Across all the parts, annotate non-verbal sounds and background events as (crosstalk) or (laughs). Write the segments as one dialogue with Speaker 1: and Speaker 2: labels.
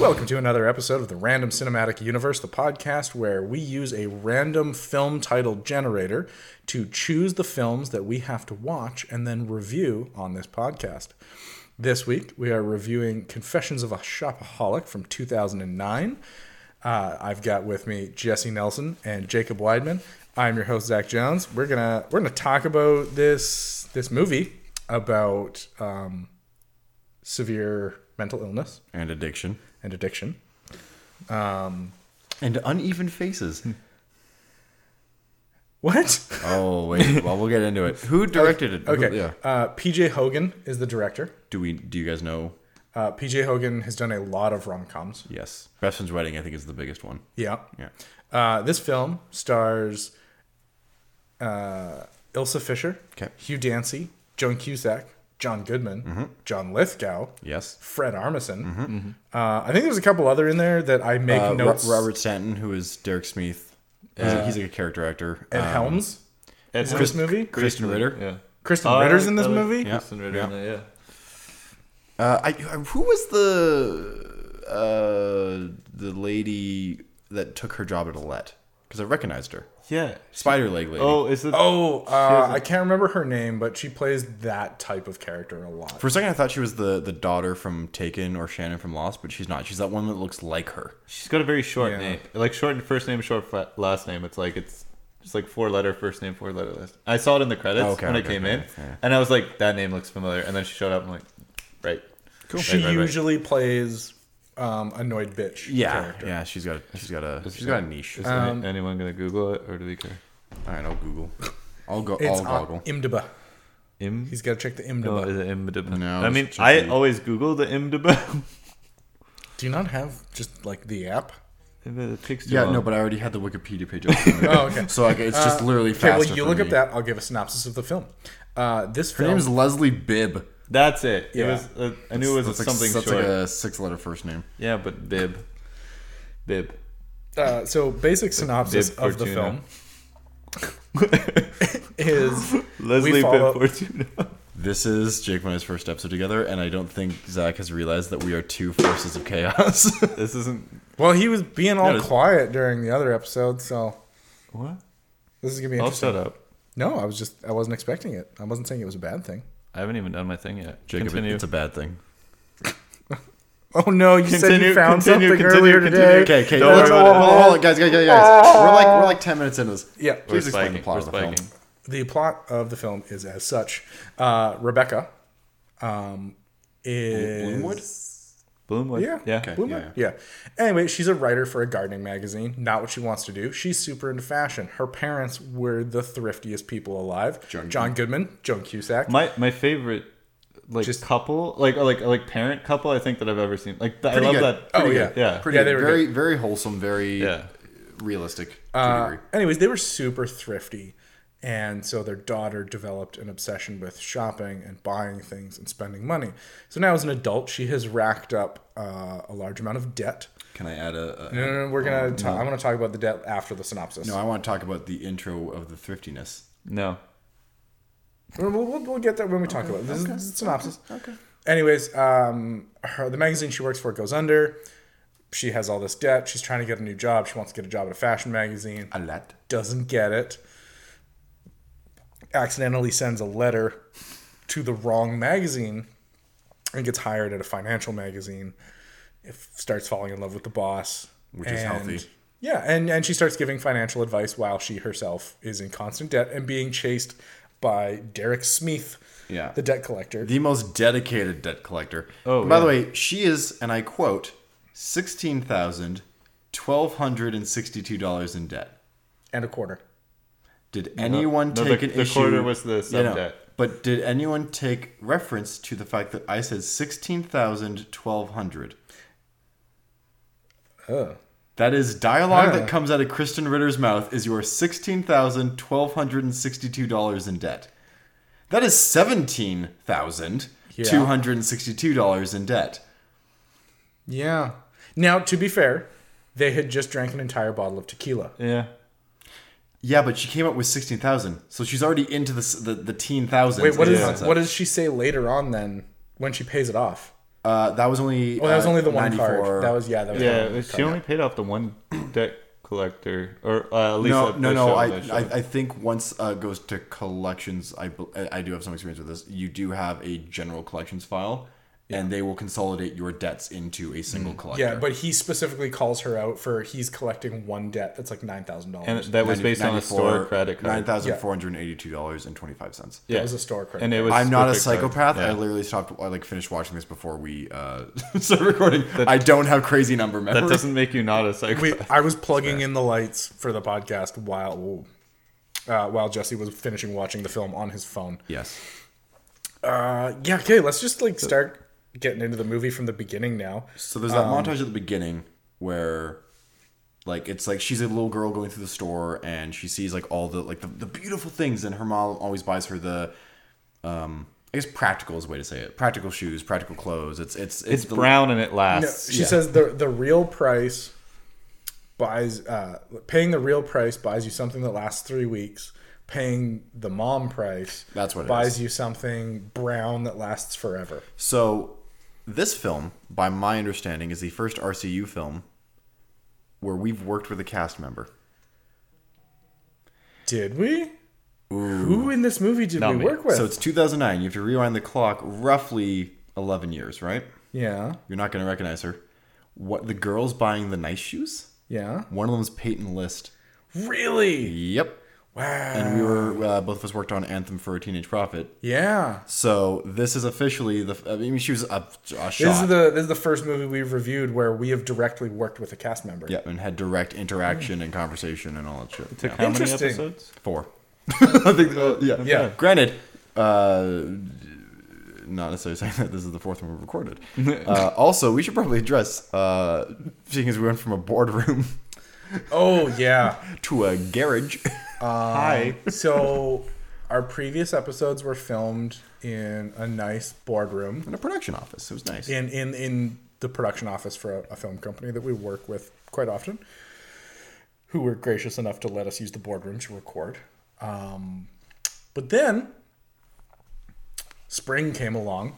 Speaker 1: welcome to another episode of the Random Cinematic Universe, the podcast where we use a random film title generator to choose the films that we have to watch and then review on this podcast. This week, we are reviewing Confessions of a Shopaholic from 2009. Uh, I've got with me Jesse Nelson and Jacob Weidman. I'm your host Zach Jones. We're gonna we're gonna talk about this this movie about um, severe mental illness
Speaker 2: and addiction
Speaker 1: and addiction.
Speaker 2: and uneven faces.
Speaker 1: What?
Speaker 2: (laughs) oh wait, well we'll get into it. Who directed it? Who-
Speaker 1: Okay.
Speaker 2: yeah.
Speaker 1: Uh, PJ Hogan is the director.
Speaker 2: Do we? Do you guys know?
Speaker 1: Uh, PJ Hogan has done a lot of rom coms.
Speaker 2: Yes. Best Friend's Wedding, I think, is the biggest one.
Speaker 1: Yeah.
Speaker 2: Yeah.
Speaker 1: Uh, this film stars uh, Ilsa Fisher,
Speaker 2: Okay. Mm-hmm.
Speaker 1: Hugh Dancy, Joan Cusack, John Goodman, John Lithgow,
Speaker 2: Yes.
Speaker 1: Fred Armisen. Uh, I think there's a couple other in there that I make
Speaker 2: Mm-hmm. Uh, Ro-
Speaker 1: notes.
Speaker 2: Robert Stanton, who is Derek Smith, he's, a- he's like a character actor.
Speaker 1: Ed
Speaker 2: Um,
Speaker 1: Helms
Speaker 3: Ed
Speaker 1: is in this movie.
Speaker 2: Kristen Ritter.
Speaker 3: Yeah.
Speaker 1: Kristen
Speaker 3: Oh,
Speaker 1: Ritter's in this
Speaker 3: I like-
Speaker 1: movie.
Speaker 2: Yeah.
Speaker 3: Kristen Ritter in
Speaker 2: Yeah.
Speaker 3: it, yeah.
Speaker 2: Uh, I, I- who was the uh, the lady that took her job at Alette? Because I recognized her.
Speaker 3: Yeah.
Speaker 2: Spider leg lady.
Speaker 3: Oh, is it?
Speaker 1: Oh, uh,
Speaker 3: She is-
Speaker 1: I can't remember her name, but she plays that type of character a lot.
Speaker 2: For a second, I thought she was the, the daughter from Taken or Shannon from Lost, but she's not. She's that one that looks like her.
Speaker 3: she's got a very short
Speaker 1: Yeah.
Speaker 3: name. Like short first name, short fa- last name. It's like it's just like four letter first name, four letter last. I saw it in the credits
Speaker 2: Oh, okay,
Speaker 3: when I
Speaker 2: okay,
Speaker 3: came
Speaker 2: okay,
Speaker 3: in,
Speaker 2: yeah.
Speaker 3: and I was like, that name looks familiar. And then she showed up, and I'm like, right. Cool.
Speaker 1: She usually plays um, annoyed bitch.
Speaker 2: Yeah,
Speaker 1: character.
Speaker 2: yeah. She's got she's got a she's got a niche.
Speaker 3: Is Uh, any-
Speaker 1: Um,
Speaker 3: anyone gonna Google it or do we care?
Speaker 2: All right, I'll Google. I'll go.
Speaker 1: It's
Speaker 2: I'll
Speaker 1: on
Speaker 2: Google.
Speaker 1: IMDb.
Speaker 3: Im?
Speaker 1: He's got to check the IMDb.
Speaker 3: no, is it IMDb?
Speaker 2: No,
Speaker 3: I
Speaker 2: it's
Speaker 3: mean,
Speaker 2: just
Speaker 3: I
Speaker 2: the-
Speaker 3: always Google the (laughs) IMDb.
Speaker 1: Do you not have just like the app?
Speaker 3: it takes too
Speaker 2: Yeah,
Speaker 3: long.
Speaker 2: no, but I already had the Wikipedia page (laughs) open.
Speaker 1: Oh, okay.
Speaker 2: so like, it's just literally
Speaker 1: Okay,
Speaker 2: faster.
Speaker 1: well, you
Speaker 2: for
Speaker 1: look
Speaker 2: me.
Speaker 1: up that. I'll give a synopsis of the film. Uh, this
Speaker 2: Her
Speaker 1: film.
Speaker 2: name is Leslie Bibb.
Speaker 3: that's it.
Speaker 1: Yeah.
Speaker 3: It was. Uh, I knew it was
Speaker 2: That's like,
Speaker 3: something
Speaker 2: That's
Speaker 3: short.
Speaker 2: like a six-letter first name.
Speaker 3: Yeah, but bib, bib.
Speaker 1: uh, so, basic synopsis
Speaker 3: Bib
Speaker 1: of the film
Speaker 3: Fortuna. (laughs)
Speaker 1: is
Speaker 3: Leslie
Speaker 1: We follow-
Speaker 3: Bib Fortuna. (laughs)
Speaker 2: This is Jake and I's first episode together, and I don't think Zach has realized that we are two forces of chaos. (laughs)
Speaker 3: this isn't
Speaker 1: well, he was being all
Speaker 2: No, it's-
Speaker 1: quiet during the other episode, so
Speaker 3: what.
Speaker 1: this is gonna be
Speaker 3: I'll
Speaker 1: interesting.
Speaker 3: Oh, shut up.
Speaker 1: No, I was just I wasn't expecting it. I wasn't saying it was a bad thing.
Speaker 3: I haven't even done my thing yet.
Speaker 2: Jacob, it-
Speaker 3: continue.
Speaker 2: it's a bad thing.
Speaker 1: Oh no, you said you
Speaker 3: Continue,
Speaker 1: found
Speaker 3: continue,
Speaker 1: something
Speaker 3: continue,
Speaker 1: earlier
Speaker 3: continue.
Speaker 1: today.
Speaker 2: Okay, okay,
Speaker 3: Don't
Speaker 2: no,
Speaker 3: worry
Speaker 2: no,
Speaker 3: about
Speaker 2: no,
Speaker 3: it.
Speaker 2: no, no, guys, guys, guys, guys. We're like we're like ten minutes into this.
Speaker 1: Yeah.
Speaker 3: We're
Speaker 2: Please explain the
Speaker 3: spiking.
Speaker 2: plot
Speaker 3: We're
Speaker 2: of the film.
Speaker 3: spiking.
Speaker 1: the plot of the film is as such. Uh, Rebecca um, is
Speaker 2: Bloomwood?
Speaker 3: Bloomwood.
Speaker 1: Yeah,
Speaker 3: Yeah.
Speaker 2: Okay.
Speaker 1: Bloomwood. Yeah, Anyway, she's a writer for a gardening magazine. Not what she wants to do. She's super into fashion. Her parents were the thriftiest people alive.
Speaker 2: John-
Speaker 1: John Goodman, Joan Cusack.
Speaker 3: My my favorite like
Speaker 1: Just-
Speaker 3: couple, like like like parent couple, I think that I've ever seen. Like th- I
Speaker 2: Pretty
Speaker 3: love
Speaker 2: good.
Speaker 3: that.
Speaker 1: oh
Speaker 2: pretty
Speaker 1: yeah,
Speaker 3: good. Yeah.
Speaker 2: Pretty
Speaker 1: yeah, they were
Speaker 2: very
Speaker 1: good.
Speaker 2: very wholesome, very
Speaker 3: Yeah.
Speaker 2: realistic. To a
Speaker 1: Uh,
Speaker 2: degree.
Speaker 1: anyways, they were super thrifty, and so their daughter developed an obsession with shopping and buying things and spending money. So now, as an adult, she has racked up uh, a large amount of debt.
Speaker 2: Can I add a? a
Speaker 1: No, Oh, no, no, we're gonna. ta- I'm gonna talk about the debt after the synopsis.
Speaker 2: No, I want to talk about the intro of the thriftiness.
Speaker 3: No.
Speaker 1: We'll, we'll, we'll get that when we talk about it. This is- this is the synopsis. Okay. Anyways, um, her, the magazine she works for goes under. She has all this debt. She's trying to get a new job. She wants to get a job at a fashion magazine.
Speaker 2: A lot.
Speaker 1: Doesn't get it. Accidentally sends a letter to the wrong magazine and gets hired at a financial magazine. If starts falling in love with the boss,
Speaker 2: Which is healthy.
Speaker 1: Yeah, and and she starts giving financial advice while she herself is in constant debt and being chased by Derek Smith,
Speaker 2: Yeah.
Speaker 1: the debt collector.
Speaker 2: The most dedicated debt collector.
Speaker 3: Oh,
Speaker 2: And by the
Speaker 3: yeah.
Speaker 2: way, she is, and I quote, sixteen thousand twelve hundred and sixty-two dollars in debt.
Speaker 1: and a quarter.
Speaker 2: Did anyone
Speaker 3: no,
Speaker 2: take
Speaker 3: the-
Speaker 2: an
Speaker 3: the
Speaker 2: issue?
Speaker 3: quarter was the
Speaker 2: you know,
Speaker 3: sub-debt.
Speaker 2: but did anyone take reference to the fact that I said sixteen thousand twelve hundred?
Speaker 1: Oh.
Speaker 2: That is dialogue
Speaker 1: Huh.
Speaker 2: that comes out of Kristen Ritter's mouth is your sixteen thousand twelve hundred and sixty-two dollars in debt. That is seventeen thousand two hundred and sixty-two dollars in debt.
Speaker 1: Yeah. Now, to be fair, they had just drank an entire bottle of tequila.
Speaker 3: Yeah.
Speaker 2: Yeah, but she came up with sixteen thousand, so she's already into the s- the, the teen thousands.
Speaker 1: Wait, what
Speaker 2: as a
Speaker 1: is
Speaker 2: concept.
Speaker 1: what does she say later on then when she pays it off?
Speaker 2: Uh, that was only.
Speaker 1: Well, Oh, that was
Speaker 2: uh,
Speaker 1: only the one
Speaker 2: 94.
Speaker 1: card. That was yeah. That was
Speaker 3: Yeah,
Speaker 1: the
Speaker 2: Oh,
Speaker 1: one
Speaker 3: she
Speaker 1: card.
Speaker 3: only paid off the one debt collector, or uh, at least
Speaker 2: No,
Speaker 3: at
Speaker 2: no,
Speaker 3: the
Speaker 2: no.
Speaker 3: show
Speaker 2: I,
Speaker 3: that
Speaker 2: I,
Speaker 3: showed.
Speaker 2: I think once uh, goes to collections. I, bel- I I do have some experience with this. You do have a general collections file, and they will consolidate your debts into a single
Speaker 3: Mm.
Speaker 2: collector.
Speaker 1: Yeah, but he specifically calls her out for he's collecting one debt that's like nine thousand
Speaker 3: and
Speaker 1: dollars.
Speaker 3: that was based on a store credit card.
Speaker 2: Nine thousand four hundred eighty-two dollars and twenty-five cents.
Speaker 3: yeah,
Speaker 1: was a store credit
Speaker 3: And it
Speaker 1: card.
Speaker 3: was.
Speaker 2: I'm not a
Speaker 3: specific card.
Speaker 2: psychopath. I
Speaker 3: Yeah.
Speaker 2: literally stopped. I like finished watching this before we uh, (laughs) started
Speaker 3: (laughs)
Speaker 2: recording. I don't have crazy number memory.
Speaker 3: That doesn't make you not a psychopath.
Speaker 1: We, I was plugging in the lights for the podcast while uh, while Jesse was finishing watching the film on his phone.
Speaker 2: Yes.
Speaker 1: Uh, yeah, okay, let's just like start getting into the movie from the beginning now.
Speaker 2: So there's that montage at the beginning where like it's like she's a little girl going through the store and she sees like all the like the, the beautiful things and her mom always buys her the um I guess practical is the way to say it. Practical shoes, practical clothes. It's it's
Speaker 3: it's
Speaker 2: the-
Speaker 3: brown and it
Speaker 1: No,
Speaker 3: lasts.
Speaker 1: she says the the real price buys uh, paying the real price buys you something that lasts three weeks. Paying the mom price
Speaker 2: That's what it
Speaker 1: buys
Speaker 2: is.
Speaker 1: you something brown that lasts forever.
Speaker 2: So this film, by my understanding, is the first RCU film where we've worked with a cast member.
Speaker 1: Did we? Who in this movie did
Speaker 3: Not
Speaker 1: we
Speaker 3: me.
Speaker 1: work with?
Speaker 2: So it's 2009. You have to rewind the clock roughly 11 years, right?
Speaker 1: yeah,
Speaker 2: You're not going to recognize her. What the girl's buying the nice shoes?
Speaker 1: yeah.
Speaker 2: One of them's Peyton List.
Speaker 1: Really?
Speaker 2: Yep.
Speaker 1: Wow.
Speaker 2: And we were uh, both of us worked on Anthem for a Teenage Prophet.
Speaker 1: Yeah.
Speaker 2: So this is officially the. I mean, she was a, a shot.
Speaker 1: This is the this is the first movie we've reviewed where we have directly worked with a cast member.
Speaker 2: yeah, and had direct interaction and conversation and all that shit.
Speaker 3: Took
Speaker 2: Yeah.
Speaker 3: how many
Speaker 1: Interesting.
Speaker 3: episodes?
Speaker 2: Four. I think. uh, yeah.
Speaker 1: Yeah.
Speaker 2: Granted, uh, not necessarily (laughs) saying that this is the fourth one we (laughs) recorded. Uh, also, we should probably address, uh, seeing as we went from a boardroom (laughs)
Speaker 1: Oh yeah.
Speaker 2: to a garage.
Speaker 3: Hi.
Speaker 1: Um, so our previous episodes were filmed in a nice boardroom
Speaker 2: in a production office. It was nice.
Speaker 1: in in in the production office for a, a film company that we work with quite often, who were gracious enough to let us use the boardroom to record. Um, but then spring came along.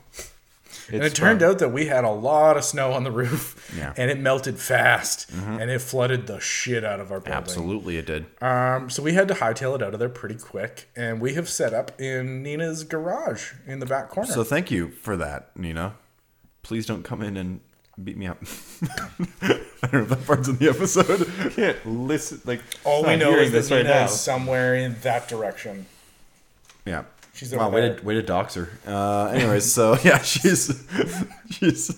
Speaker 1: and it
Speaker 3: It's
Speaker 1: turned out that we had a lot of snow on the roof,
Speaker 2: Yeah.
Speaker 1: and it melted fast, and it flooded the shit out of our building.
Speaker 2: Absolutely, it did.
Speaker 1: Um, so we had to hightail it out of there pretty quick, and we have set up in Nina's garage in the back corner.
Speaker 2: So thank you for that, Nina. Please don't come in and beat me up. (laughs) I don't know if that part's in the episode.
Speaker 3: (laughs) Can't listen. Like
Speaker 1: All we
Speaker 3: I'm
Speaker 1: know
Speaker 3: hearing
Speaker 1: is
Speaker 3: this
Speaker 1: that
Speaker 3: right
Speaker 1: Nina
Speaker 3: now.
Speaker 1: is somewhere in that direction.
Speaker 2: Yeah.
Speaker 1: She's
Speaker 2: wow,
Speaker 1: over
Speaker 2: way
Speaker 1: there.
Speaker 2: to way to dox her. Uh, anyways, so (laughs) yeah, she's she's.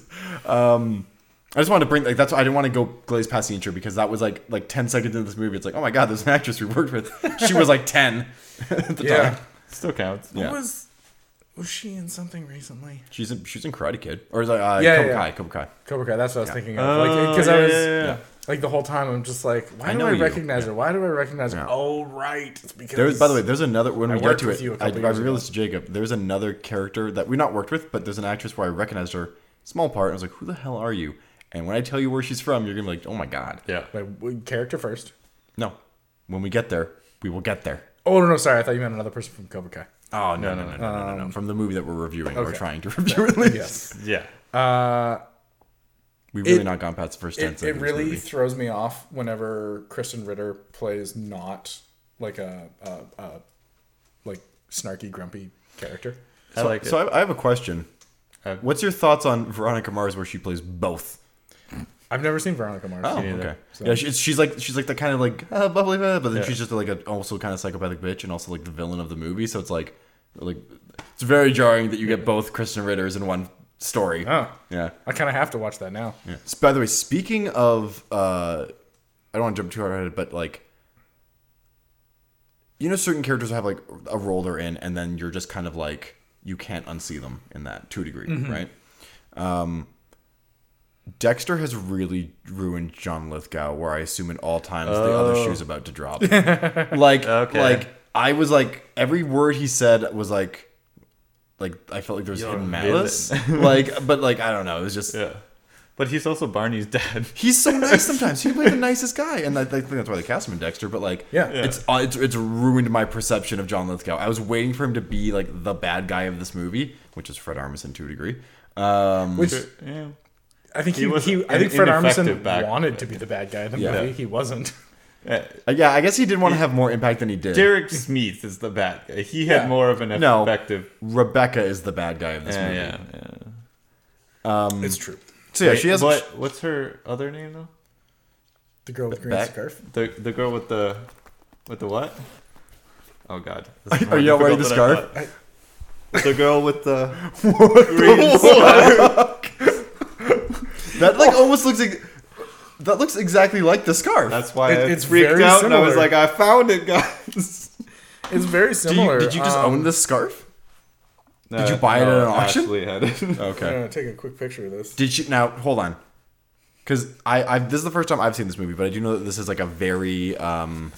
Speaker 2: Um, I just wanted to bring like that's why I didn't want to go glaze past the intro because that was like like ten seconds into this movie. It's like oh my god, there's an actress we worked with. She was like ten at the
Speaker 1: Yeah.
Speaker 2: time.
Speaker 3: Still counts.
Speaker 2: Yeah.
Speaker 1: Was was she in something recently?
Speaker 2: She's in, she's in Karate Kid or is that, uh,
Speaker 1: Yeah,
Speaker 2: Cobra
Speaker 1: yeah,
Speaker 2: Kai,
Speaker 1: yeah.
Speaker 2: Cobra Kai.
Speaker 1: Cobra Kai. That's what I was thinking
Speaker 3: Oh,
Speaker 1: of. Like, because I
Speaker 3: yeah,
Speaker 1: was
Speaker 3: yeah, yeah.
Speaker 1: like the whole time I'm just like, why
Speaker 2: I
Speaker 1: do
Speaker 2: know
Speaker 1: I
Speaker 2: you.
Speaker 1: recognize her? Why do I recognize
Speaker 2: Yeah.
Speaker 1: her? Oh right, it's because
Speaker 2: There was, by the way, there's another when we get
Speaker 1: worked
Speaker 2: to
Speaker 1: with
Speaker 2: it.
Speaker 1: you a
Speaker 2: I, I
Speaker 1: couple years ago.
Speaker 2: revealed this to Jacob. There's another character that we not worked with, but there's an actress where I recognized her, small part. And I was like, "Who the hell are you?" And when I tell you where she's from, you're gonna be like, "Oh my god!"
Speaker 3: Yeah.
Speaker 1: Wait, wait, character first.
Speaker 2: No, when we get there, we will get there.
Speaker 1: Oh no, no, sorry, I thought you meant another person from Cobra Kai.
Speaker 2: Oh no no no no no, no, no. From the movie that we're reviewing, we're trying to (laughs) review at least.
Speaker 1: Yes.
Speaker 3: Yeah.
Speaker 2: We've really not gone past the first ten
Speaker 1: it, it
Speaker 2: seconds.
Speaker 1: really throws me off whenever Kristen Ritter plays not like a, a, a like snarky, grumpy character.
Speaker 3: I like it.
Speaker 2: So I, I have a question.
Speaker 3: Uh,
Speaker 2: What's your thoughts on Veronica Mars, where she plays both?
Speaker 1: I've never seen Veronica Mars.
Speaker 2: Oh,
Speaker 3: neither.
Speaker 2: okay. Yeah, she, it's- she's like she's like the kind of like ah, bubbly, blah, but then she's just like a also kind of psychopathic bitch, and also like the villain of the movie. So it's like, like it's very jarring that you get both Kristen Ritters in one story.
Speaker 1: Oh.
Speaker 2: yeah.
Speaker 1: I kind of have to watch that now.
Speaker 2: yeah. S- By the way, speaking of, uh I don't want to jump too hard ahead, but like, you know, certain characters have like a role they're in, and then you're just kind of like you can't unsee them in that to a degree, right? Um, Dexter has really ruined John Lithgow, where I assume at all times the other shoe's about to (laughs) drop. like,
Speaker 3: Okay.
Speaker 2: like I was like every word he said was like, like I felt like there was
Speaker 3: You're
Speaker 2: hidden
Speaker 3: a
Speaker 2: malice. like, but like I don't know. It was just
Speaker 3: yeah. But he's also Barney's dad. (laughs)
Speaker 2: he's
Speaker 1: (laughs)
Speaker 2: so nice sometimes. He played the nicest guy, and I, I think that's why they cast him in Dexter. But like,
Speaker 1: Yeah. Yeah.
Speaker 2: it's uh, it's it's ruined my perception of John Lithgow. I was waiting for him to be like the bad guy of this movie, which is Fred Armisen to a degree. Um,
Speaker 1: Which
Speaker 3: Yeah.
Speaker 1: I think he, he,
Speaker 3: was
Speaker 1: I think
Speaker 3: an
Speaker 1: Fred Armisen
Speaker 3: ineffective back-
Speaker 1: wanted to be the bad guy in the
Speaker 2: Yeah.
Speaker 1: movie. He wasn't.
Speaker 2: uh, yeah, I guess he did want to have more impact than he did.
Speaker 3: Derek Smith is the bad guy. He had
Speaker 1: Yeah.
Speaker 3: more of an
Speaker 2: No.
Speaker 3: effective.
Speaker 2: Rebecca is the bad guy in this
Speaker 3: Yeah,
Speaker 2: movie.
Speaker 3: yeah, yeah.
Speaker 2: Mm.
Speaker 1: it's true.
Speaker 2: So yeah, she has.
Speaker 3: What, what's her other name though?
Speaker 1: The girl with the green
Speaker 2: Back-
Speaker 1: scarf.
Speaker 3: The the girl with the with the what? Oh God!
Speaker 2: Are you not wearing the scarf?
Speaker 3: The girl
Speaker 2: (laughs)
Speaker 3: with the green scarf.
Speaker 2: that like almost looks like that looks exactly like the scarf.
Speaker 3: That's why
Speaker 1: It-
Speaker 3: I
Speaker 1: it's
Speaker 3: freaked
Speaker 1: very
Speaker 3: out, and I was
Speaker 1: similar.
Speaker 3: like, I found it, guys.
Speaker 1: It's very
Speaker 2: Do you-
Speaker 1: similar. um,
Speaker 2: did you just own
Speaker 1: the?
Speaker 2: this scarf?
Speaker 3: No,
Speaker 2: you buy it at an auction?
Speaker 3: Ashley had
Speaker 2: (laughs)
Speaker 3: it.
Speaker 1: I'm
Speaker 2: Okay.
Speaker 1: gonna take a quick picture of this.
Speaker 2: Did she now hold on? Because I, I this is the first time I've seen this movie, but I do know that this is like a very um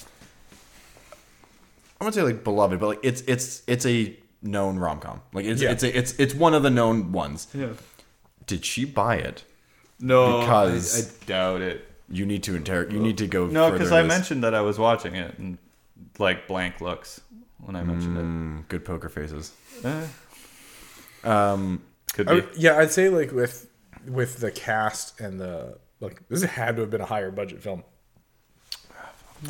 Speaker 2: I'm gonna say like beloved, but like it's it's it's a known rom com. Like it's
Speaker 1: Yeah.
Speaker 2: it's a, it's it's one of the known ones.
Speaker 3: yeah.
Speaker 2: Did she buy it?
Speaker 3: No, I-
Speaker 2: Because-
Speaker 3: I, doubt it.
Speaker 2: You need to interrogate. You need to go.
Speaker 3: No,
Speaker 2: further
Speaker 3: because
Speaker 2: into
Speaker 3: I
Speaker 2: this.
Speaker 3: mentioned that I was watching it, and like blank looks when I mentioned
Speaker 2: Mm, good poker faces.
Speaker 3: it. Eh,
Speaker 2: Mm. Um,
Speaker 3: could
Speaker 1: I
Speaker 3: be.
Speaker 1: would- yeah, I'd say like with with the cast and the like, this had to have been a higher budget film.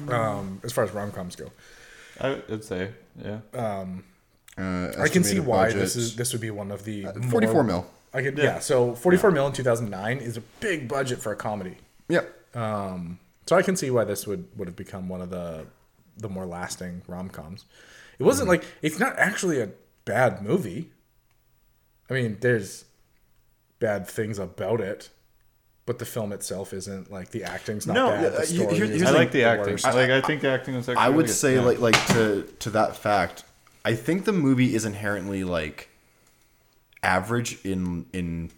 Speaker 1: Um, as far as rom coms go,
Speaker 3: I would say, yeah.
Speaker 2: uh,
Speaker 1: I can see
Speaker 2: estimated
Speaker 1: why
Speaker 2: budget,
Speaker 1: this is this would be one of the more-
Speaker 2: 44 mil.
Speaker 1: I could yeah. so forty four mil in two thousand nine is a big budget for a comedy.
Speaker 2: Yep.
Speaker 1: So I can see why this would would have become one of the the more lasting rom coms. It wasn't like it's not actually a bad movie. I mean, there's bad things about it, but the film itself isn't like the acting's not
Speaker 2: No,
Speaker 1: bad. The
Speaker 2: uh, you-
Speaker 1: story
Speaker 2: here-
Speaker 1: is
Speaker 2: here's
Speaker 3: I
Speaker 2: the-
Speaker 3: like the acting.
Speaker 1: worst.
Speaker 3: like I think the acting was. Actually
Speaker 2: I
Speaker 3: really
Speaker 2: would
Speaker 3: good.
Speaker 2: say
Speaker 3: Yeah.
Speaker 2: like like to to that fact, I think the movie is inherently like average in in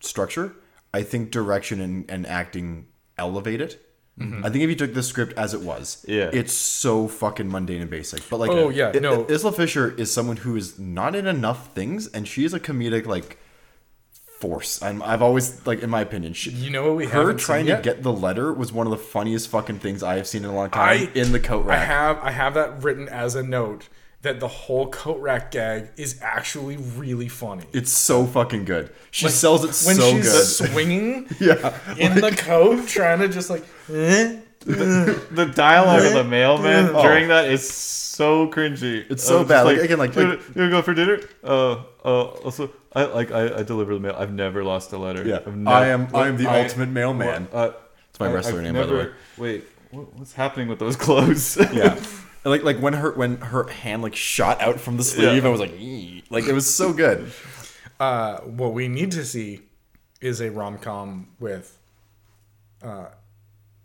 Speaker 2: structure. I think direction and, and acting elevate it.
Speaker 1: Mm-hmm.
Speaker 2: I think if you took the script as it was,
Speaker 3: Yeah.
Speaker 2: it's so fucking mundane and basic. But like,
Speaker 1: Oh, yeah,
Speaker 2: I- I-
Speaker 1: no.
Speaker 2: Isla Fisher is someone who is not in enough things, and she is a comedic like force. I'm, I've always like, in my opinion, she,
Speaker 1: You know what we
Speaker 2: her
Speaker 1: haven't
Speaker 2: trying
Speaker 1: seen
Speaker 2: to
Speaker 1: yet?
Speaker 2: get the letter was one of the funniest fucking things I have seen in a long time
Speaker 1: I-
Speaker 2: in the coat
Speaker 1: I
Speaker 2: rack.
Speaker 1: have I have that written as a note that the whole coat rack gag is actually really funny.
Speaker 2: It's so fucking good. She sells it
Speaker 1: when
Speaker 2: so
Speaker 1: she's
Speaker 2: good.
Speaker 3: (laughs)
Speaker 1: swinging
Speaker 2: yeah.
Speaker 1: in the coat, trying to just like, eh?
Speaker 3: the dialogue of the mailman
Speaker 2: Oh.
Speaker 3: during that is so cringy.
Speaker 2: It's
Speaker 3: I
Speaker 2: so
Speaker 3: was just
Speaker 2: bad. Like, again, like-
Speaker 3: you
Speaker 2: like-
Speaker 3: wanna- you wanna go for dinner? Uh, uh, also, I like I, I deliver the mail. I've never lost a letter.
Speaker 2: Yeah.
Speaker 3: I've
Speaker 2: I
Speaker 3: nev-
Speaker 2: am I am the
Speaker 3: I-
Speaker 2: ultimate mailman.
Speaker 3: Uh, it's
Speaker 2: my wrestler name, by the way.
Speaker 3: Wait, what, what's happening with those (laughs) clothes?
Speaker 2: yeah. And, Like like when her when her hand like shot out from the sleeve,
Speaker 3: Yeah.
Speaker 2: I was like, "Ee." like it was so good.
Speaker 1: uh, what we need to see is a rom com with, uh,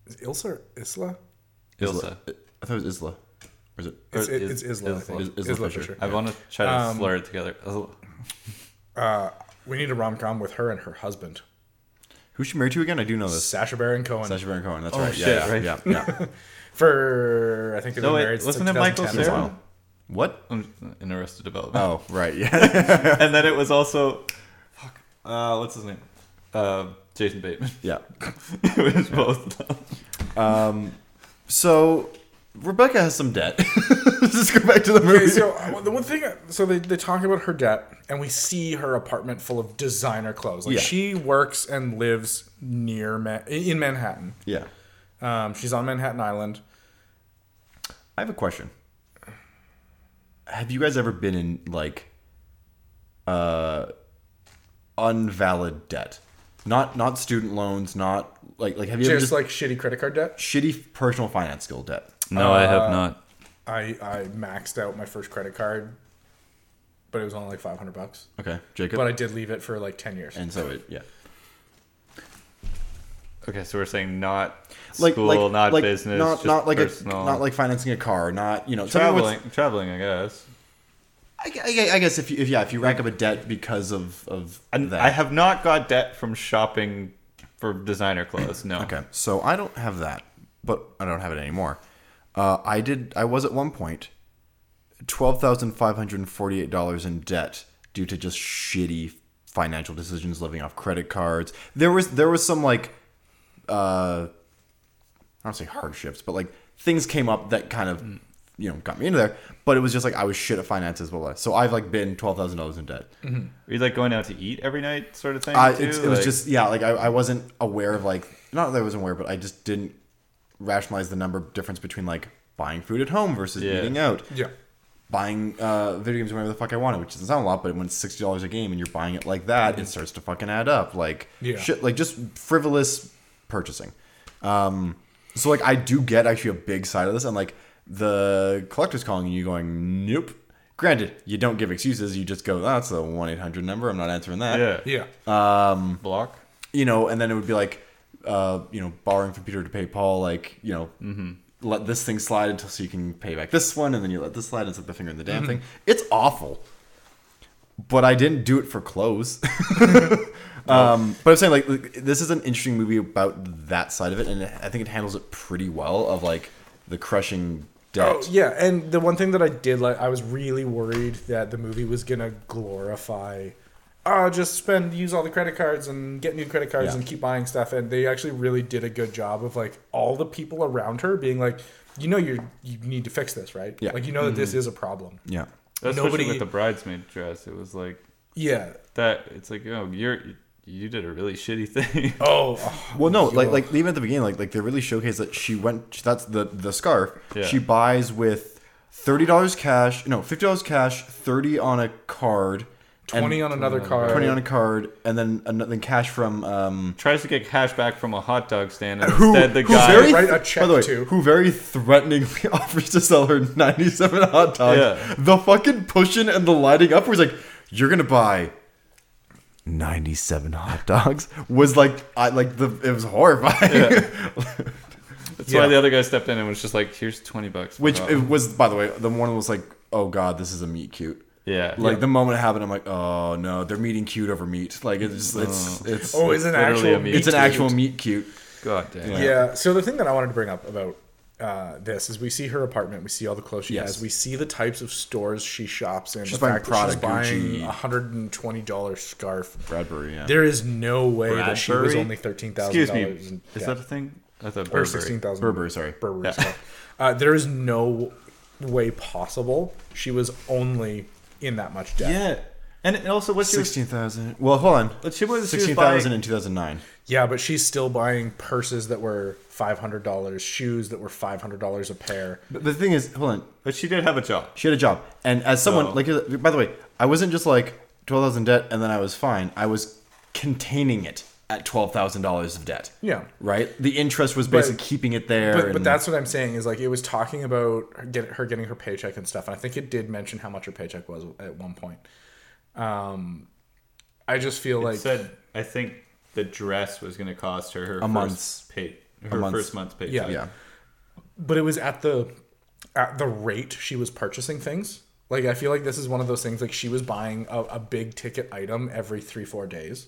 Speaker 1: is Ilsa or (laughs) Isla?
Speaker 3: Ilsa.
Speaker 2: I thought it was Isla. Or is it?
Speaker 1: It's,
Speaker 3: Or
Speaker 1: it, it's
Speaker 3: is-
Speaker 1: Isla, I
Speaker 3: Isla.
Speaker 1: think.
Speaker 2: Is- Isla Fisher.
Speaker 3: I want to try to
Speaker 2: Um,
Speaker 3: slur it together. Oh,
Speaker 1: We need a rom com with her and her husband,
Speaker 2: Who's she married to again? I do know this.
Speaker 1: Sacha Baron Cohen.
Speaker 2: Sacha Baron Cohen.
Speaker 1: Oh,
Speaker 2: That's right.
Speaker 3: shit,
Speaker 2: yeah,
Speaker 3: right.
Speaker 2: yeah, yeah,
Speaker 1: (laughs)
Speaker 2: yeah.
Speaker 1: For I think they've been
Speaker 3: No, wait,
Speaker 1: married since
Speaker 3: wasn't it
Speaker 1: 2010
Speaker 3: Michael
Speaker 1: or
Speaker 3: Cera?
Speaker 1: something.
Speaker 2: What?
Speaker 3: I'm in Arrested Development.
Speaker 2: Oh, right. Yeah.
Speaker 1: (laughs)
Speaker 3: Oh. (laughs) and then it was also, fuck, uh, what's his name? Uh, Jason Bateman.
Speaker 2: yeah.
Speaker 3: (laughs) it was both.
Speaker 2: So Rebecca has some debt. (laughs) Let's just go back to the movie.
Speaker 1: Okay, so uh, the one thing, so they, they talk about her debt, and we see her apartment full of designer clothes. Like
Speaker 2: Yeah.
Speaker 1: she works and lives near Ma- in Manhattan.
Speaker 2: yeah.
Speaker 1: Um, she's on Manhattan Island.
Speaker 2: I have a question. Have you guys ever been in like uh unvalid debt? Not not student loans, not like like have you ever
Speaker 1: Just,
Speaker 2: just like
Speaker 1: like shitty credit card debt.
Speaker 2: shitty personal finance skill debt?
Speaker 3: No, I
Speaker 2: Uh,
Speaker 3: have not.
Speaker 1: I I maxed out my first credit card, but it was only like five hundred bucks.
Speaker 2: Okay, Jacob.
Speaker 1: But I did leave it for like ten years.
Speaker 2: and so it yeah.
Speaker 3: Okay, so we're saying not
Speaker 2: Like
Speaker 3: school,
Speaker 2: like,
Speaker 3: not
Speaker 2: like,
Speaker 3: business,
Speaker 2: not
Speaker 3: just
Speaker 2: not like
Speaker 3: personal.
Speaker 2: a not like financing a car, not you know something with-
Speaker 3: traveling. Traveling, I guess.
Speaker 2: I, I- I guess if you if yeah if you rack up a debt because of of
Speaker 3: And
Speaker 2: that.
Speaker 3: I have not got debt from shopping for designer clothes. No.
Speaker 2: Okay, so I don't have that, but I don't have it anymore. Uh, I did. I was at one point twelve thousand five hundred forty-eight dollars in debt due to just shitty financial decisions, living off credit cards. There was there was some like, uh, I don't say hardships, but like things came up that kind of you know got me into there. But it was just like I was shit at finances, blah blah. So I've like been twelve thousand dollars in debt.
Speaker 3: Were you like going out to eat every night, sort of thing?
Speaker 2: I,
Speaker 3: too?
Speaker 2: it's, it was
Speaker 3: Like-
Speaker 2: just yeah, like I, I wasn't aware of like not that I wasn't aware, but I just didn't rationalize the number difference between like buying food at home versus
Speaker 3: Yeah.
Speaker 2: eating out.
Speaker 1: Yeah.
Speaker 2: Buying uh, video games whenever the fuck I wanted, which doesn't sound a lot, but when it's sixty dollars a game and you're buying it like that, it starts to fucking add up. Like
Speaker 1: Yeah.
Speaker 2: shit, like just frivolous purchasing. Um, so like I do get actually a big side of this, and like the collector's calling you, going, nope. Granted, you don't give excuses. You just go, that's a one eight hundred number. I'm not answering that
Speaker 3: yeah,
Speaker 1: Yeah.
Speaker 3: block.
Speaker 2: you know, and then it would be like, uh, you know, borrowing from Peter to pay Paul, like, you know, let this thing slide until so you can pay back this one, and then you let this slide, it's like the finger in the damn thing. It's awful. But I didn't do it for clothes. (laughs) um, but I'm saying like, like, this is an interesting movie about that side of it, and I think it handles it pretty well of like the crushing debt.
Speaker 1: Oh, yeah, and the one thing that I did like, I was really worried that the movie was gonna glorify, oh, just spend, use all the credit cards and get new credit cards
Speaker 2: Yeah.
Speaker 1: and keep buying stuff. And they actually really did a good job of like all the people around her being like, you know, you you need to fix this, right?
Speaker 2: Yeah. Mm-hmm.
Speaker 1: Like you know that this is a problem.
Speaker 2: yeah.
Speaker 3: Especially
Speaker 1: Nobody-
Speaker 3: with the bridesmaid dress, it was like
Speaker 1: Yeah.
Speaker 3: that. It's like oh, you're you did a really shitty (laughs) thing.
Speaker 1: Oh.
Speaker 2: Well, no, like
Speaker 1: Yo.
Speaker 2: like even at the beginning, like like they really showcase that she went. That's the the scarf
Speaker 3: Yeah.
Speaker 2: she buys with thirty dollars cash. No, fifty dollars cash, thirty on a card, and
Speaker 1: Twenty on another card.
Speaker 2: twenty on a card, and then another then cash from um.
Speaker 3: Tries to get cash back from a hot dog stand, and
Speaker 2: Who,
Speaker 3: instead the
Speaker 2: who
Speaker 3: guy
Speaker 2: very,
Speaker 1: Write a check
Speaker 2: by the way,
Speaker 1: to.
Speaker 2: who very threateningly (laughs) offers to sell her 97 hot dogs.
Speaker 3: Yeah.
Speaker 2: The fucking pushing and the lighting up was like, you're gonna buy 97 hot dogs was like, I like the, it was horrifying. (laughs)
Speaker 3: That's
Speaker 1: Yeah.
Speaker 3: why the other guy stepped in and was just like, "Here's twenty bucks."
Speaker 2: Which
Speaker 3: Wow.
Speaker 2: it was, by the way, the one was like, "Oh God, this is a meat cute."
Speaker 3: yeah,
Speaker 2: Like the moment it happened, I'm like, "Oh no, they're meeting cute over meat." Like it's just, it's it's
Speaker 1: Oh, is an
Speaker 3: Literally
Speaker 1: actual.
Speaker 3: a meme.
Speaker 2: it's an
Speaker 1: meat
Speaker 2: actual
Speaker 1: cute.
Speaker 2: meat cute.
Speaker 3: god damn.
Speaker 1: Yeah. So the thing that I wanted to bring up about uh, this is we see her apartment, we see all the clothes she
Speaker 2: Yes.
Speaker 1: has, we see the types of stores she shops in.
Speaker 2: She's
Speaker 1: the
Speaker 2: buying
Speaker 1: fact that she's
Speaker 2: Prada, Gucci.
Speaker 1: buying a hundred and twenty dollar scarf.
Speaker 2: Bradbury, yeah.
Speaker 1: There is no way that she was
Speaker 3: Bradbury?
Speaker 1: only thirteen thousand
Speaker 3: Excuse me,
Speaker 1: dollars.
Speaker 3: is that a thing? That's a
Speaker 1: or
Speaker 3: Burberry.
Speaker 1: sixteen thousand?
Speaker 2: Burberry, sorry.
Speaker 1: Burberry. scarf. Uh, there is no way possible she was only in that much debt.
Speaker 2: yeah,
Speaker 3: And it also, what she was,
Speaker 2: sixteen thousand. Well, hold on,
Speaker 3: what she was, she was
Speaker 2: sixteen thousand
Speaker 3: buying-
Speaker 2: in two thousand nine.
Speaker 1: Yeah, but she's still buying purses that were five hundred dollars, shoes that were five hundred dollars a pair.
Speaker 2: But the thing is, hold on,
Speaker 3: but she did have a job.
Speaker 2: she had a job, and as someone
Speaker 3: Oh.
Speaker 2: like, by the way, I wasn't just like twelve thousand debt, and then I was fine. I was containing it at twelve thousand dollars of debt.
Speaker 1: Yeah.
Speaker 2: Right. The interest was basically
Speaker 1: But-
Speaker 2: keeping it there.
Speaker 1: But, but
Speaker 2: and-
Speaker 1: that's what I'm saying is like it was talking about her, get, her getting her paycheck and stuff, and I think it did mention how much her paycheck was at one point. Um, I just feel like
Speaker 3: said I think the dress was going to cost her her a first
Speaker 2: month's-
Speaker 3: pay, her
Speaker 2: month's-
Speaker 3: first month's pay.
Speaker 1: Yeah.
Speaker 2: yeah.
Speaker 1: but it was at the at the rate she was purchasing things. Like I feel like this is one of those things like she was buying a, a big ticket item every three four days.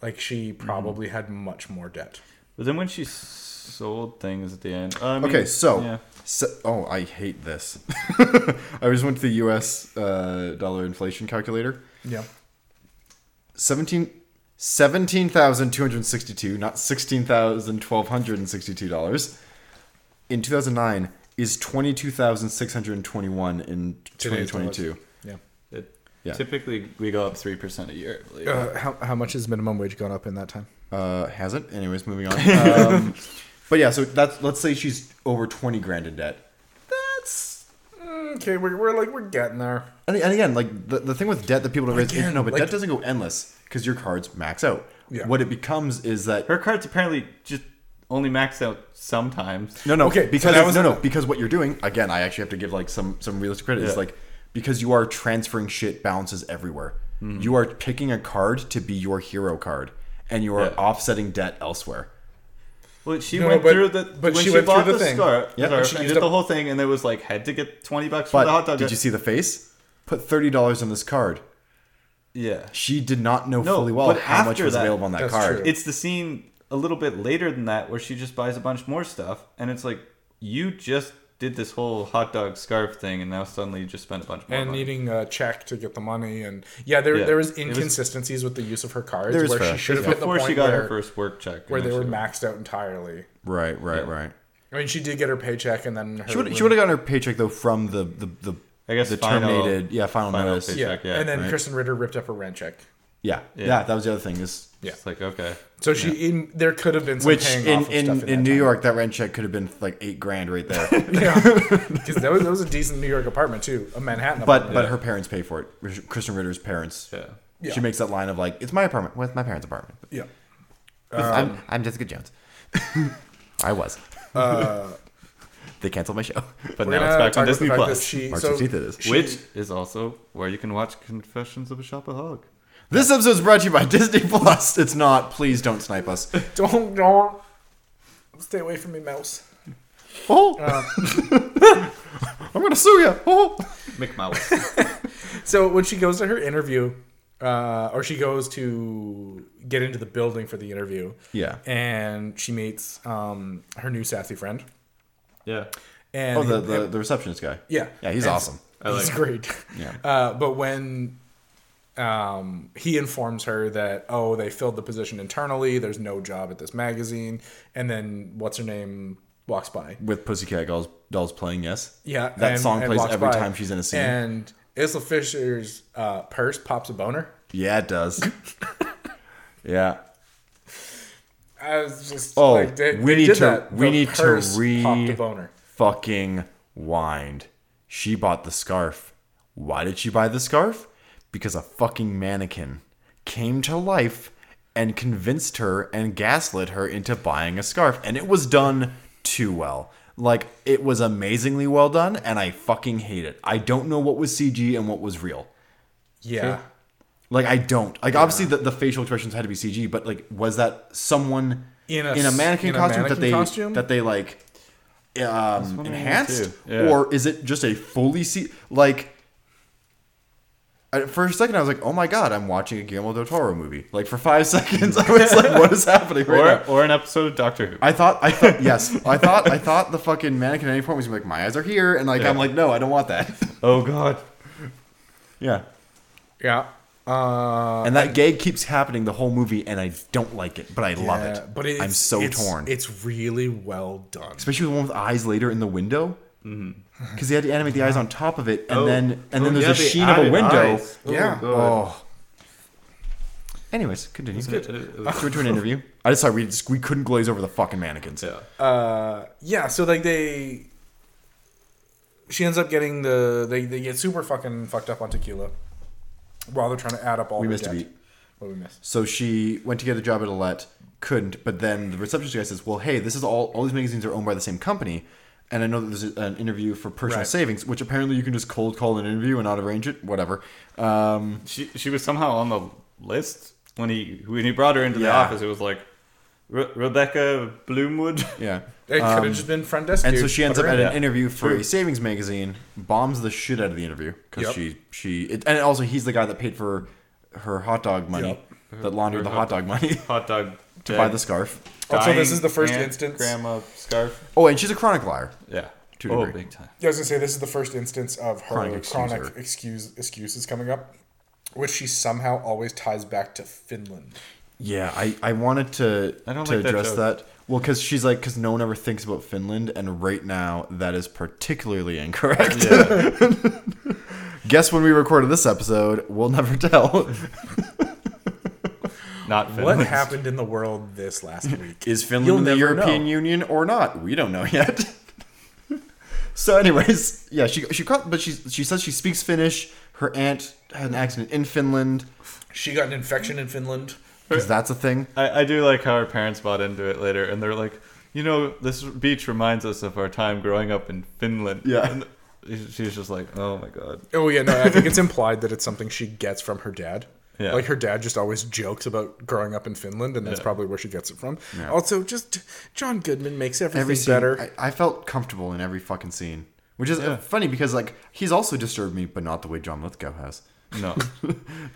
Speaker 1: Like she probably had much more debt.
Speaker 3: But then when she sold things at the end, I mean,
Speaker 2: Okay, so,
Speaker 3: yeah.
Speaker 2: so oh, I hate this. (laughs) I just went to the U.S. Uh, dollar inflation calculator.
Speaker 1: Yeah.
Speaker 2: 17 17,262, not sixteen thousand twelve hundred and sixty-two dollars. In two thousand nine is twenty-two thousand six hundred and twenty-one in twenty
Speaker 1: Today's dollars.
Speaker 2: twenty-two.
Speaker 1: Yeah.
Speaker 3: It-
Speaker 2: Yeah.
Speaker 3: typically we go up three percent a year. I believe.
Speaker 1: Uh, how how much has minimum wage gone up in that time?
Speaker 2: Uh, hasn't. Anyways, moving
Speaker 3: (laughs)
Speaker 2: on. Um, but yeah, so that's let's say she's over twenty grand in debt. That's
Speaker 1: Mm, Okay, we're, we're like we're getting there.
Speaker 2: And, and again, like the, the thing with debt that people don't realize,
Speaker 1: Again,
Speaker 2: no, but
Speaker 1: like-
Speaker 2: debt doesn't go endless because your cards max out.
Speaker 1: Yeah.
Speaker 2: What it becomes is that
Speaker 3: Her cards apparently just only maxed out sometimes.
Speaker 2: no, no,
Speaker 1: Okay,
Speaker 2: okay,
Speaker 1: so
Speaker 2: because
Speaker 1: that was-
Speaker 2: no, no, because what you're doing again, I actually have to give like some some realistic credit is
Speaker 3: Yeah.
Speaker 2: like because you are transferring shit balances everywhere.
Speaker 3: Mm-hmm.
Speaker 2: You are picking a card to be your hero card, and you are
Speaker 3: Yeah.
Speaker 2: offsetting debt elsewhere.
Speaker 3: Well, she
Speaker 1: No,
Speaker 3: went
Speaker 1: but-
Speaker 3: through the
Speaker 1: but
Speaker 3: when
Speaker 1: she
Speaker 3: she,
Speaker 1: went through
Speaker 3: bought
Speaker 1: the
Speaker 3: the,
Speaker 1: thing.
Speaker 3: scarf.
Speaker 2: Yeah,
Speaker 3: scarf,
Speaker 1: she
Speaker 3: she
Speaker 1: used
Speaker 3: did
Speaker 1: up-
Speaker 3: the whole thing, and it was like had to get twenty bucks for the hot
Speaker 2: But
Speaker 3: dog.
Speaker 2: did you see the face? Put thirty dollars on this card.
Speaker 3: Yeah,
Speaker 2: She did not know
Speaker 3: No,
Speaker 2: fully well
Speaker 3: but
Speaker 2: how much
Speaker 3: after
Speaker 2: was
Speaker 3: that-
Speaker 2: available on that
Speaker 1: That's
Speaker 2: card.
Speaker 1: true.
Speaker 3: it's the scene a little bit later than that where she just buys a bunch more stuff and it's like you just did this whole hot dog scarf thing and now suddenly you just spent a bunch more
Speaker 1: and
Speaker 3: money.
Speaker 1: needing a check to get the money and yeah there
Speaker 3: Yeah.
Speaker 1: there was
Speaker 3: It was-
Speaker 1: inconsistencies with the use of her cards
Speaker 2: There is
Speaker 1: where she
Speaker 2: fair.
Speaker 1: should have hit the
Speaker 3: before
Speaker 1: point
Speaker 3: she got
Speaker 1: where,
Speaker 3: her first work check
Speaker 1: where they were
Speaker 3: initially.
Speaker 1: maxed out entirely
Speaker 2: Right, right, right.
Speaker 1: I mean, she did get her paycheck, and then her
Speaker 2: She would
Speaker 1: room-
Speaker 2: she would have gotten her paycheck though from the the the
Speaker 3: I guess
Speaker 2: the
Speaker 3: final-
Speaker 2: terminated yeah final,
Speaker 3: final
Speaker 2: notice
Speaker 3: paycheck.
Speaker 2: yeah.
Speaker 1: yeah.
Speaker 3: yeah,
Speaker 1: And then
Speaker 2: right.
Speaker 1: Kristen Ritter ripped up her rent check.
Speaker 2: yeah
Speaker 3: Yeah.
Speaker 2: that was the other thing is
Speaker 1: Yeah.
Speaker 3: It's like okay,
Speaker 1: So she in there could have been some
Speaker 2: which
Speaker 1: paying
Speaker 2: in
Speaker 1: off of
Speaker 2: in,
Speaker 1: stuff
Speaker 2: in,
Speaker 1: in, that
Speaker 2: New
Speaker 1: time.
Speaker 2: York that rent check could have been like eight grand right there (laughs)
Speaker 1: Yeah, because that was, that was a decent New York apartment too, a Manhattan.
Speaker 2: but
Speaker 1: apartment.
Speaker 2: but her parents pay for it Rich- Kristen Ritter's parents
Speaker 3: yeah.
Speaker 1: Yeah.
Speaker 2: she makes that line of like it's my apartment well it's my parents apartment
Speaker 1: yeah, Uh, um,
Speaker 2: I'm I'm Jessica Jones (laughs) I was
Speaker 1: Uh,
Speaker 2: (laughs) they canceled my show
Speaker 3: But
Speaker 1: We're
Speaker 3: now it's
Speaker 1: gonna
Speaker 3: back
Speaker 1: talk about
Speaker 3: on
Speaker 1: the
Speaker 3: Disney
Speaker 1: fact that
Speaker 3: Plus,
Speaker 1: She,
Speaker 2: March
Speaker 1: so
Speaker 2: 16th it is.
Speaker 1: she-
Speaker 3: which is also where you can watch Confessions of a Shopaholic.
Speaker 2: this episode is brought to you by Disney Plus it's not please don't snipe us
Speaker 1: don't don't stay away from me, mouse.
Speaker 2: oh
Speaker 1: Um,
Speaker 2: (laughs) I'm gonna sue you oh
Speaker 3: McMouse.
Speaker 1: So when she goes to her interview, uh, or she goes to get into the building for the interview,
Speaker 2: Yeah.
Speaker 1: and she meets um, her new sassy friend,
Speaker 3: (laughs) yeah.
Speaker 1: and
Speaker 2: oh the the, the receptionist guy
Speaker 1: yeah,
Speaker 2: yeah he's
Speaker 1: And-
Speaker 2: awesome
Speaker 3: I like
Speaker 1: he's
Speaker 3: him.
Speaker 1: great.
Speaker 2: Yeah.
Speaker 1: (laughs) Uh, but when um, he informs her that oh they filled the position internally, there's no job at this magazine, and then what's her name walks by.
Speaker 2: with Pussycat Dolls, Dolls playing yes.
Speaker 1: Yeah,
Speaker 2: that
Speaker 1: and-
Speaker 2: song
Speaker 1: and
Speaker 2: plays
Speaker 1: walks
Speaker 2: every
Speaker 1: by.
Speaker 2: time she's in a scene.
Speaker 1: And Isla Fisher's uh, purse pops a boner.
Speaker 2: yeah,
Speaker 1: (laughs)
Speaker 2: it does. yeah.
Speaker 1: I was just
Speaker 2: Oh,
Speaker 1: like, they,
Speaker 2: we
Speaker 1: they
Speaker 2: need
Speaker 1: did
Speaker 2: to-
Speaker 1: that.
Speaker 2: we
Speaker 1: The
Speaker 2: need to
Speaker 1: purse
Speaker 2: re-
Speaker 1: popped a boner.
Speaker 2: Fucking wind. She bought the scarf. Why did she buy the scarf? Because a fucking mannequin came to life and convinced her and gaslit her into buying a scarf, and it was done too well. Like it was amazingly well done, and I fucking hate it. I don't know what was CG and what was real.
Speaker 1: Yeah.
Speaker 2: Like I don't like obviously the, the facial expressions had to be CG, but like was that someone
Speaker 1: In
Speaker 2: in
Speaker 1: a
Speaker 2: a,
Speaker 1: s-
Speaker 2: mannequin
Speaker 1: in a
Speaker 2: costume
Speaker 1: mannequin
Speaker 2: that they
Speaker 1: costume?
Speaker 2: that they like um,
Speaker 3: wondering
Speaker 2: enhanced,
Speaker 3: too. Yeah.
Speaker 2: or is it just a fully C like? At, for a second, I was like, "Oh my god, I'm watching a Guillermo del Toro movie." Like for five (laughs) seconds, I was like, "What is happening right now?"
Speaker 3: Or or an episode of Doctor Who.
Speaker 2: I thought, I thought, yes, I thought, I thought the fucking mannequin at any point was gonna be like, "My eyes are here," and like,
Speaker 3: Yeah.
Speaker 2: I'm like, "No, I don't want that." (laughs)
Speaker 3: oh God.
Speaker 2: yeah,
Speaker 1: Yeah. Uh,
Speaker 2: and that gag keeps happening the whole movie, and I don't like it, but I love
Speaker 1: yeah,
Speaker 2: it.
Speaker 1: But it's,
Speaker 2: I'm so
Speaker 1: it's-
Speaker 2: torn,
Speaker 1: It's really well done.
Speaker 2: especially with the one with eyes later in the window, because they had to animate the eyes on top of it, and
Speaker 3: Mm-hmm. Oh.
Speaker 2: then and
Speaker 3: Oh,
Speaker 2: then there's
Speaker 3: yeah,
Speaker 2: a
Speaker 3: they
Speaker 2: sheen of a
Speaker 3: added
Speaker 2: window.
Speaker 3: eyes. Oh,
Speaker 1: Yeah.
Speaker 3: God.
Speaker 2: Oh. Anyways, continue.
Speaker 3: It- it- it was-
Speaker 2: To return an interview. I just thought we just, we couldn't glaze over the fucking mannequins.
Speaker 3: yeah.
Speaker 1: Uh, yeah. So like they, she ends up getting the they they get super fucking fucked up on tequila, while they're trying to add up all.
Speaker 2: We
Speaker 1: their
Speaker 2: missed a
Speaker 1: debt.
Speaker 2: beat.
Speaker 1: What we missed.
Speaker 2: So she went to get a job at Alette, couldn't, but then the receptionist guy says, "Well, hey, this is all. All these magazines are owned by the same company." And I know that there's a- an interview for personal
Speaker 1: Right.
Speaker 2: savings, which apparently you can just cold call an interview and not arrange it, whatever. Um,
Speaker 3: She she was somehow on the list when he when he brought her into the
Speaker 2: Yeah.
Speaker 3: office. It was like Re- Rebecca Bloomwood.
Speaker 2: yeah.
Speaker 1: It could have just been front desk.
Speaker 2: And so
Speaker 1: dude.
Speaker 2: she ends
Speaker 1: Put her
Speaker 2: up at
Speaker 1: in.
Speaker 2: an interview for a savings magazine, bombs the shit out of the interview because
Speaker 1: Yep.
Speaker 2: she she it, and also he's the guy that paid for her hot dog money, that laundered
Speaker 3: Her
Speaker 2: the
Speaker 3: hot-
Speaker 2: hot dog money (laughs)
Speaker 3: Hot dog
Speaker 2: to buy the scarf.
Speaker 1: Also, this is the first instance.
Speaker 3: Grandma scarf.
Speaker 2: Oh, and she's a chronic liar.
Speaker 3: Yeah.
Speaker 2: To a
Speaker 3: oh,
Speaker 2: degree.
Speaker 3: big time.
Speaker 1: Yeah, I was gonna say this is the first instance of her
Speaker 2: Chronic
Speaker 1: chronic,
Speaker 2: excuser.
Speaker 1: excuse excuses coming up, which she somehow always ties back to Finland.
Speaker 2: Yeah, I, I wanted to
Speaker 3: I don't
Speaker 2: to
Speaker 3: like that
Speaker 2: address
Speaker 3: joke.
Speaker 2: that. Well, because she's like, because no one ever thinks about Finland, and right now that is particularly incorrect. (laughs) Guess when we recorded this episode, we'll never tell.
Speaker 3: Not Finland.
Speaker 1: What happened in the world this last week?
Speaker 2: Is
Speaker 1: You'll
Speaker 2: Finland in the
Speaker 1: never
Speaker 2: European
Speaker 1: know.
Speaker 2: Union or not? We don't know yet. (laughs) so, anyways, yeah, she she caught, but she she says she speaks Finnish. Her aunt had an accident in Finland
Speaker 1: She got an infection in Finland.
Speaker 2: because that's a thing.
Speaker 3: I, I do like how our parents bought into it later, and they're like, you know, this beach reminds us of our time growing up in Finland.
Speaker 2: Yeah.
Speaker 3: And she was just like, oh my god.
Speaker 1: Oh yeah, no, I think it's implied that it's something she gets from her dad.
Speaker 3: Yeah.
Speaker 1: Like her dad just always jokes about growing up in Finland, and that's
Speaker 3: Yeah.
Speaker 1: probably where she gets it from. Also, just John Goodman makes everything
Speaker 2: Every scene,
Speaker 1: better. Uh,
Speaker 2: I, I felt comfortable in every fucking scene, which is uh, funny because like he's also disturbed me, but not the way John Lithgow has. (laughs)
Speaker 3: No.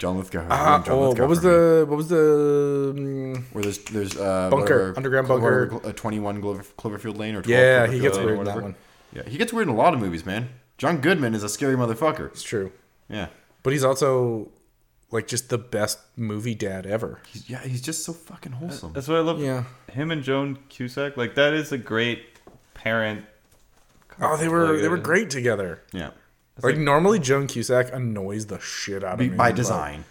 Speaker 2: John Lithgow. has
Speaker 1: Uh,
Speaker 2: ruined John
Speaker 1: oh,
Speaker 2: Lithgow
Speaker 1: what was
Speaker 2: for me.
Speaker 1: the what was the? mm,
Speaker 2: Where there's there's uh,
Speaker 1: Bunker,
Speaker 2: whatever,
Speaker 1: underground
Speaker 2: Clo-
Speaker 1: bunker.
Speaker 2: whatever, uh, twenty one Clover, Cloverfield Lane or 12
Speaker 1: Yeah, he
Speaker 2: Cloverfield
Speaker 1: gets
Speaker 2: Lane or
Speaker 1: weird in that
Speaker 2: whatever.
Speaker 1: one.
Speaker 2: Yeah, he gets weird in a lot of movies, man. John Goodman is a scary motherfucker.
Speaker 1: It's true,
Speaker 2: Yeah,
Speaker 1: but he's also like just the best movie dad ever.
Speaker 2: he's, yeah, he's just so fucking wholesome.
Speaker 3: That's why I love
Speaker 1: Yeah.
Speaker 3: him and Joan Cusack. Like, that is a great parent.
Speaker 1: Oh, they were they were
Speaker 3: Logan.
Speaker 1: great together.
Speaker 2: Yeah.
Speaker 1: Like, normally, Joan Cusack annoys the shit out of me
Speaker 2: By
Speaker 1: but-
Speaker 2: design.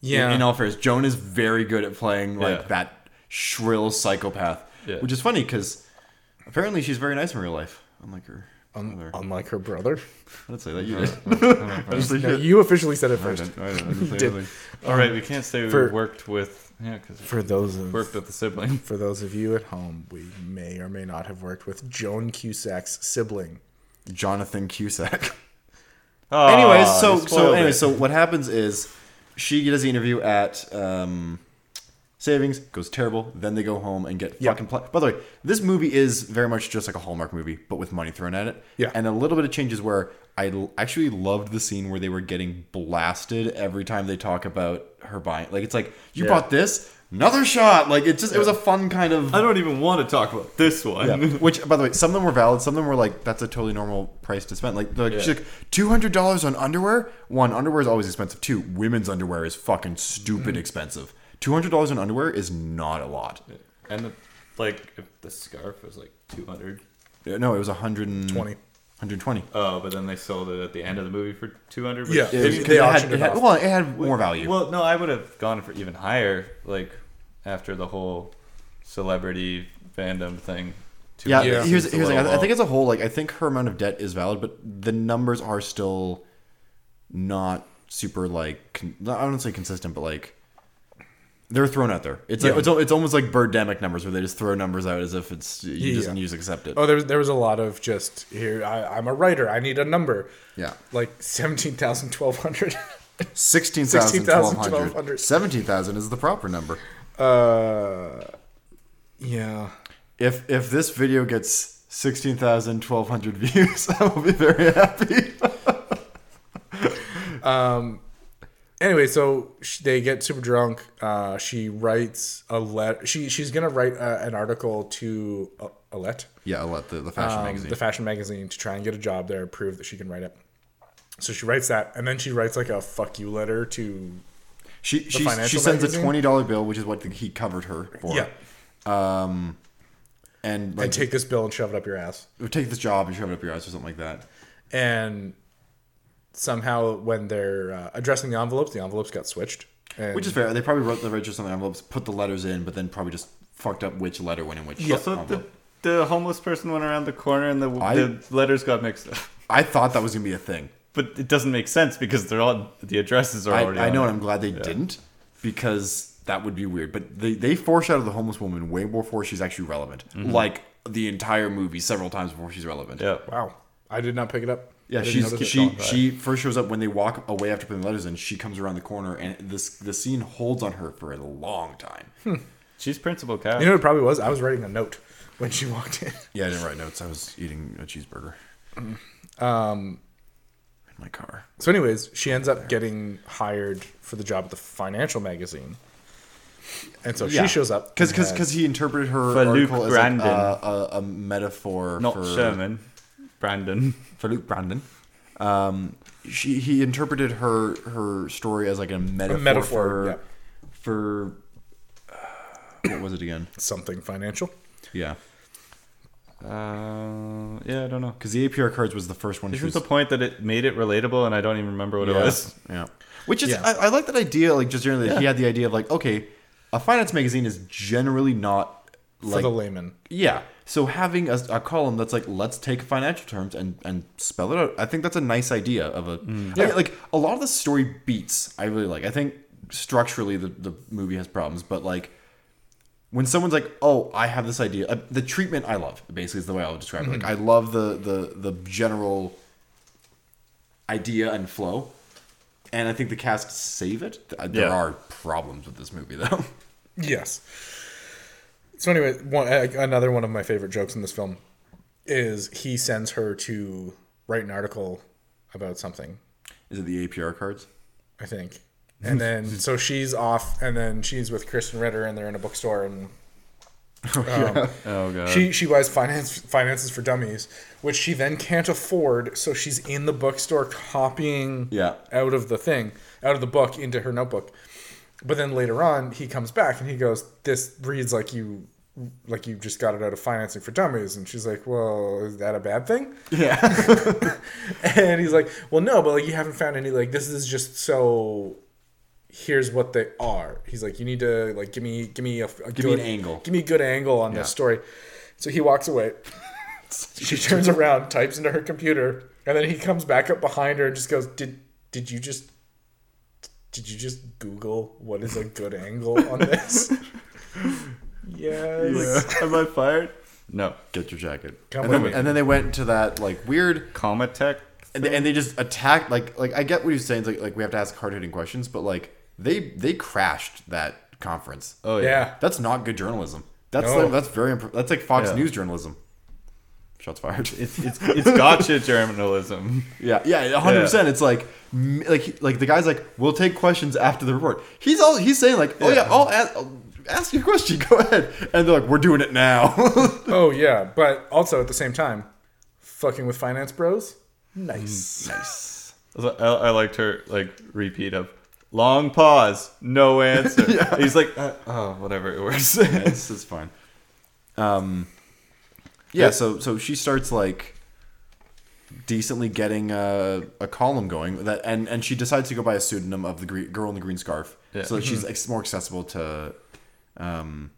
Speaker 1: Yeah,
Speaker 2: In, in all fairness, Joan is very good at playing like
Speaker 3: Yeah.
Speaker 2: that shrill psychopath,
Speaker 3: Yeah.
Speaker 2: which is funny because apparently she's very nice in real life, unlike her mother.
Speaker 1: unlike her brother.
Speaker 2: I didn't say that. You did.
Speaker 3: (laughs)
Speaker 1: No, you officially said it
Speaker 2: I
Speaker 1: first.
Speaker 2: didn't- I didn't say
Speaker 1: did. Um,
Speaker 2: anything.
Speaker 3: All right, we can't say we
Speaker 1: For-
Speaker 3: worked with. Yeah, because
Speaker 1: For those of
Speaker 3: worked with the sibling.
Speaker 1: for those of you at home, we may or may not have worked with Joan Cusack's sibling.
Speaker 2: Jonathan Cusack.
Speaker 3: Oh,
Speaker 1: Ah,
Speaker 2: anyways, so so anyway, so what happens is she does the interview at um, Savings, goes terrible. Then they go home and get
Speaker 1: Yeah.
Speaker 2: fucking. Pl- By the way, this movie is very much just like a Hallmark movie, but with money thrown at it.
Speaker 1: Yeah.
Speaker 2: and a little bit of changes where I l- actually loved the scene where they were getting blasted every time they talk about her buying. Like it's like you
Speaker 1: Yeah.
Speaker 2: bought this, another shot. Like it just it was a fun kind of.
Speaker 3: I don't even want to talk about this one.
Speaker 2: Yeah. Which, by the way, some of them were valid. Some of them were like, that's a totally normal price to spend. Like, like, she's
Speaker 3: Yeah.
Speaker 2: like two hundred dollars on underwear. One, underwear is always expensive. Two, women's underwear is fucking stupid expensive. Two hundred dollars on underwear is not a lot.
Speaker 3: And the, like if the scarf was like two hundred.
Speaker 2: Uh, No, it was a hundred and
Speaker 1: 20.
Speaker 2: Hundred twenty.
Speaker 3: Oh, but then they sold it at the end of the movie for two hundred.
Speaker 1: Yeah.
Speaker 2: It,
Speaker 1: They-
Speaker 2: was- 'cause
Speaker 1: they
Speaker 2: it had,
Speaker 1: auctioned
Speaker 2: it
Speaker 1: it
Speaker 2: had-
Speaker 1: off.
Speaker 2: well, it had more value.
Speaker 3: Well, no, I would have gone for even higher. Like after the whole celebrity fandom thing. Two
Speaker 2: yeah,
Speaker 1: Yeah.
Speaker 3: hundred
Speaker 2: here's
Speaker 3: seems a
Speaker 2: here's the thing. I,
Speaker 3: little
Speaker 2: I think
Speaker 3: low.
Speaker 2: as a whole, like I think her amount of debt is valid, but the numbers are still not super like con- I don't say consistent, but like they're thrown out there. It's like,
Speaker 1: Yeah.
Speaker 2: it's, al- it's almost like birdemic numbers where they just throw numbers out as if it's you
Speaker 1: Yeah,
Speaker 2: just
Speaker 1: yeah.
Speaker 2: you just accept it.
Speaker 1: Oh, there was, there was a lot of just here. I, I'm a writer. I need a number.
Speaker 2: Yeah.
Speaker 1: like seventeen thousand twelve hundred. (laughs)
Speaker 2: 16,000,
Speaker 1: 16,000,
Speaker 2: 1,200. 17,000 is the proper number.
Speaker 1: uh, yeah.
Speaker 2: If if this video gets 16,000 1,200 (laughs) views, I will be
Speaker 1: (laughs)
Speaker 2: very happy.
Speaker 1: anyway, so sh- they get super drunk. Uh, she writes a letter. She she's gonna write uh, an article to uh, Alette,
Speaker 2: yeah, I'll let the, the fashion
Speaker 1: um,
Speaker 2: magazine.
Speaker 1: the fashion magazine, to try and get a job there, prove that she can write it. So she writes that, and then she writes like a "fuck you" letter to
Speaker 2: She she, she
Speaker 1: financial
Speaker 2: sends a
Speaker 1: magazine?
Speaker 2: twenty dollar bill, which is what the, he covered her for.
Speaker 1: yeah,
Speaker 2: Um, and like
Speaker 1: and take this bill and shove it up your ass.
Speaker 2: take, take this job and shove it up your ass or something like that.
Speaker 1: And somehow, when they're uh, addressing the envelopes, the envelopes got switched. And
Speaker 2: Which is fair. They probably wrote the register on the envelopes, put the letters in, but then probably just fucked up which letter went in which.
Speaker 3: Also,
Speaker 2: envelope.
Speaker 3: the, the homeless person went around the corner and the,
Speaker 2: I-
Speaker 3: the letters got mixed up.
Speaker 2: I thought that was gonna be a thing.
Speaker 3: But it doesn't make sense because they're all the addresses are
Speaker 2: I,
Speaker 3: already.
Speaker 2: I
Speaker 3: on
Speaker 2: know,
Speaker 3: it.
Speaker 2: and I'm glad they didn't because that would be weird. But they they foreshadowed the homeless woman way before she's actually relevant. Like the entire movie, several times before she's relevant.
Speaker 3: Yeah.
Speaker 1: wow, I did not pick it up. I
Speaker 2: Yeah,
Speaker 1: didn't
Speaker 2: she's
Speaker 1: notice it.
Speaker 2: she she first shows up when they walk away after putting the letters in. She comes around the corner, and this the scene holds on her for a long time.
Speaker 3: She's principal cow.
Speaker 1: You know what it probably was? I was writing a note when she (laughs) walked in.
Speaker 2: Yeah, I didn't write notes. I was eating a cheeseburger.
Speaker 1: Mm-hmm.
Speaker 2: in my car.
Speaker 1: So, anyways, she ends up getting hired for the job at the financial magazine, and so she shows up
Speaker 2: because
Speaker 1: and
Speaker 2: because
Speaker 1: has-
Speaker 2: he interpreted her
Speaker 3: For Luke
Speaker 2: article as like,
Speaker 3: Brandon.
Speaker 2: uh, a, a metaphor
Speaker 3: Not
Speaker 2: for
Speaker 3: Sherman. Brandon.
Speaker 2: for Luke Brandon. Um, she he interpreted her her story as like a metaphor,
Speaker 1: metaphor,
Speaker 2: for
Speaker 1: yeah.
Speaker 2: for uh, what was it again?
Speaker 1: something financial.
Speaker 2: Yeah,
Speaker 3: Uh, yeah, I don't know.
Speaker 2: because the APR cards was the first one. she
Speaker 3: Isn't
Speaker 2: was
Speaker 3: the point that it made it relatable and I don't even remember what it was?
Speaker 2: (laughs) Yeah. Which is,
Speaker 1: Yeah.
Speaker 2: I, I like that idea, like, just generally, that he had the idea of, like, okay, a finance magazine is generally not,
Speaker 1: For
Speaker 2: like,
Speaker 1: the layman,
Speaker 2: yeah. So having a, a column that's like, let's take financial terms and, and spell it out, I think that's a nice idea of a, yeah. like, a lot of the story beats I really like. I think structurally the, the movie has problems, but, like, when someone's like, "Oh, I have this idea," uh, the treatment I love basically is the way I would describe it. Like, I love the the the general idea and flow, and I think the cast save it. Uh, There
Speaker 3: Yeah.
Speaker 2: are problems with this movie, though. (laughs)
Speaker 1: yes. So, anyway, one, uh, another one of my favorite jokes in this film is he sends her to write an article about something.
Speaker 2: Is it the APR cards?
Speaker 1: I think.
Speaker 3: (laughs)
Speaker 1: And then so she's off, and then she's with Kristen Ritter, and they're in a bookstore, and um,
Speaker 3: (laughs) Oh god.
Speaker 1: she she buys finance finances for dummies, which she then can't afford. So she's in the bookstore copying
Speaker 2: Yeah.
Speaker 1: out of the thing, out of the book into her notebook. But then later on, he comes back and he goes, "This reads like you like you just got it out of financing for dummies and she's like well is that a bad thing
Speaker 2: Yeah. (laughs)
Speaker 1: (laughs) and he's like well no but like you haven't found any like this is just so here's what they are he's like you need to like give me give me a, a
Speaker 2: me an
Speaker 1: good-
Speaker 2: angle.
Speaker 1: give me a good angle on this story so he walks
Speaker 2: (laughs)
Speaker 1: away she turns around types into her computer and then he comes back up behind her and just goes did did you just did you just google what is a good angle on
Speaker 2: (laughs)
Speaker 1: this (laughs) yes
Speaker 3: Like, (laughs) Am I fired? No.
Speaker 2: Get your jacket.
Speaker 1: Come
Speaker 2: and, then,
Speaker 1: with me.
Speaker 2: and then they went to that like weird
Speaker 3: Coma tech.
Speaker 2: and they, and they just attacked like like I get what he was saying it's like like we have to ask hard hitting questions but like they they crashed that conference.
Speaker 3: Oh
Speaker 1: yeah
Speaker 2: That's not good journalism. That's
Speaker 1: No.
Speaker 2: like, that's very imp- that's like Fox
Speaker 3: Yeah.
Speaker 2: News journalism. Shots fired.
Speaker 3: It's it's it's gotcha journalism.
Speaker 2: Yeah, yeah, hundred percent. It's like, m- like, he- like the guy's like, "We'll take questions after the report." He's all he's saying like, "Oh yeah, I'll ask, I'll ask you a question. (laughs) Go ahead." And they're like, "We're doing it now." (laughs)
Speaker 1: Oh yeah, but also at the same time, fucking with finance bros.
Speaker 2: Mm.
Speaker 1: Nice.
Speaker 2: nice.
Speaker 3: I, was- I- I liked her like repeat of long pause, no answer.
Speaker 1: (laughs)
Speaker 3: He's like, uh, oh, whatever, it works. (laughs)
Speaker 2: this is fine. Um, yeah. So so she starts like decently getting a, a column going that and and she decides to go by a pseudonym of the green, girl in the green scarf
Speaker 3: Yeah.
Speaker 2: so that she's
Speaker 1: Mm-hmm.
Speaker 2: ex- more accessible to um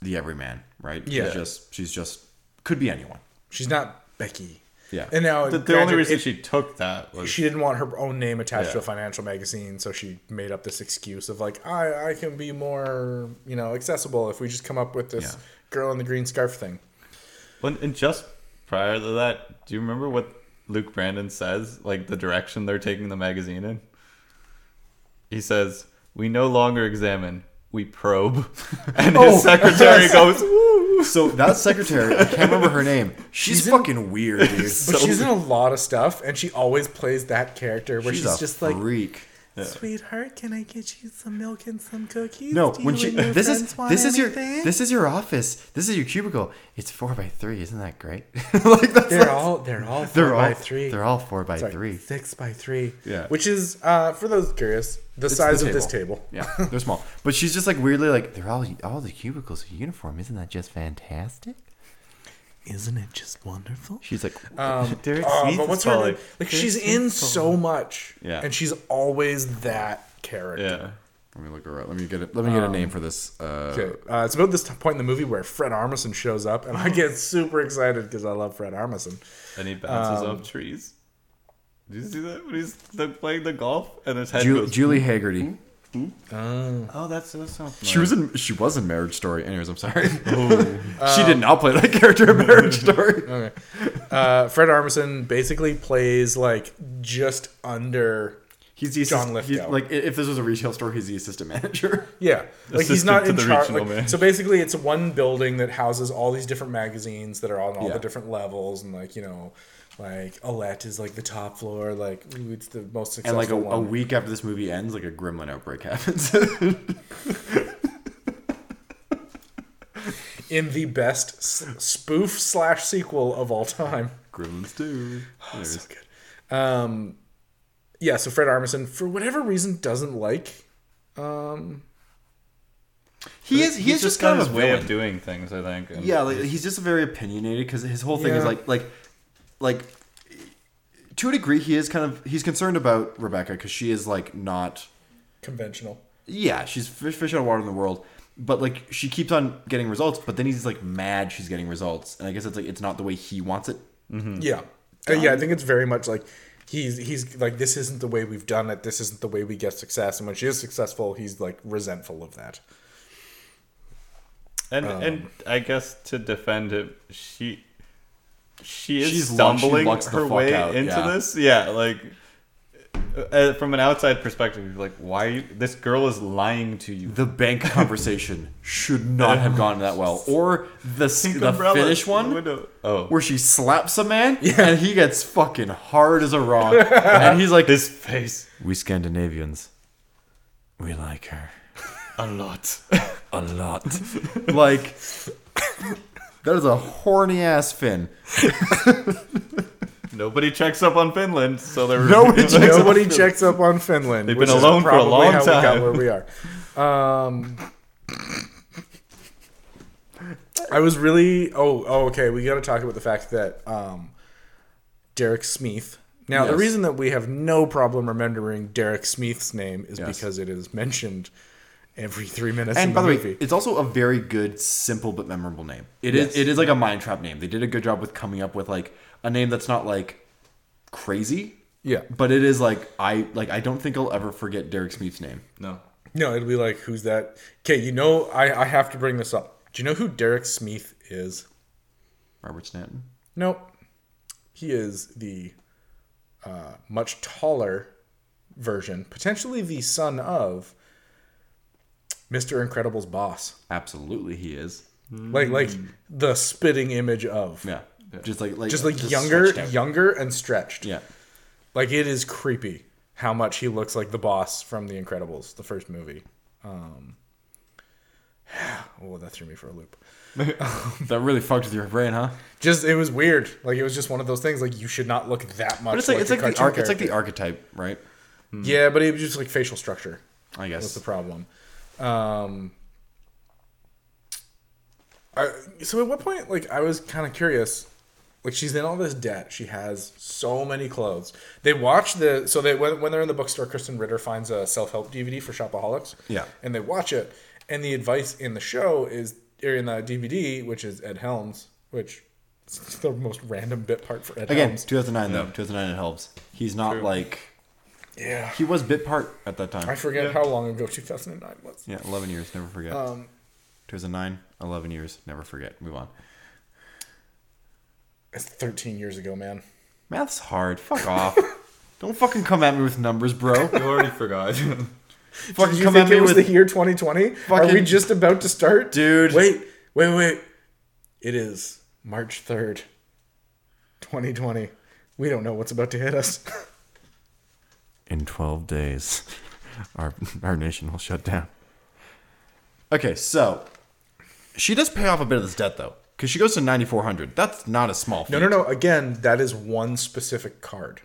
Speaker 2: the everyman right
Speaker 1: Yeah.
Speaker 2: she's just she's just could be anyone
Speaker 1: She's not Becky.
Speaker 2: Yeah.
Speaker 1: And now
Speaker 3: the, the
Speaker 1: granted,
Speaker 3: only reason
Speaker 1: it-
Speaker 3: she took that was
Speaker 1: she didn't want her own name attached to
Speaker 3: Yeah.
Speaker 1: a financial magazine, so she made up this excuse of like, I I can be more you know accessible if we just come up with this
Speaker 2: Yeah.
Speaker 1: girl in the green scarf thing.
Speaker 3: When, and just prior to that, do you remember what Luke Brandon says? Like the direction they're taking the magazine in? He says, We no longer examine, we probe. (laughs) And his
Speaker 2: Oh,
Speaker 3: secretary
Speaker 2: yes. (laughs)
Speaker 3: goes, Woo!
Speaker 2: So that secretary, I can't remember her name. She's, fucking weird, dude.
Speaker 1: (laughs) But she's in a lot of stuff, and she always plays that character where she's,
Speaker 2: a
Speaker 1: just like.
Speaker 2: freak.
Speaker 1: Sweetheart, can I get you some milk and some cookies?
Speaker 2: No,
Speaker 1: Do
Speaker 2: when
Speaker 1: you
Speaker 2: she
Speaker 1: and your
Speaker 2: this is
Speaker 1: friends want
Speaker 2: this is your
Speaker 1: anything?"
Speaker 2: this is your office. This is your cubicle. It's four by three. Isn't that great? (laughs) like that's
Speaker 1: they're all they're all four
Speaker 2: (laughs) they're all
Speaker 1: by three.
Speaker 2: They're all four by
Speaker 1: Sorry,
Speaker 2: three.
Speaker 1: Six by three.
Speaker 2: Yeah.
Speaker 1: Which is, uh, for those curious, the
Speaker 2: It's
Speaker 1: size
Speaker 2: the
Speaker 1: of this table.
Speaker 2: Yeah, they're small. But she's just like weirdly like they're all all the cubicles are uniform. Isn't that just fantastic?
Speaker 4: Isn't it just wonderful?
Speaker 2: She's like, (laughs)
Speaker 3: Derek
Speaker 1: Uh,
Speaker 3: Smith
Speaker 1: but
Speaker 3: is
Speaker 1: what's her
Speaker 3: probably-
Speaker 1: name? Like she's in so much.
Speaker 3: Yeah.
Speaker 1: And she's always that character.
Speaker 3: Yeah.
Speaker 2: let me look her up. Let me get it. Let me get a name for this. Uh,
Speaker 1: Okay. Uh, it's about this t- point in the movie where Fred Armisen shows up, and I
Speaker 2: Mm-hmm.
Speaker 1: get super excited because I love Fred Armisen.
Speaker 3: And he bounces
Speaker 2: Um,
Speaker 3: off trees. Did you see that? When he's like, playing the golf and his head
Speaker 2: Ju-
Speaker 3: goes,
Speaker 2: Julie Haggerty.
Speaker 1: Hmm?
Speaker 3: Oh, that's so something.
Speaker 2: She was in she was in Marriage Story. Anyways, I'm sorry.
Speaker 1: Oh.
Speaker 2: (laughs) she
Speaker 1: Um,
Speaker 2: did not play that character in Marriage
Speaker 1: (laughs)
Speaker 2: Story.
Speaker 1: Uh, Fred Armisen basically plays like just under.
Speaker 2: He's the
Speaker 1: John
Speaker 2: assist-
Speaker 1: Lithgow.
Speaker 2: He's, like i- if this was a retail store, he's the assistant manager.
Speaker 1: Yeah, like he's
Speaker 3: Assistant
Speaker 1: not
Speaker 3: to
Speaker 1: in
Speaker 3: the
Speaker 1: charge.
Speaker 3: regional man.
Speaker 1: so basically, it's one building that houses all these different magazines that are on all
Speaker 2: Yeah.
Speaker 1: the different levels, and like you know, like Alette is like the top floor, like ooh, it's the most
Speaker 2: And
Speaker 1: successful
Speaker 2: like a,
Speaker 1: one.
Speaker 2: a week after this movie ends, like a gremlin outbreak (laughs) happens.
Speaker 1: in the best s- spoof slash sequel of all time.
Speaker 2: Gremlins too.
Speaker 1: So good. Um, yeah, so Fred Armisen, for whatever reason, doesn't like.
Speaker 2: He is. He
Speaker 3: He's
Speaker 2: is just kind of
Speaker 3: his
Speaker 2: a
Speaker 3: way
Speaker 2: villain.
Speaker 3: of doing things, I think. and-
Speaker 2: Yeah, like he's just very opinionated because his whole thing is
Speaker 1: Yeah.
Speaker 2: like, like, like. To a degree, he is kind of he's concerned about Rebecca because she is like not
Speaker 1: Conventional.
Speaker 2: yeah, she's fish, fish out of water in the world. But like she keeps on getting results, but then he's like mad she's getting results, and I guess it's like it's not the way he wants it.
Speaker 1: Yeah, Uh, yeah. I think it's very much like he's he's like this isn't the way we've done it. This isn't the way we get success. And when she is successful, he's like resentful of that.
Speaker 3: And
Speaker 2: Um,
Speaker 3: and I guess to defend him, she she is
Speaker 2: She's lu- she
Speaker 3: stumbling
Speaker 2: lucks the
Speaker 3: her
Speaker 2: fuck
Speaker 3: way
Speaker 2: out,
Speaker 3: into
Speaker 2: yeah.
Speaker 3: this. Yeah, like uh, from an outside perspective, you're like, why you- this girl is lying to you?
Speaker 2: The bank (laughs) conversation should not have gone that well, or the s- the
Speaker 3: Umbrella
Speaker 2: Finnish
Speaker 3: through the
Speaker 2: one
Speaker 3: window. Oh, (laughs)
Speaker 2: where she slaps a man and he gets fucking hard as a (laughs) rock, and he's like,
Speaker 3: his face
Speaker 2: "We Scandinavians, we like her
Speaker 3: a lot. (laughs)
Speaker 2: a lot." (laughs) like that is a horny ass Finn.
Speaker 3: Nobody checks up on Finland, so they're (laughs)
Speaker 2: Nobody checks up
Speaker 1: Nobody checks up on Finland.
Speaker 3: They've
Speaker 1: which
Speaker 3: been
Speaker 1: is
Speaker 3: alone for a
Speaker 1: probably
Speaker 3: long
Speaker 1: how We got
Speaker 3: time.
Speaker 1: where we are. Um, I was really oh oh okay. We got to talk about the fact that um, Derek Smith. Now the
Speaker 2: Yes.
Speaker 1: reason that we have no problem remembering Derek Smith's name is
Speaker 2: Yes.
Speaker 1: because it is mentioned every three minutes.
Speaker 2: And
Speaker 1: in
Speaker 2: by the
Speaker 1: movie.
Speaker 2: way, it's also a very good, simple but memorable name. It is. It is like a mind trap name. They did a good job with coming up with like a name that's not like crazy.
Speaker 1: Yeah.
Speaker 2: But it is like I like I don't think I'll ever forget Derek Smith's name.
Speaker 3: No.
Speaker 1: no, it'll be like who's that? Okay, you know I I have to bring this up. Do you know who Derek Smith is?
Speaker 2: Robert Stanton.
Speaker 1: Nope. He is the uh, much taller version, potentially the son of Mr. Incredible's boss.
Speaker 2: Absolutely, he is.
Speaker 1: Like like the spitting image of.
Speaker 2: Yeah. Just like like
Speaker 1: Just like
Speaker 2: stretched
Speaker 1: younger,
Speaker 2: (laughs) out.
Speaker 1: younger and stretched.
Speaker 2: Yeah.
Speaker 1: Like it is creepy how much he looks like the boss from The Incredibles, the first movie. Um (sighs) Oh, that threw me for a loop.
Speaker 2: That really fucked with your brain, huh?
Speaker 1: Just it was weird. Like it was just one of those things. Like you should not look that much.
Speaker 2: But it's like, it's
Speaker 1: a
Speaker 2: like the
Speaker 1: cartoon
Speaker 2: arch, it's like
Speaker 1: character.
Speaker 2: the archetype, right?
Speaker 1: Mm. Yeah, but it was just like facial structure
Speaker 2: I
Speaker 1: was
Speaker 2: guess.
Speaker 1: the problem. Um, I, so at what point, like, I was kind of curious. Like, she's in all this debt. She has so many clothes. They watch the so they when, when they're in the bookstore, Kristen Ritter finds a self help DVD for shopaholics.
Speaker 2: Yeah.
Speaker 1: and they watch it. And the advice in the show is or in the DVD, which is Ed Helms, which is the most random bit part for Ed
Speaker 2: Again,
Speaker 1: Helms.
Speaker 2: 2009 though. 2009 it helps. He's not like
Speaker 1: Yeah,
Speaker 2: he was bit part at that time.
Speaker 1: I forget how long ago 2009 was.
Speaker 2: Yeah, 11 years, never forget.
Speaker 1: Um,
Speaker 2: 2009, 11 years, never forget. Move on.
Speaker 1: It's 13 years ago, man.
Speaker 2: Math's hard. Fuck (laughs) off. Don't fucking come at me with numbers, bro.
Speaker 3: You already forgot.
Speaker 2: Fucking
Speaker 1: Did you
Speaker 2: come
Speaker 1: think
Speaker 2: at me
Speaker 1: it was
Speaker 2: with
Speaker 1: the year 2020? Are we
Speaker 2: Fucking-
Speaker 1: just about to start?
Speaker 2: Dude.
Speaker 1: Wait, wait, wait. It is March 3rd, 2020. We don't know what's about to hit us.
Speaker 2: in 12 days (laughs) our our nation will shut down. Okay, so she does pay off a bit of this debt though, cuz she goes to 9400. That's not a small
Speaker 1: (laughs)
Speaker 2: fee.
Speaker 1: no, no, no. Again, that is one specific card.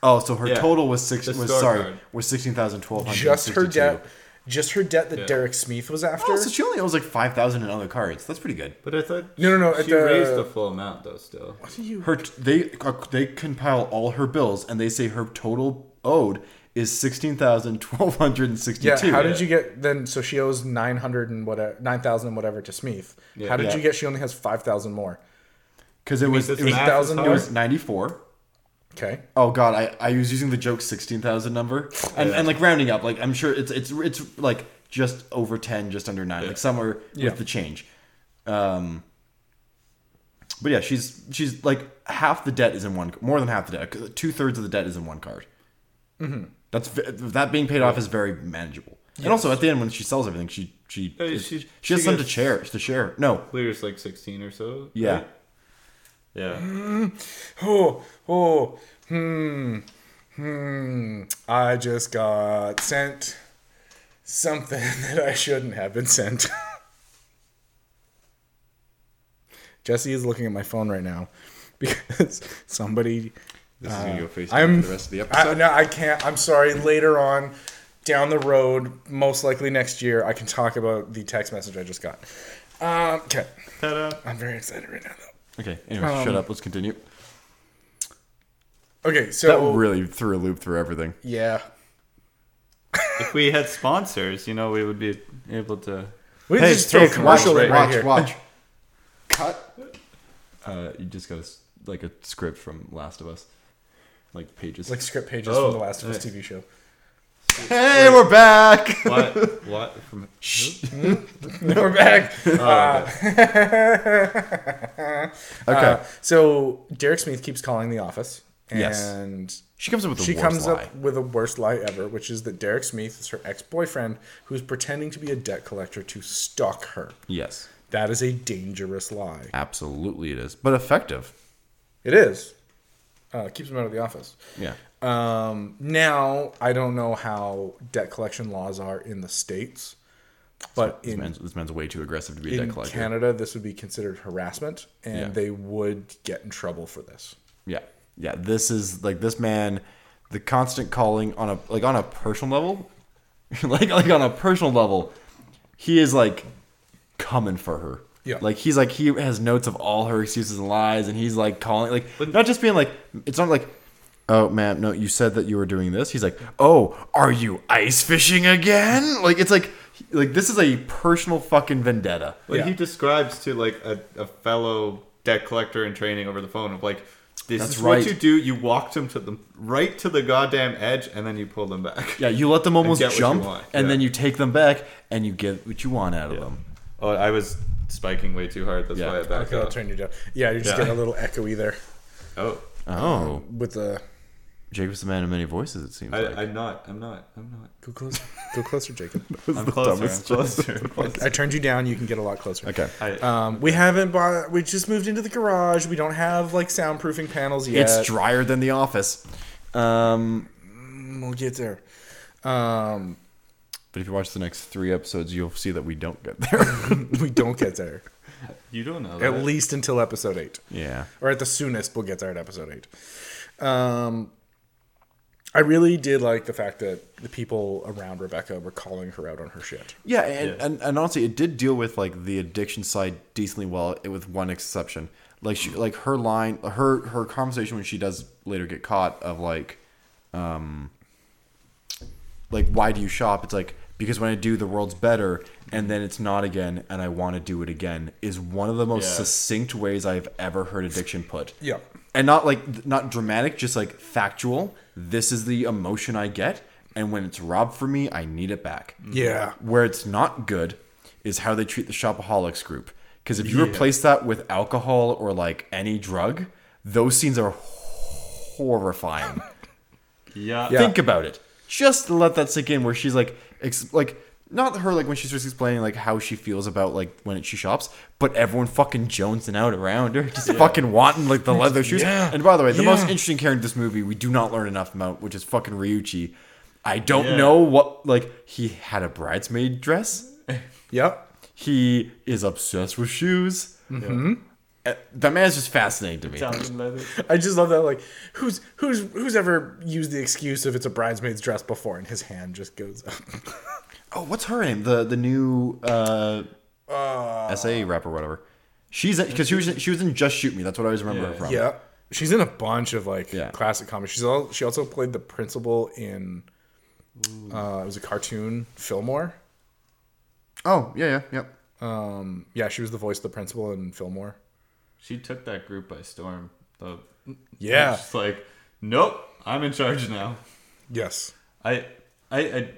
Speaker 2: Oh, so her
Speaker 3: Yeah.
Speaker 2: total was 6
Speaker 3: The
Speaker 2: was
Speaker 3: store
Speaker 2: sorry,
Speaker 3: card.
Speaker 2: was 16,1200.
Speaker 1: Just her debt. Just her debt that Derek Smith was after.
Speaker 2: Oh, so she only owes like 5000 in other cards. That's pretty good.
Speaker 3: but I thought
Speaker 1: No, no, no, at
Speaker 3: She
Speaker 1: the-
Speaker 3: raised the full amount though. Still,
Speaker 2: Her t- they uh, they compile all her bills and they say her total owed is sixteen thousand twelve hundred and sixty
Speaker 1: yeah,
Speaker 2: two.
Speaker 1: how did you get then? So she owes 900 and whatever, 9,000 and whatever to Smith. how did
Speaker 2: Yeah.
Speaker 1: you get she only has 5,000 more?
Speaker 2: Because it was
Speaker 3: this
Speaker 2: it was,
Speaker 3: math
Speaker 2: it
Speaker 3: is
Speaker 1: 8,000
Speaker 3: hard.
Speaker 2: was ninety four.
Speaker 1: Okay.
Speaker 2: Oh god, I, I was using the joke sixteen thousand number and, and like rounding up. Like I'm sure it's it's it's like just over ten, just under nine, like somewhere
Speaker 1: Yeah.
Speaker 2: with the change. Um, but yeah, she's she's like half the debt is in one, more than half the debt, two thirds of the debt is in one card. That's ve- that being paid off is very manageable. And also at the end when she sells everything, she she
Speaker 3: Uh,
Speaker 2: is- she,
Speaker 3: she-
Speaker 2: has
Speaker 3: she
Speaker 2: some to
Speaker 3: gets-
Speaker 2: share to share. No,
Speaker 3: clears like sixteen or so.
Speaker 2: yeah.
Speaker 3: right? Yeah.
Speaker 1: Oh, oh, hmm, hmm. I just got sent something (laughs) that I shouldn't have been sent. (laughs) Jesse is looking at my phone right now (laughs) because somebody.
Speaker 2: This is gonna go face
Speaker 1: I'm. I,
Speaker 2: I,
Speaker 1: no, I can't. I'm sorry. Later on, down the road, most likely next year, I can talk about the text message I just got. Um, okay.
Speaker 3: Ta-da.
Speaker 1: I'm very excited right now, though.
Speaker 2: okay, anyway, shut up. Let's continue.
Speaker 1: Okay,
Speaker 2: That
Speaker 1: so
Speaker 2: really threw a loop through everything.
Speaker 1: yeah.
Speaker 3: If we had sponsors, you know, we would be able to.
Speaker 1: We
Speaker 2: Hey,
Speaker 1: just throw a commercial
Speaker 2: watch,
Speaker 1: in right here.
Speaker 2: watch, Cut. Uh, you just got a, s- like a script from Last of Us, like pages.
Speaker 1: like script pages
Speaker 3: Oh,
Speaker 1: from the Last of Us
Speaker 3: nice.
Speaker 1: TV show. (laughs)
Speaker 2: hey, we're back.
Speaker 3: (laughs) What? what? From
Speaker 1: We're
Speaker 2: (laughs)
Speaker 1: back. Uh,
Speaker 2: Oh, Okay,
Speaker 1: uh, (laughs) so Derek Smith keeps calling the office,
Speaker 2: Yes.
Speaker 1: and
Speaker 2: (laughs) she comes up with the
Speaker 1: she
Speaker 2: worst
Speaker 1: comes
Speaker 2: lie.
Speaker 1: up with the worst lie ever, which is that Derek Smith is her ex-boyfriend who's pretending to be a debt collector to stalk her.
Speaker 2: Yes,
Speaker 1: That is a dangerous lie.
Speaker 2: absolutely, it is, but effective.
Speaker 1: It is. Uh, keeps him out of the office.
Speaker 2: Yeah,
Speaker 1: Um, now I don't know how debt collection laws are in the states, but
Speaker 2: this
Speaker 1: in
Speaker 2: man's, this man's way too aggressive to be a
Speaker 1: in
Speaker 2: debt collector.
Speaker 1: Canada, this would be considered harassment, and
Speaker 2: Yeah.
Speaker 1: they would get in trouble for this.
Speaker 2: Yeah, yeah. This is like this man, the constant calling on a like on a personal level, (laughs) like like on a personal level, he is like coming for her.
Speaker 1: Yeah.
Speaker 2: Like he's like he has notes of all her excuses and lies, and he's like calling like not just being like it's not like. Oh ma'am, no, you said that you were doing this. He's like, "Oh, are you ice fishing again?" Like it's like like this is a personal fucking vendetta.
Speaker 3: But
Speaker 1: Yeah.
Speaker 3: he describes to like a, a fellow debt collector in training over the phone of like, this
Speaker 2: That's
Speaker 3: is
Speaker 2: right.
Speaker 3: what you do. You walked him to the right to the goddamn edge, and then you pull them back.
Speaker 2: Yeah, you let them almost
Speaker 3: get what you
Speaker 2: jump,
Speaker 3: want,
Speaker 2: and
Speaker 3: yeah.
Speaker 2: then you take them back, and you get what you want out of them.
Speaker 3: (laughs) Oh, I was spiking way too hard. That's
Speaker 2: Yeah.
Speaker 3: why I backed
Speaker 1: Okay, I'll
Speaker 3: up.
Speaker 1: turn you down. Yeah, you're just
Speaker 3: Yeah.
Speaker 1: getting a little echoey there
Speaker 3: Oh,
Speaker 2: Oh,
Speaker 1: with the.
Speaker 2: Jacob's the man of many voices. It seems
Speaker 3: I,
Speaker 2: like.
Speaker 3: I'm not. I'm not. I'm not.
Speaker 1: Go closer. Go closer, Jacob.
Speaker 3: I'm closer. I'm closer. I'm closer.
Speaker 1: I turned you down. You can get a lot closer.
Speaker 2: okay.
Speaker 3: I,
Speaker 1: Um, we haven't bought. We just moved into the garage. We don't have like soundproofing panels yet.
Speaker 2: It's drier than the office. Um,
Speaker 1: we'll get there. Um, (laughs)
Speaker 2: but if you watch the next three episodes, you'll see that we don't get there.
Speaker 1: we don't get there
Speaker 3: (laughs) you don't know.
Speaker 1: at
Speaker 3: that.
Speaker 1: least until episode eight.
Speaker 2: yeah.
Speaker 1: or at the soonest we'll get there at episode eight. Um, I really did like the fact that the people around Rebecca were calling her out on her shit.
Speaker 2: Yeah, and, and, and honestly, it did deal with like the addiction side decently well, eh, with one exception. Like she, like her line, her her conversation when she does later get caught of like, um, like why do you shop? It's like because when I do, the world's better, and then it's not again, and I want to do it again. Is one of the most
Speaker 3: Yeah.
Speaker 2: succinct ways I've ever heard addiction put.
Speaker 1: Yeah.
Speaker 2: and not like not dramatic, just like factual. This is the emotion I get, and when it's robbed from me, I need it back.
Speaker 1: Yeah.
Speaker 2: Where it's not good is how they treat the shopaholics group. Because if you replace that with alcohol or like any drug, those scenes are horrifying.
Speaker 3: yeah.
Speaker 1: Yeah.
Speaker 2: Think about it. Just to let that sink in, where she's like, ex- like not her like when she's just explaining like how she feels about like when she shops, but everyone fucking jonesing out around her, just fucking wanting like the leather shoes.
Speaker 1: Yeah.
Speaker 2: And by the way, the most
Speaker 1: Yeah.
Speaker 2: interesting character in this movie we do not learn enough about, which is fucking Ryuchi. I don't
Speaker 3: Yeah.
Speaker 2: know what like he had a bridesmaid dress.
Speaker 1: Yep.
Speaker 2: He is obsessed with shoes.
Speaker 1: Mm-hmm.
Speaker 2: Uh, That man's just fascinating to me.
Speaker 3: Italian leather.
Speaker 1: I just love that. Like, who's who's who's ever used the excuse of it's a bridesmaid's dress before, and his hand just goes up.
Speaker 2: Oh, what's her name? The the new uh, SA rep or whatever. She's because she was she was in Just Shoot Me. That's what I always remember her
Speaker 3: Yeah.
Speaker 1: (laughs)
Speaker 2: from.
Speaker 1: yeah. She's in a bunch of like
Speaker 2: Yeah.
Speaker 1: classic comedies. She's all she also played the principal in. Uh, it was a cartoon, Fillmore.
Speaker 2: Oh yeah yeah yep.
Speaker 1: Um, yeah, she was the voice of the principal in Fillmore.
Speaker 3: She took that group by storm. The,
Speaker 1: Yeah.
Speaker 3: She's like, nope. I'm in charge now.
Speaker 1: Yes.
Speaker 3: I, I, I,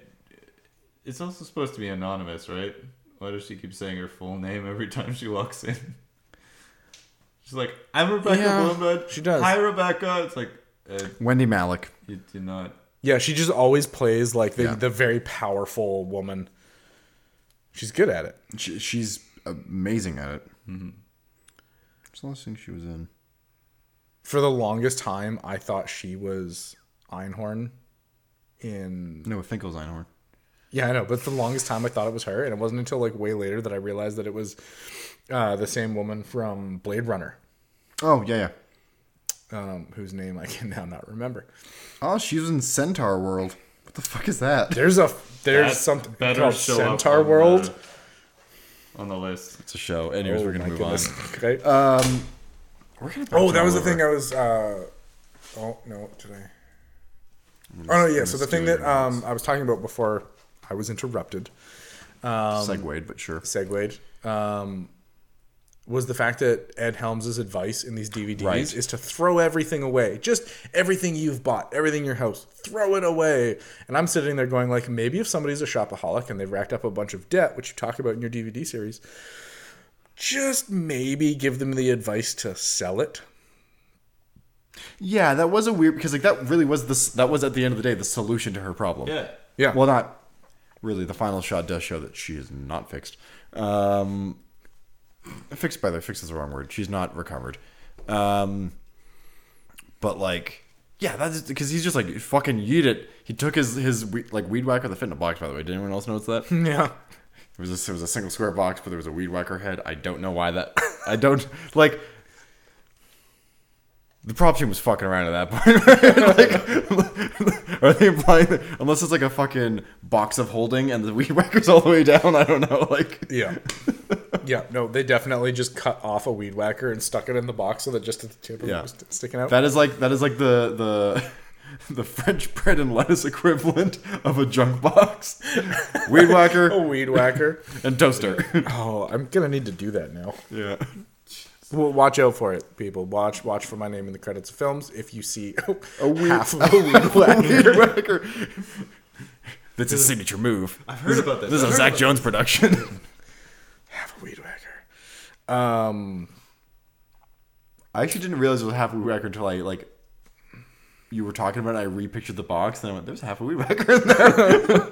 Speaker 3: it's also supposed to be anonymous, right? Why does she keep saying her full name every time she walks in? She's like, I'm Rebecca
Speaker 2: Yeah,
Speaker 3: Bloomberg.
Speaker 1: she does.
Speaker 3: Hi, Rebecca. It's like, uh,
Speaker 2: Wendy Malik.
Speaker 3: you do not.
Speaker 1: Yeah, she just always plays like the,
Speaker 2: Yeah.
Speaker 1: the very powerful woman. She's good at it.
Speaker 2: She, she's amazing at it. Mm-hmm. What's the last thing she was in?
Speaker 1: For the longest time, I thought she was Einhorn in
Speaker 2: No, I think it was Einhorn.
Speaker 1: Yeah, I know, but for the longest time I thought it was her, and it wasn't until like way later that I realized that it was uh, the same woman from Blade Runner,
Speaker 2: Oh yeah yeah.
Speaker 1: um, whose name I (laughs) can now not remember.
Speaker 2: Oh, she was in Centaur World. What the fuck is that?
Speaker 1: There's a there's
Speaker 3: That
Speaker 1: something
Speaker 3: better
Speaker 1: called
Speaker 3: show up
Speaker 1: Centaur
Speaker 3: on
Speaker 1: World.
Speaker 3: the- on the list.
Speaker 2: It's a show. Anyways, we're gonna
Speaker 1: Oh my
Speaker 2: move on.
Speaker 1: goodness. Okay.
Speaker 2: We're gonna
Speaker 1: Oh, that was the thing I was. Uh, oh no, did I? Oh no, yeah. So the thing that um, I was talking about before I was interrupted, um,
Speaker 2: segued, but sure.
Speaker 1: segued, um, was the fact that Ed Helms' advice in these DVDs
Speaker 2: Right.
Speaker 1: is to throw everything away. Just everything you've bought, everything in your house, throw it away. And I'm sitting there going, like, maybe if somebody's a shopaholic and they've racked up a bunch of debt, which you talk about in your DVD series, just maybe give them the advice to sell it.
Speaker 2: Yeah, that was a weird because like that really was this that was at the end of the day the solution to her problem.
Speaker 3: Yeah.
Speaker 1: Yeah.
Speaker 2: Well, not really. The final shot does show that she is not fixed. Um, fixed by the fixed is the wrong word. She's not recovered. Um, but like, yeah, that's because he's just like fucking yeet it. He took his his we- like weed whacker, the fit in a box. By the way, did anyone else notice that? it
Speaker 1: yeah.
Speaker 2: was a, it was a single square box, but there was a weed whacker head. I don't know why that. (laughs) I don't like. The prop team was fucking around at that point. (laughs) like, are they implying that (laughs) unless it's like a fucking box of holding and the weed whacker's all the way down? I don't know. Like,
Speaker 1: Yeah. Yeah, no, they definitely just cut off a weed whacker and stuck it in the box so that just at the tip of
Speaker 2: Yeah.
Speaker 1: it was sticking out.
Speaker 2: That is like that is like the the the French bread and lettuce equivalent of a junk box, weed
Speaker 3: (laughs)
Speaker 1: a
Speaker 3: Oh.
Speaker 2: whacker,
Speaker 1: weed whacker.
Speaker 2: and toaster.
Speaker 1: oh, I'm gonna need to do that now.
Speaker 2: yeah.
Speaker 1: (laughs) Well, watch out for it, people. Watch, watch for my name in the credits of films. If you see (laughs)
Speaker 2: (laughs) A weed-
Speaker 1: half of (laughs) a weed whacker,
Speaker 2: Weed whacker. That's his signature move.
Speaker 3: I've heard about this.
Speaker 2: This is a Zach Jones production.
Speaker 1: half a weed whacker. Um,
Speaker 2: I actually didn't realize it was half a weed whacker until I like you were talking about it. I repictured the box and I went, "There's half a weed whacker in there."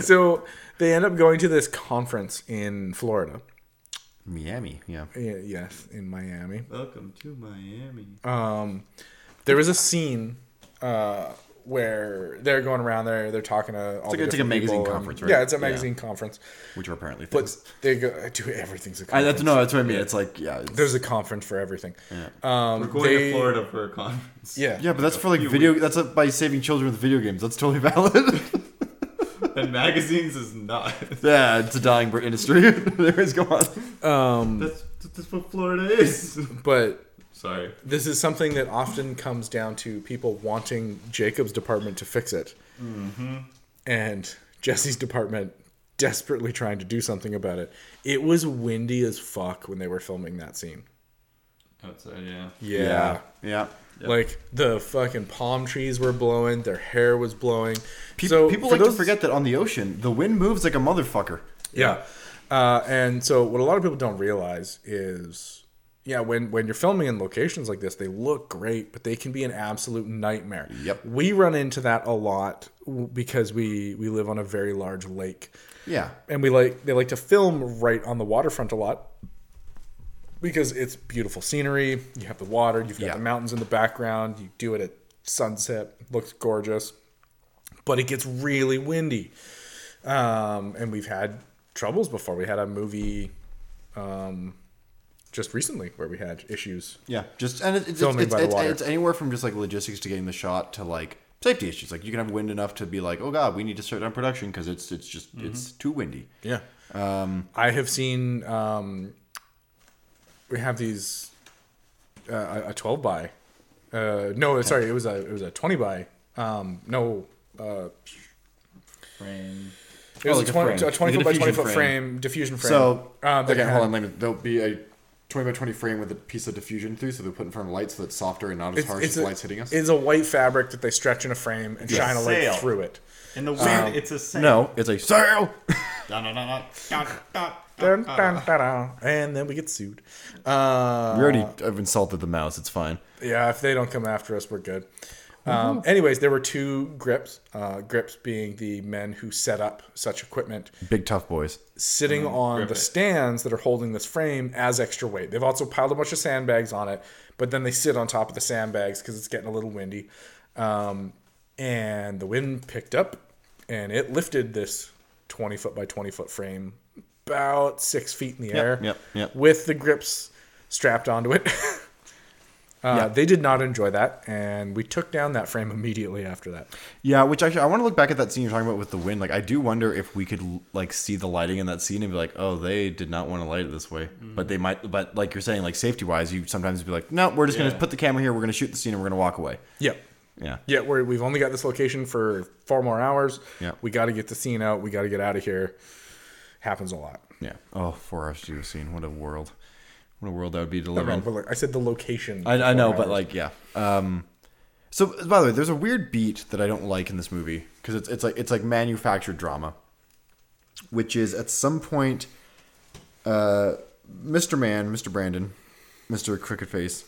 Speaker 1: so they end up going to this conference in Florida.
Speaker 2: (laughs) Miami, yeah.
Speaker 1: Y- Yes, in Miami.
Speaker 3: Welcome to Miami.
Speaker 1: Um, There was a scene uh, where they're going around there. They're talking to all
Speaker 2: like-
Speaker 1: the
Speaker 2: it's like a
Speaker 1: different
Speaker 2: magazine
Speaker 1: people and-
Speaker 2: conference, right?
Speaker 1: Yeah, it's a
Speaker 2: Yeah.
Speaker 1: magazine conference.
Speaker 2: Which are apparently
Speaker 1: But
Speaker 2: things.
Speaker 1: they go, do everything's a
Speaker 2: I,
Speaker 1: conference.
Speaker 2: that's no, that's what I mean. It's like yeah, it's,
Speaker 1: There's a conference for everything. Um,
Speaker 3: We're going
Speaker 1: they-
Speaker 3: to Florida for a conference.
Speaker 1: Yeah.
Speaker 2: yeah, but that's for like video. That's uh by saving children with video games. That's totally valid.
Speaker 3: (laughs)
Speaker 2: (laughs)
Speaker 3: And magazines is not.
Speaker 2: yeah, it's a dying br- industry. (laughs) there is go on.
Speaker 1: Um,
Speaker 3: That's that's what Florida is. (laughs)
Speaker 1: but
Speaker 3: Sorry.
Speaker 1: this is something that often comes down to people wanting Jacob's department to fix it,
Speaker 3: Mm-hmm.
Speaker 1: and Jesse's department desperately trying to do something about it. It was windy as fuck when they were filming that scene.
Speaker 3: Outside, yeah.
Speaker 1: Yeah.
Speaker 2: yeah.
Speaker 1: Like the fucking palm trees were blowing, their hair was blowing.
Speaker 2: Pe-
Speaker 1: so
Speaker 2: people
Speaker 1: for
Speaker 2: like
Speaker 1: those-
Speaker 2: to forget that on the ocean, the wind moves like a motherfucker.
Speaker 1: Yeah. Uh, and so what a lot of people don't realize is yeah, when when you're filming in locations like this, they look great, but they can be an absolute nightmare.
Speaker 2: Yep.
Speaker 1: We run into that a lot w- because we we live on a very large lake.
Speaker 2: Yeah,
Speaker 1: And we like they like to film right on the waterfront a lot because it's beautiful scenery. You have the water, you've got
Speaker 2: Yeah.
Speaker 1: the mountains in the background, you do it at sunset, looks gorgeous. But it gets really windy. Um, and we've had troubles before. We had a movie um, just recently where we had issues.
Speaker 2: yeah. Just and it's it's,
Speaker 1: Filming
Speaker 2: it's,
Speaker 1: by the
Speaker 2: it's,
Speaker 1: water.
Speaker 2: it's anywhere from just like logistics to getting the shot to like safety issues. Like you can have wind enough to be like, oh god, we need to shut down production because it's it's just
Speaker 1: Mm-hmm.
Speaker 2: it's too windy.
Speaker 1: Yeah. Um, I have seen um, we have these uh, a- a twelve by. Uh, no, sorry, it was a it was a twenty by. Um, no, uh,
Speaker 3: Frame.
Speaker 1: it was
Speaker 2: Oh, like
Speaker 1: a,
Speaker 2: a
Speaker 1: 20,
Speaker 2: frame.
Speaker 1: a twenty foot
Speaker 2: Like a
Speaker 1: by
Speaker 2: diffusion
Speaker 1: twenty foot
Speaker 2: frame.
Speaker 1: frame. diffusion frame.
Speaker 2: So
Speaker 1: um,
Speaker 2: okay, hold on. Let me. There'll be a twenty by twenty frame with a piece of diffusion through, so they put it in front of lights so that's softer and not as
Speaker 1: It's,
Speaker 2: harsh
Speaker 1: it's,
Speaker 2: as
Speaker 1: a,
Speaker 2: lights hitting us.
Speaker 1: it's a white fabric that they stretch in a frame and shine a light
Speaker 3: Sail.
Speaker 1: through it.
Speaker 3: In
Speaker 1: Um,
Speaker 3: the wind, it's a sail.
Speaker 2: no, it's a sail.
Speaker 1: Uh,
Speaker 3: Dun, dun, dun, dun, dun,
Speaker 1: Dun,
Speaker 3: dun, dun.
Speaker 1: dun, dun, dun. Uh-huh. and then we get sued. Uh,
Speaker 2: We already I've insulted the mouse. It's fine.
Speaker 1: Yeah, if they don't come after us, we're good. Um, anyways, there were two grips. Uh, grips being the men who set up such equipment,
Speaker 2: Big tough boys.
Speaker 1: sitting
Speaker 2: Mm-hmm.
Speaker 1: on the
Speaker 3: it.
Speaker 1: stands that are holding this frame as extra weight. They've also piled a bunch of sandbags on it, but then they sit on top of the sandbags because it's getting a little windy. Um, and the wind picked up, and it lifted this twenty foot by twenty foot frame about six feet in the air.
Speaker 2: yep, yep.
Speaker 1: With the grips strapped onto it. (laughs) Uh, They did not enjoy that, and we took down that frame immediately after that.
Speaker 2: Yeah, which actually I want to look back at that scene you're talking about with the wind. Like I do wonder if we could like see the lighting in that scene and be like, oh, they did not want to light it this way. But they might. But like you're saying, like safety wise, you sometimes be like, no, we're just
Speaker 3: Yeah.
Speaker 2: gonna put the camera here. We're gonna shoot the scene and we're gonna walk away.
Speaker 1: Yep.
Speaker 2: Yeah.
Speaker 1: Yeah, we're, we've only got this location for four more hours.
Speaker 2: Yeah.
Speaker 1: We got to get the scene out. We got to get out of here. Happens a lot.
Speaker 2: Yeah. Oh, four hours to do a scene. What a world. What a world that would be to
Speaker 1: No,
Speaker 2: live
Speaker 1: no,
Speaker 2: in.
Speaker 1: but look, I said the location.
Speaker 2: I, I know,
Speaker 1: four
Speaker 2: but
Speaker 1: hours.
Speaker 2: like, yeah. Um, so by the way, there's a weird beat that I don't like in this movie because it's it's like it's like manufactured drama, which is at some point, uh, Mr. Man, Mr. Brandon, Mr. Crooked Face,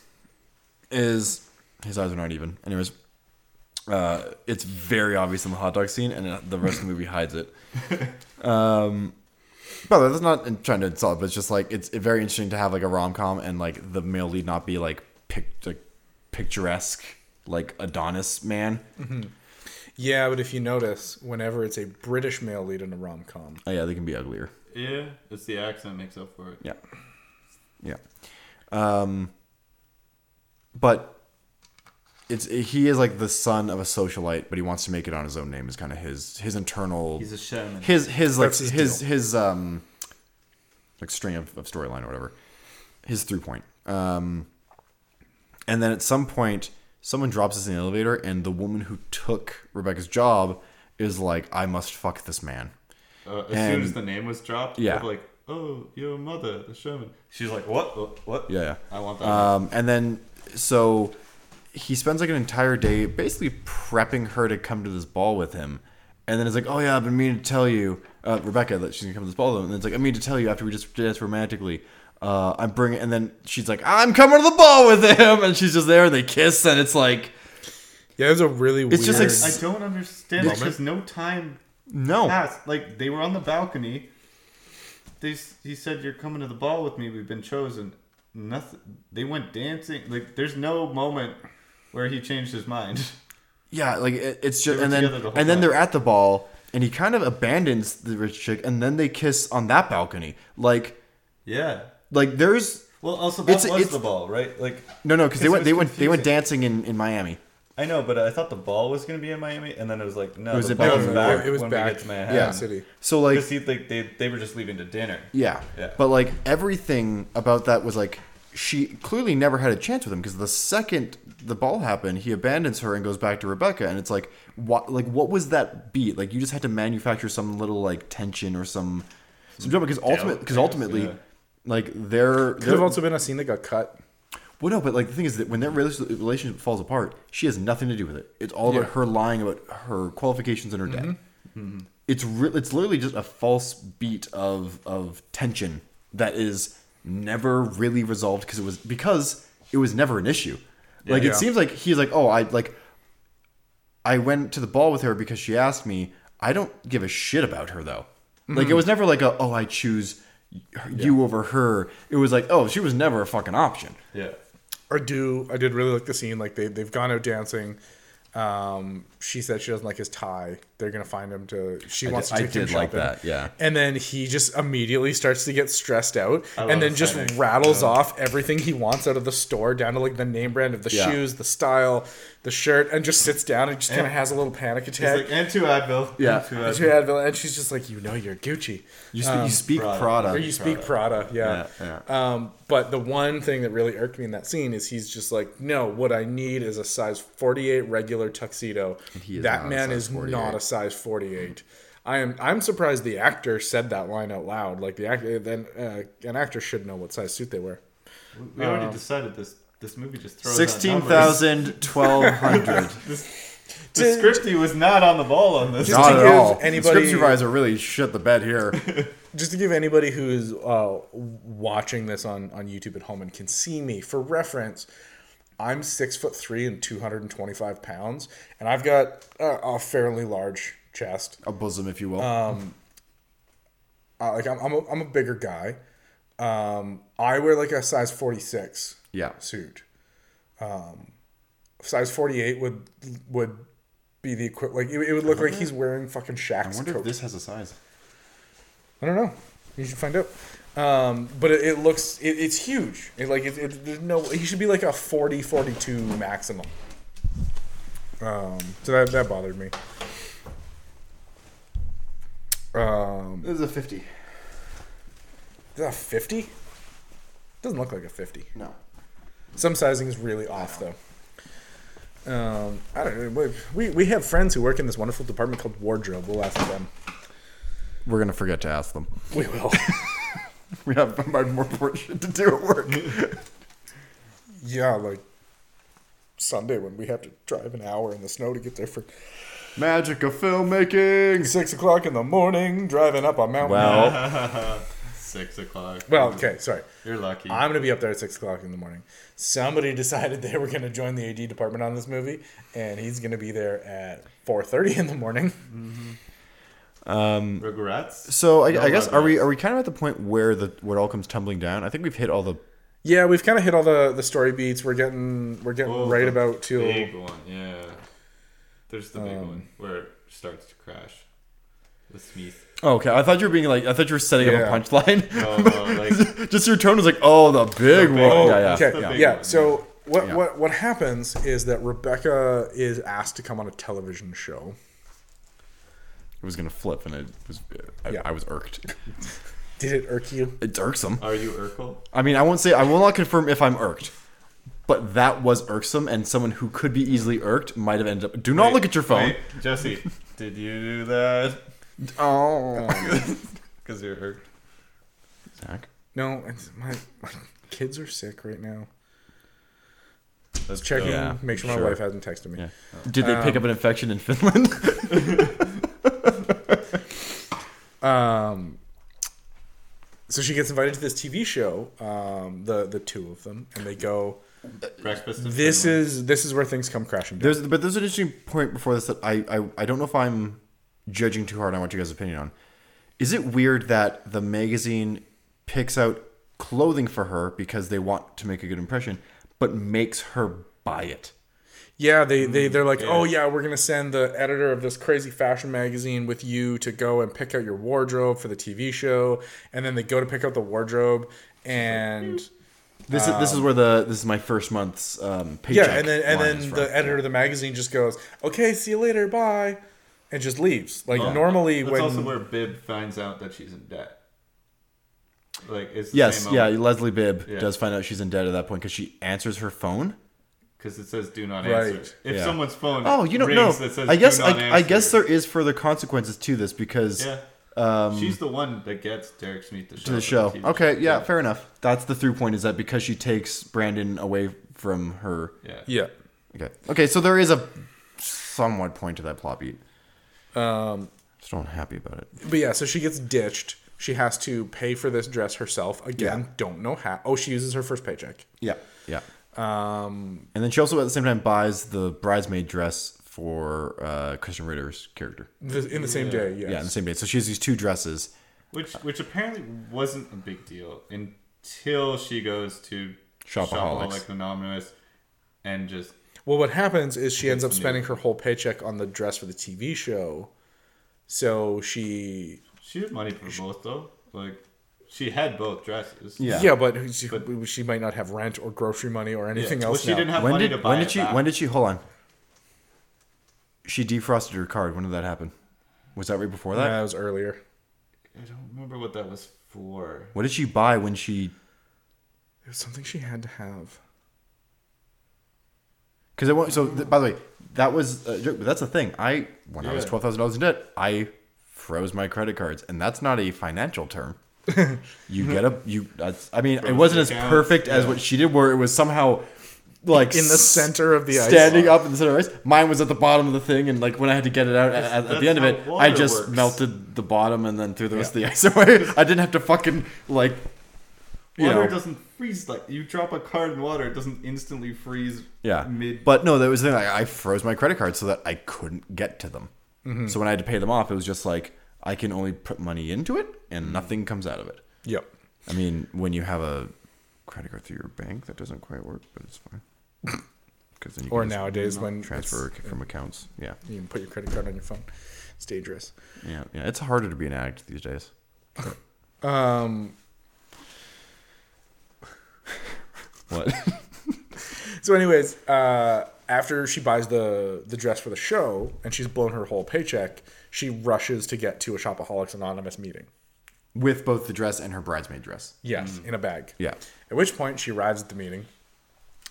Speaker 2: is his eyes are not even. Anyways, uh, it's very obvious in the hot dog scene, and uh, the rest of the movie hides it. But that's not in- trying to insult, but it's just like it's very interesting to have like a rom com and like the male lead not be like, pic- like picturesque, like Adonis man.
Speaker 1: yeah, but if you notice, whenever it's a British male lead in a rom com,
Speaker 2: Oh yeah, they can be uglier.
Speaker 3: Yeah, it's the accent makes up for it.
Speaker 2: Yeah, yeah. Um, but it's he is like the son of a socialite, but he wants to make it on his own name. Is kind of his his internal
Speaker 3: He's a shaman.
Speaker 2: his his like
Speaker 1: That's his
Speaker 2: his his,
Speaker 1: deal.
Speaker 2: um like string of, of storyline or whatever. His three point. Um, and then at some point, someone drops us in the elevator, and the woman who took Rebecca's job is like, "I must fuck this man."
Speaker 3: Uh, as soon
Speaker 2: And-
Speaker 3: as the name was dropped,
Speaker 2: Yeah.
Speaker 3: people were like, oh, your mother, the Sherman. She's like, what? What? What?
Speaker 2: Yeah.
Speaker 3: I want that.
Speaker 2: Um, and then so he spends like an entire day basically prepping her to come to this ball with him. And then it's like, oh yeah, I've been meaning to tell you, uh, Rebecca, that she's gonna come to this ball. with him. And it's like, I mean to tell you after we just danced romantically. Uh, I'm bringing, and then she's like, I'm coming to the ball with him, (laughs) and she's just there, and they kiss, and it's like,
Speaker 1: Yeah, it was a really weird.
Speaker 2: It's just like
Speaker 3: I don't understand
Speaker 1: Moment.
Speaker 3: because no time
Speaker 2: no,
Speaker 3: passed. Like they were on the balcony. They s- he said you're coming to the ball with me. We've been chosen. Nothing. They went dancing. Like there's no moment where he changed his mind.
Speaker 2: Yeah, like it, it's just,
Speaker 3: were
Speaker 2: and then
Speaker 3: together the whole
Speaker 2: and then
Speaker 3: time.
Speaker 2: they're at the ball, and he kind of abandons the rich chick, and then they kiss on that balcony. Like,
Speaker 3: Yeah.
Speaker 2: like there's
Speaker 3: Well, also that
Speaker 2: It's-
Speaker 3: was
Speaker 2: it's-
Speaker 3: the ball, right? Like
Speaker 2: no, no, because they
Speaker 3: Because it
Speaker 2: went,
Speaker 3: was
Speaker 2: they went, they went
Speaker 3: confusing.
Speaker 2: dancing in in Miami.
Speaker 3: I know, but I thought the ball was gonna be in Miami, and then it was like no,
Speaker 2: was
Speaker 3: the
Speaker 2: it
Speaker 3: ball
Speaker 2: back
Speaker 3: is
Speaker 2: in-
Speaker 3: back.
Speaker 1: it was
Speaker 3: when we
Speaker 1: back.
Speaker 3: get to Manhattan.
Speaker 1: Yeah. City.
Speaker 2: So like,
Speaker 3: Because he like they they were just leaving to dinner.
Speaker 2: yeah.
Speaker 3: Yeah.
Speaker 2: but like everything about that was like she clearly never had a chance with him because the second the ball happened, he abandons her and goes back to Rebecca, and it's like, what, like what was that beat? Like you just had to manufacture some little like tension or some some drama because ultimately, because
Speaker 3: I guess,
Speaker 2: ultimately.
Speaker 3: yeah.
Speaker 2: Like they're
Speaker 1: Could have
Speaker 2: they're
Speaker 1: also been a scene that got cut.
Speaker 2: Well, no, but like the thing is that when their rela- relationship falls apart, she has nothing to do with it. It's all about her lying about her qualifications and her debt.
Speaker 1: Mm-hmm.
Speaker 2: It's re- it's literally just a false beat of of tension that is never really resolved because it was because it was never an issue. Like
Speaker 1: Yeah.
Speaker 2: it seems like he's like, oh, I like I went to the ball with her because she asked me. I don't give a shit about her though. Like
Speaker 1: Mm-hmm.
Speaker 2: it was never like a oh I choose you over her. It was like oh she was never a fucking option.
Speaker 3: Yeah.
Speaker 1: I do. I did really like the scene. Like they they've gone out dancing. Um, she said she doesn't like his tie. They're gonna find him to. She wants
Speaker 2: did-
Speaker 1: to
Speaker 2: I
Speaker 1: take him
Speaker 2: did like
Speaker 1: shopping.
Speaker 2: that, yeah.
Speaker 1: And then he just immediately starts to get stressed out,
Speaker 3: love
Speaker 1: and then
Speaker 3: the
Speaker 1: just
Speaker 3: setting.
Speaker 1: rattles off everything he wants out of the store, down to like the name brand of the
Speaker 2: Yeah.
Speaker 1: shoes, the style, the shirt, and just sits down and just kind of has a little panic
Speaker 3: He's
Speaker 1: attack.
Speaker 3: like and two Advil.
Speaker 2: Yeah.
Speaker 3: And two
Speaker 1: And
Speaker 3: Advil.
Speaker 1: she had- and she's just like, you know, you're Gucci.
Speaker 2: You, sp- you speak
Speaker 3: Prada.
Speaker 2: Um, Prada.
Speaker 1: Or you speak Prada, yeah.
Speaker 2: Yeah,
Speaker 1: Um, but the one thing that really irked me in that scene is he's just like, no, what I need is a size 48 regular tuxedo.
Speaker 2: he is not
Speaker 1: That
Speaker 2: a
Speaker 1: man
Speaker 2: size
Speaker 1: is
Speaker 2: 48.
Speaker 1: not a size 48. I am. I'm surprised the actor said that line out loud. Like the actor, then uh, an actor should know what size suit they wear.
Speaker 3: We already decided this. This movie just throws out
Speaker 2: Sixteen
Speaker 3: numbers.
Speaker 2: thousand twelve hundred. (laughs)
Speaker 3: The scripty was not on the ball on this.
Speaker 1: Just-
Speaker 2: Not
Speaker 1: to
Speaker 2: at
Speaker 1: give
Speaker 2: all. The
Speaker 1: anybody-
Speaker 2: script supervisor really shit the bed here.
Speaker 1: just to give anybody who's uh, watching this on, on YouTube at home and can see me for reference, I'm six foot three and 225 pounds, and I've got uh, a fairly large chest.
Speaker 2: A bosom, if you will.
Speaker 1: Uh, like I'm, I'm, a, I'm a bigger guy. Um, I wear like a size 46
Speaker 2: yeah.
Speaker 1: suit. Um, size 48 would would be the equivalent. Like it, it would look like he's wearing fucking Shaq's coat.
Speaker 2: has a size.
Speaker 1: I don't know. You should find out. Um, but it, it looks it, it's huge. It, like it, it, there's no he should be like a 40 42 maximum. Um, so that that bothered me. Um,
Speaker 2: This is a fifty.
Speaker 1: is that a 50? Doesn't look like a 50.
Speaker 2: No.
Speaker 1: Some sizing is really off though. Um, I don't know. We, we have friends who work in this wonderful department called wardrobe. We'll ask them.
Speaker 2: We're gonna forget to ask them.
Speaker 1: We will.
Speaker 2: (laughs) We have more important shit to do at work.
Speaker 1: (laughs) Yeah, like Sunday when we have to drive an hour in the snow to get there for
Speaker 2: (laughs) Magic of filmmaking.
Speaker 1: six o'clock in the morning, driving up a mountain.
Speaker 2: Well,
Speaker 3: Six o'clock.
Speaker 1: Well, okay, sorry.
Speaker 3: you're lucky.
Speaker 1: I'm gonna be up there at six o'clock in the morning. Somebody (laughs) decided they were gonna join the AD department on this movie, and he's gonna be there at four thirty in the morning.
Speaker 3: Mm-hmm. Regrets.
Speaker 2: so I,
Speaker 3: No
Speaker 2: I guess are we
Speaker 3: regrets.
Speaker 2: are we kind of at the point where the where it all comes tumbling down? I think we've hit all the.
Speaker 1: Yeah, we've kind of hit all the, the story beats. We're getting we're getting
Speaker 3: Whoa,
Speaker 1: right
Speaker 3: the
Speaker 1: about till
Speaker 3: Big one, yeah. There's the big one where it starts to crash. The Smith.
Speaker 2: Oh, okay, I thought you were being like I thought you were setting
Speaker 1: Yeah.
Speaker 2: up a punchline.
Speaker 3: No, no,
Speaker 2: (laughs)
Speaker 3: like
Speaker 2: Just your tone was like, oh, the big
Speaker 3: big
Speaker 2: one.
Speaker 3: one.
Speaker 2: yeah, yeah.
Speaker 1: okay.
Speaker 3: the
Speaker 1: Yeah.
Speaker 3: big one,
Speaker 1: So what,
Speaker 2: Yeah.
Speaker 1: what what happens is that Rebecca is asked to come on a television show.
Speaker 2: It was gonna flip, and it was. I,
Speaker 1: Yeah.
Speaker 2: I was irked.
Speaker 1: Did it irk you?
Speaker 2: (laughs) It irksome.
Speaker 3: Are you Urkel?
Speaker 2: I mean, I won't say I will not confirm if I'm irked, but that was irksome, and someone who could be easily irked might have ended up. Do not look at your phone.
Speaker 3: Wait, Jesse, did you do that?
Speaker 2: Oh,
Speaker 3: Because you're irked.
Speaker 2: Zach.
Speaker 1: (laughs) No, it's my, my kids are sick right now.
Speaker 3: Let's
Speaker 1: Checking,
Speaker 3: go.
Speaker 2: Yeah,
Speaker 1: make sure my
Speaker 2: sure.
Speaker 1: wife hasn't texted me.
Speaker 2: Yeah. Did they pick up an infection in Finland? (laughs)
Speaker 1: Um, so she gets invited to this TV show, um, the the two of them, and they go.
Speaker 3: Breakfast. in
Speaker 1: This
Speaker 3: Finland.
Speaker 1: is this is where things come crashing down.
Speaker 2: There's, but there's an interesting point before this that I, I, I don't know if I'm judging too hard on what you guys' opinion on. Is it weird that the magazine picks out clothing for her because they want to make a good impression, but makes her buy it?
Speaker 1: Yeah, they they
Speaker 2: Mm,
Speaker 1: they're like, oh yeah, we're gonna send the editor of this crazy fashion magazine with you to go and pick out your wardrobe for the TV show, and then they go to pick out the wardrobe, and
Speaker 3: Mm.
Speaker 2: This is this is where the this is my first month's um, paycheck.
Speaker 1: yeah, and then and
Speaker 2: line is
Speaker 1: then
Speaker 2: from.
Speaker 1: the editor of the magazine just goes, okay, see you later, bye, and just leaves. Like normally
Speaker 3: That's
Speaker 1: when
Speaker 3: also where Bib finds out that she's in debt. Like it's the
Speaker 2: Yes,
Speaker 3: same
Speaker 2: yeah, Leslie Bibb
Speaker 3: Yeah.
Speaker 2: does find out she's in debt at that point because she answers her phone.
Speaker 3: because it says do not
Speaker 1: Right,
Speaker 3: answer. If
Speaker 2: yeah.
Speaker 3: someone's phone
Speaker 2: Oh, you don't
Speaker 3: rings
Speaker 2: know.
Speaker 3: that says
Speaker 2: I guess
Speaker 3: do not
Speaker 2: I, I
Speaker 3: answer,"
Speaker 2: guess there is further consequences to this because
Speaker 3: yeah. she's the one that gets Derek Smith the show.
Speaker 2: um, to the show. Okay, yeah, fair enough. That's the through point is that because she takes Brandon away from her.
Speaker 3: Yeah.
Speaker 1: yeah.
Speaker 2: Okay. Okay, so there is a somewhat point to that plot beat. Um
Speaker 3: Um,
Speaker 2: still not happy about it.
Speaker 1: But yeah, so she gets ditched. She has to pay for this dress herself again.
Speaker 2: Yeah.
Speaker 1: Don't know how. Oh, she uses her first paycheck.
Speaker 2: Yeah. Yeah.
Speaker 1: Um,
Speaker 2: And then she also at the same time buys the bridesmaid dress for uh Christian Ritter's character.
Speaker 1: the, in the same day. Yes.
Speaker 2: Yeah, on the same day. So she has these two dresses.
Speaker 3: Which which apparently wasn't a big deal until she goes to
Speaker 2: Shopaholics.
Speaker 3: Shopaholics Anonymous and just
Speaker 1: Well, what happens is she ends up spending her whole paycheck on the dress for the TV show. So she,
Speaker 3: she had money for both though. Like she had both dresses.
Speaker 1: yeah,
Speaker 2: Yeah.
Speaker 1: but, she, she might not have rent or grocery money or anything
Speaker 3: Well,
Speaker 1: else.
Speaker 3: she
Speaker 1: now.
Speaker 3: didn't have
Speaker 2: When
Speaker 3: money
Speaker 2: did
Speaker 3: to buy
Speaker 2: when
Speaker 3: it
Speaker 2: did she
Speaker 3: back.
Speaker 2: when did she hold on? She defrosted her card. When did that happen? Was that right before that?
Speaker 1: That was earlier.
Speaker 3: I don't remember what that was for.
Speaker 2: What did she buy when she
Speaker 1: It was something she had to have.
Speaker 2: Because I want. So th- by the way, that was uh, joke, but that's the thing. I when I was
Speaker 3: Yeah.
Speaker 2: twelve thousand dollars in debt, I froze my credit cards, and that's not a financial term. you get a you. That's, I mean, it
Speaker 3: Frozen
Speaker 2: wasn't as
Speaker 3: accounts,
Speaker 2: perfect as
Speaker 3: yeah.
Speaker 2: what she did, where it was somehow like
Speaker 1: In the
Speaker 2: s-
Speaker 1: center of the ice.
Speaker 2: standing up in the center of ice. Mine was at the bottom of the thing, and like when I had to get it out at, at, at
Speaker 3: That's
Speaker 2: the end of
Speaker 3: how
Speaker 2: it, I
Speaker 3: water
Speaker 2: just
Speaker 3: works.
Speaker 2: melted the bottom and then threw the rest of the ice (laughs) away. I didn't have to fucking like. You
Speaker 3: Water
Speaker 2: know.
Speaker 3: doesn't freeze like you drop a card in water, it doesn't instantly freeze.
Speaker 2: Yeah.
Speaker 3: Mid.
Speaker 2: But no, that was the thing. I, I froze my credit card so that I couldn't get to them. So when I had to pay them off, it was just like I can only put money into it and nothing comes out of it.
Speaker 1: Yep.
Speaker 2: I mean, when you have a credit card through your bank, that doesn't quite work, but it's (laughs) fine. 'Cause then you
Speaker 1: Or
Speaker 2: just
Speaker 1: nowadays when
Speaker 2: transfer from accounts. Yeah.
Speaker 1: it's- you can put your credit card on your phone. It's dangerous.
Speaker 2: Yeah. Yeah. It's harder to be an addict these days.
Speaker 1: Um,
Speaker 2: What?
Speaker 1: (laughs) so, anyways, uh, after she buys the the dress for the show and she's blown her whole paycheck, she rushes to get to a Shopaholics Anonymous meeting.
Speaker 2: With both the dress and her bridesmaid dress.
Speaker 1: Yes, in a bag.
Speaker 2: Mm. Yeah.
Speaker 1: At which point she arrives at the meeting.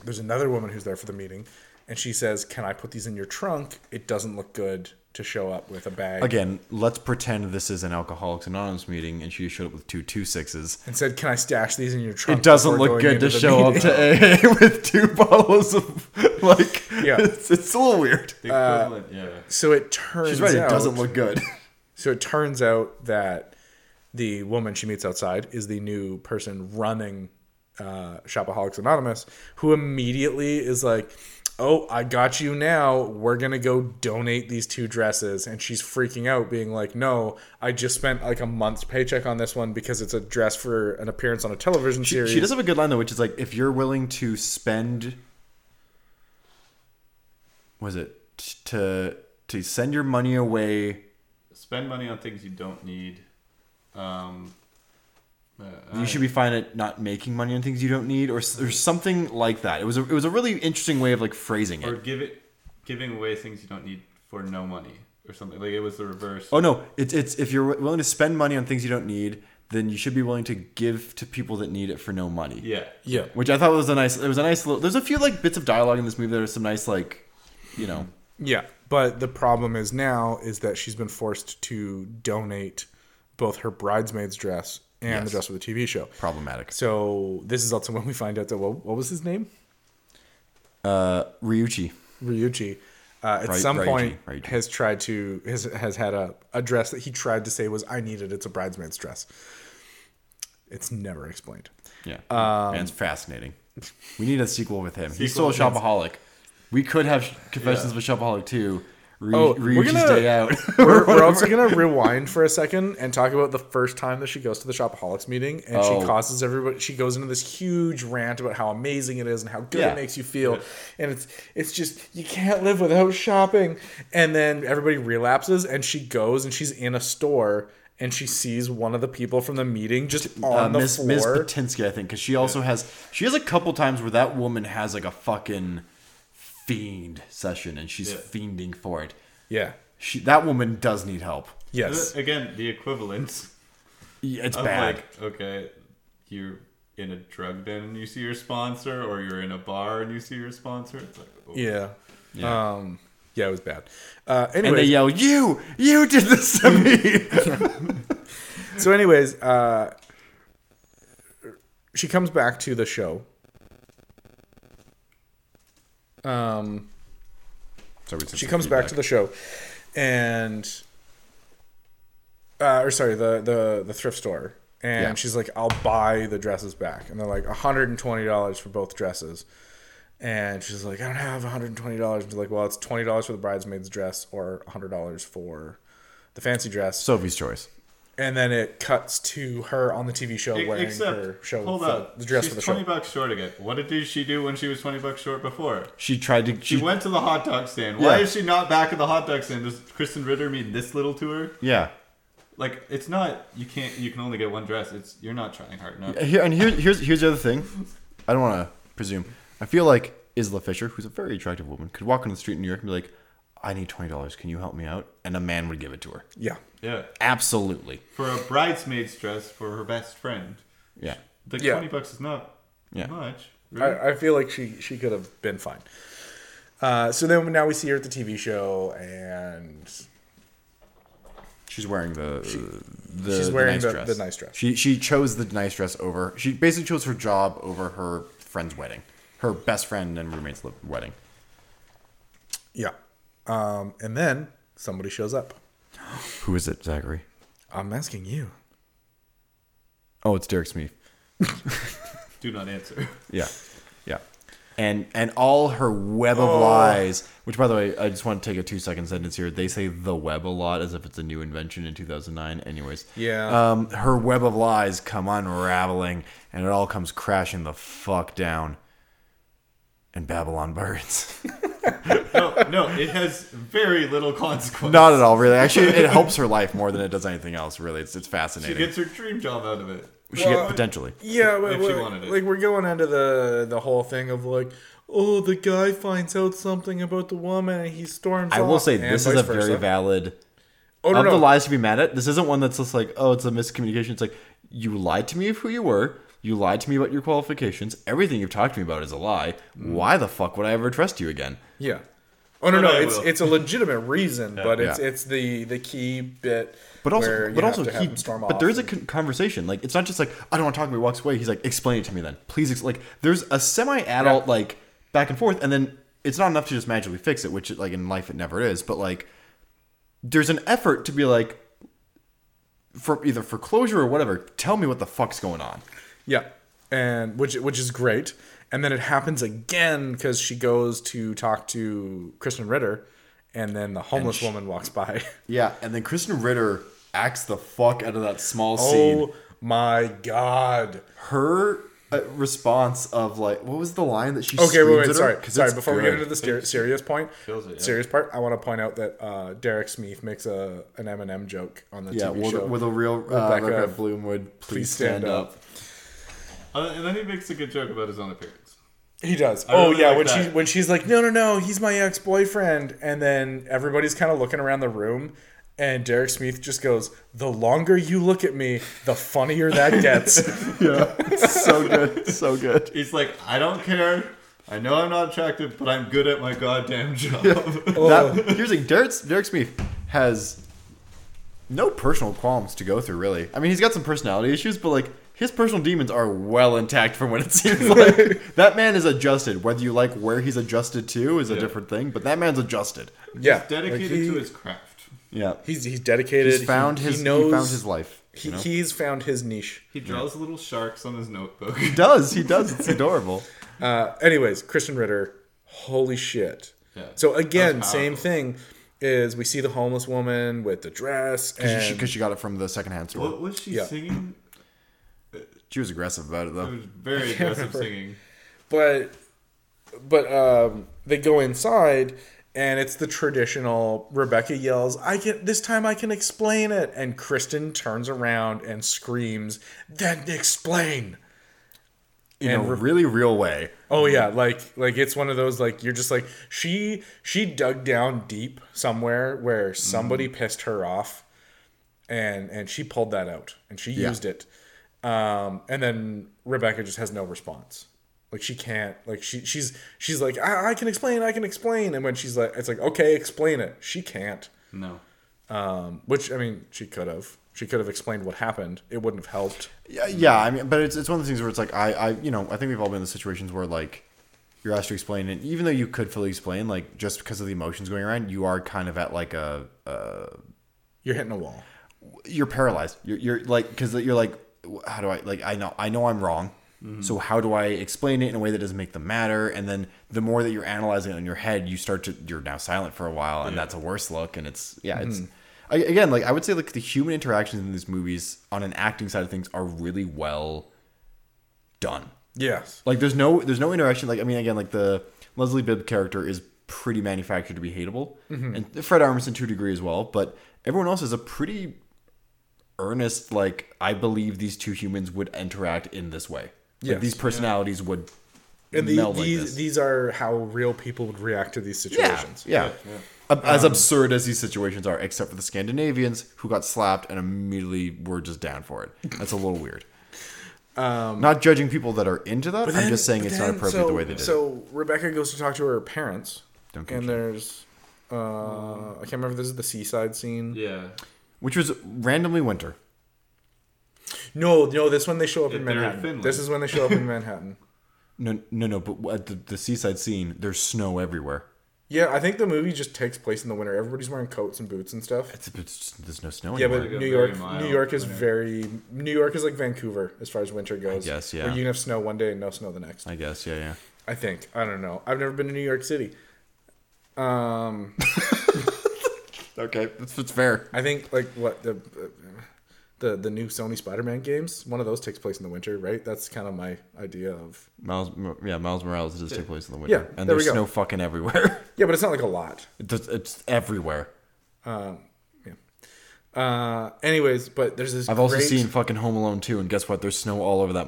Speaker 1: There's another woman who's there for the meeting, and she says, "Can I put these in your trunk? It doesn't look good to show up with a bag."
Speaker 2: Again, let's pretend this is an Alcoholics Anonymous meeting and she showed up with two two sixes.
Speaker 1: And said, "Can I stash these in your trunk?"
Speaker 2: It doesn't
Speaker 1: before
Speaker 2: look
Speaker 1: going
Speaker 2: good to
Speaker 1: into the
Speaker 2: show
Speaker 1: meeting?" (laughs)
Speaker 2: up to AA (laughs) with two bottles of like.
Speaker 1: Yeah.
Speaker 2: it's, it's a little weird.
Speaker 3: The equivalent, yeah.
Speaker 1: So it turns.
Speaker 2: She's right. It
Speaker 1: out-
Speaker 2: doesn't look good.
Speaker 1: So it turns out that the woman she meets outside is the new person running uh, Shopaholics Anonymous, who immediately is like, "Oh, I got you now. We're gonna go donate these two dresses," and she's freaking out, being like, "No, I just spent like a month's paycheck on this one because it's a dress for an appearance on a television series."
Speaker 2: she does have a good line though, which is like, if you're willing to spend, was it t- to to send your money away?
Speaker 3: Spend money on things you don't need. Um, uh,
Speaker 2: You should be fine at not making money on things you don't need, or, s- or something like that. It was a, it was a really interesting way of like phrasing
Speaker 3: or
Speaker 2: it.
Speaker 3: give it, giving away things you don't need for no money or something. Like it was the reverse.
Speaker 2: Oh no, it's it's if you're willing to spend money on things you don't need, then you should be willing to give to people that need it for no money.
Speaker 3: Yeah.
Speaker 1: Yeah.
Speaker 2: Which I thought was a nice. It was a nice little. There's a few like bits of dialogue in this movie that are some nice like, you know.
Speaker 1: Yeah, but the problem is now is that she's been forced to donate both her bridesmaid's dress and the
Speaker 2: Yes.
Speaker 1: dress for the TV show.
Speaker 2: Problematic.
Speaker 1: So this is also (laughs) when we find out that well, what was his name?
Speaker 2: Uh, Ryuchi.
Speaker 1: Ryuji. Uh, at
Speaker 2: Ry-
Speaker 1: some
Speaker 2: Ryuji,
Speaker 1: point,
Speaker 2: Ryuji.
Speaker 1: has tried to has has had a, a dress that he tried to say was I needed. It's a bridesmaid's dress. It's never explained.
Speaker 2: Yeah. Man's fascinating. Um, We need a sequel with him. He's still
Speaker 3: Sequel
Speaker 2: a shopaholic. We could have Confessions of a Shopaholic 2. Ryu,
Speaker 1: Oh, we're
Speaker 2: Ryuji's
Speaker 1: gonna-
Speaker 2: Day (laughs) Out.
Speaker 1: (laughs)
Speaker 2: Uh,
Speaker 1: We're, we're also gonna rewind for a second and talk about the first time that she goes to the shopaholics meeting and
Speaker 2: Oh.
Speaker 1: she causes everybody. She goes into this huge rant about how amazing it is and how good
Speaker 2: Yeah.
Speaker 1: it makes you feel, and it's it's just you can't live without shopping. And then everybody relapses, and she goes and she's in a store and she sees one of the people from the meeting just on
Speaker 2: Uh,
Speaker 1: the
Speaker 2: Miss,
Speaker 1: floor.
Speaker 2: Miss Patinsky, I think, because she also has she has a couple times where that woman has like a fucking fiend session, and she's fiending for it.
Speaker 1: yeah.
Speaker 2: She that woman does need help.
Speaker 3: (laughs)
Speaker 1: Yes.
Speaker 3: Again, the equivalence
Speaker 2: Yeah, It's
Speaker 3: of
Speaker 2: bad.
Speaker 3: like, okay, you're in a drug den and you see your sponsor, or you're in a bar and you see your sponsor. It's like, oh.
Speaker 1: Yeah. Um. Yeah, it was bad. Uh, anyway,
Speaker 2: and they yell, "You, you did (laughs) this to me."
Speaker 1: So, anyways, uh, she comes back to the show. Um, she comes back to the show, and uh, or sorry, the the the thrift store, and
Speaker 2: Yeah.
Speaker 1: she's like, "I'll buy the dresses back," and they're like, hundred and twenty dollars for both dresses." And she's like, I don't have $120. And she's like, well, it's $20 for the bridesmaid's dress or $100 for the fancy dress.
Speaker 2: Sophie's choice.
Speaker 1: And then it cuts to her on the TV show
Speaker 3: E-
Speaker 1: wearing
Speaker 3: Except,
Speaker 1: her show
Speaker 3: hold
Speaker 1: for-
Speaker 3: up,
Speaker 1: the dress
Speaker 3: she's
Speaker 1: for the show.
Speaker 3: twenty bucks short again. What did she do when she was twenty bucks short before?
Speaker 2: She tried to.
Speaker 3: She
Speaker 2: She,
Speaker 3: went to the hot dog stand. Why
Speaker 2: Yeah.
Speaker 3: is she not back at the hot dog stand? Does Kristen Ritter mean this little to her?
Speaker 2: yeah.
Speaker 3: Like, it's not. You can't. You can only get one dress. It's you're not trying hard enough.
Speaker 2: Here and here, here's here's the other thing. I don't want to presume. I feel like Isla Fisher, who's a very attractive woman, could walk on the street in New York and be like, "I need twenty dollars. Can you help me out?" And a man would give it to her.
Speaker 1: Yeah.
Speaker 3: Yeah,
Speaker 2: Absolutely.
Speaker 3: for a bridesmaid's dress for her best friend.
Speaker 2: Yeah.
Speaker 3: Like
Speaker 1: Yeah.
Speaker 3: twenty bucks is not
Speaker 2: Yeah.
Speaker 3: much. Really.
Speaker 1: I, I feel like she, she could have been fine. Uh, so then now we see her at the TV show and
Speaker 2: She's wearing the the,
Speaker 1: she's
Speaker 2: the
Speaker 1: wearing
Speaker 2: nice
Speaker 1: the-
Speaker 2: dress.
Speaker 1: the nice dress.
Speaker 2: She she chose the nice dress over. She basically chose her job over her friend's wedding, her best friend and roommate's li- wedding.
Speaker 1: yeah. Um, and then somebody shows up.
Speaker 2: Who is it, Zachary?
Speaker 1: I'm asking you.
Speaker 2: Oh, it's Derek Smith.
Speaker 3: Do not answer. (laughs)
Speaker 2: Yeah, yeah. And and all her web of lies, which by the way, I just want to take a two second sentence here. They say the web a lot as if it's a new invention in 2009. Anyways,
Speaker 1: Yeah.
Speaker 2: Um, her web of lies come unraveling, and it all comes crashing the fuck down. And Babylon burns.
Speaker 3: No, no, it has very little consequence.
Speaker 2: (laughs) Not at all, really. Actually, it helps her life more than it does anything else. Really, it's it's
Speaker 3: She
Speaker 2: fascinating.
Speaker 3: gets her dream job out of it.
Speaker 2: She
Speaker 1: Well,
Speaker 2: get- potentially.
Speaker 1: Yeah, but
Speaker 3: she
Speaker 1: we're-
Speaker 3: wanted it.
Speaker 1: like we're going into the the whole thing of like, oh, the guy finds out something about the woman and he storms.
Speaker 2: I will
Speaker 1: off,
Speaker 2: say
Speaker 1: and
Speaker 2: this is a
Speaker 1: vice
Speaker 2: very
Speaker 1: versa.
Speaker 2: valid.
Speaker 1: Oh, no,
Speaker 2: of
Speaker 1: no.
Speaker 2: the lies to be mad at, this isn't one that's just like, oh, it's a miscommunication. It's like you lied to me of who you were. You lied to me about your qualifications. Everything you've talked to me about is a lie.
Speaker 1: Mm.
Speaker 2: Why the fuck would I ever trust you again?
Speaker 1: Yeah. Oh no,
Speaker 3: But
Speaker 1: no,
Speaker 3: I
Speaker 1: it's
Speaker 3: will.
Speaker 1: it's a legitimate reason, but it's
Speaker 2: (laughs) Yeah.
Speaker 1: it's the the key bit.
Speaker 2: But also,
Speaker 1: where you
Speaker 2: but
Speaker 1: have
Speaker 2: also,
Speaker 1: to have
Speaker 2: he,
Speaker 1: him storm
Speaker 2: but
Speaker 1: off
Speaker 2: there is a
Speaker 1: and-
Speaker 2: con- conversation. Like, it's not just like I don't want to talk to me. Walks away. He's like, explain it to me then, please. Ex-. Like, there's a semi-adult like back and forth, and then it's not enough to just magically fix it, which like in life it never is. But like, there's an effort to be like, for either for closure or whatever. Tell me what the fuck's going on.
Speaker 1: yeah, and which which is great. And then it happens again because she goes to talk to Kristen Ritter, and then the homeless woman walks by. (laughs)
Speaker 2: Yeah, and then Kristen Ritter acts the fuck out of that small scene.
Speaker 1: oh my god!
Speaker 2: Her uh, response of like, what was the line that she?
Speaker 1: Okay,
Speaker 2: screams
Speaker 1: wait,
Speaker 2: at
Speaker 1: wait,
Speaker 2: her?
Speaker 1: sorry,
Speaker 2: 'Cause
Speaker 1: sorry.
Speaker 2: it's
Speaker 1: Before we
Speaker 2: good.
Speaker 1: get into the
Speaker 2: (laughs)
Speaker 1: ser- serious point,
Speaker 3: Kills it, yeah.
Speaker 1: serious part, I want to point out that uh, Derek Smith makes a an Eminem joke on the
Speaker 2: yeah,
Speaker 1: TV
Speaker 2: with,
Speaker 1: show.
Speaker 2: with a real uh,
Speaker 1: Rebecca,
Speaker 2: Rebecca Bloom would please, stand,
Speaker 1: stand
Speaker 2: up.
Speaker 3: Uh, and then he makes a good joke about his own appearance.
Speaker 1: He does.
Speaker 3: really
Speaker 1: oh yeah,
Speaker 3: like
Speaker 1: when
Speaker 3: that.
Speaker 1: she when she's like, no, no, no, he's my ex boyfriend, and then everybody's kind of looking around the room, And Derek Smith just goes, The longer you look at me, the funnier that
Speaker 3: (laughs)
Speaker 1: gets.
Speaker 2: so good, so good.
Speaker 3: He's like, I don't care. I know I'm not attractive, but I'm good at my goddamn job.
Speaker 2: That, here's the thing, Derek, Derek Smith has no personal qualms to go through, really. I mean, he's got some personality issues, but like his personal demons are well intact from what it (laughs) seems like. that man is adjusted. Whether you like where he's adjusted to is a different thing, but that man's adjusted.
Speaker 1: yeah.
Speaker 3: (laughs) Dedicated
Speaker 1: Like, he-
Speaker 3: to his craft.
Speaker 2: Yeah,
Speaker 1: He's, he's dedicated.
Speaker 2: he's found
Speaker 1: he,
Speaker 2: his
Speaker 1: he
Speaker 2: he,
Speaker 1: knows
Speaker 2: found his life.
Speaker 1: He,
Speaker 2: you know? he,
Speaker 1: He's found his niche.
Speaker 3: He draws little sharks on his notebook.
Speaker 2: does, he does. It's adorable.
Speaker 1: Uh, anyways, Christian Ritter, holy shit.
Speaker 3: Yeah.
Speaker 1: So
Speaker 3: That
Speaker 1: again,
Speaker 3: was
Speaker 1: same
Speaker 3: powerful.
Speaker 1: thing is we see the homeless woman with the dress and
Speaker 2: Because she, (laughs) 'cause she got it from the secondhand store.
Speaker 3: What was she
Speaker 1: Yeah.
Speaker 3: singing?
Speaker 2: She was aggressive about it
Speaker 3: It
Speaker 2: though.
Speaker 3: was very aggressive singing.
Speaker 1: but but um, they go inside and it's the traditional rebecca yells i can this time i can explain it and kristen turns around and screams then explain
Speaker 2: In
Speaker 1: And
Speaker 2: a
Speaker 1: re-
Speaker 2: really real way.
Speaker 1: oh yeah like like it's one of those like you're just like she she dug down deep somewhere where somebody pissed her off and and she pulled that out and she used it um and then rebecca just has no response like she can't like she she's she's like I, I can explain i can explain and when she's like it's like okay explain it she can't
Speaker 3: No.
Speaker 1: um which i mean she could have she could have explained what happened it wouldn't have helped
Speaker 2: Yeah, yeah. I mean, but it's, it's one of the things where it's like I, I, you know, I think we've all been in the situations where like you're asked to explain, and even though you could fully explain, like just because of the emotions going around, you are kind of at like a, uh,
Speaker 1: you're hitting a wall
Speaker 2: you're paralyzed. You're, you're like because you're like, how do I like? I know, I know, I'm wrong. So how do I explain it in a way that doesn't make them matter? And then the more that you're analyzing it in your head, you start to you're now silent for a while, and that's a worse look. And it's yeah, it's I, again like I would say like the human interactions in these movies on an acting side of things are really well done.
Speaker 1: yes
Speaker 2: Like there's no there's no interaction. Like I mean again like the Leslie Bibb character is pretty manufactured to be hateable,
Speaker 1: Mm-hmm.
Speaker 2: and Fred Armisen to a degree as well. But everyone else is a pretty earnest. Like I believe these two humans would interact in this way. Yeah,
Speaker 1: Yes.
Speaker 2: these personalities would
Speaker 1: and the,
Speaker 2: meld
Speaker 1: these
Speaker 2: like this.
Speaker 1: these are how real people would react to these
Speaker 2: yeah,
Speaker 1: situations Um,
Speaker 2: yeah. Ab- As absurd as these situations are, except for the Scandinavians who got slapped and immediately were just down for it. That's a little weird. Not judging people that are into that. I'm
Speaker 1: then-
Speaker 2: just saying
Speaker 1: Um, but
Speaker 2: it's
Speaker 1: then-
Speaker 2: not appropriate
Speaker 1: so,
Speaker 2: the way they did it.
Speaker 1: So Rebecca goes to talk to her parents,
Speaker 2: Don't get
Speaker 1: and
Speaker 2: you.
Speaker 1: there's uh, I can't remember. if This is the seaside scene.
Speaker 3: Yeah.
Speaker 2: which was randomly winter.
Speaker 1: No, no, this one they show up in
Speaker 3: They're in
Speaker 1: Manhattan.
Speaker 3: Finland.
Speaker 1: this is when they show up in Manhattan.
Speaker 2: No, no, no. But at the, the seaside scene, there's snow everywhere.
Speaker 1: Yeah, I think the movie just takes place in the winter. Everybody's wearing coats and boots and stuff.
Speaker 2: It's, it's just- there's no snow
Speaker 1: Yeah,
Speaker 2: anywhere.
Speaker 1: but
Speaker 3: Like a
Speaker 1: New
Speaker 3: very
Speaker 1: York,
Speaker 3: mild
Speaker 1: New York is very New York is like Vancouver as far as winter goes.
Speaker 2: guess, yeah.
Speaker 1: Where you can have snow one day and no snow the next.
Speaker 2: I guess. Yeah, yeah.
Speaker 1: I think. I don't know. I've never been to New York City. Um.
Speaker 2: Okay, that's, that's fair.
Speaker 1: I think like what the the the new Sony Spider-Man games. One of those takes place in the winter, right? That's kind of my idea of.
Speaker 2: Miles, yeah, Miles Morales does take place in the
Speaker 1: Yeah,
Speaker 2: winter.
Speaker 1: there
Speaker 2: and
Speaker 1: we
Speaker 2: there's
Speaker 1: go.
Speaker 2: snow fucking everywhere. (laughs)
Speaker 1: Yeah, but it's not like a lot.
Speaker 2: it's, it's everywhere.
Speaker 1: Uh, anyways, but there's this.
Speaker 2: I've also
Speaker 1: great-
Speaker 2: seen fucking Home Alone too, and guess what? There's snow all over that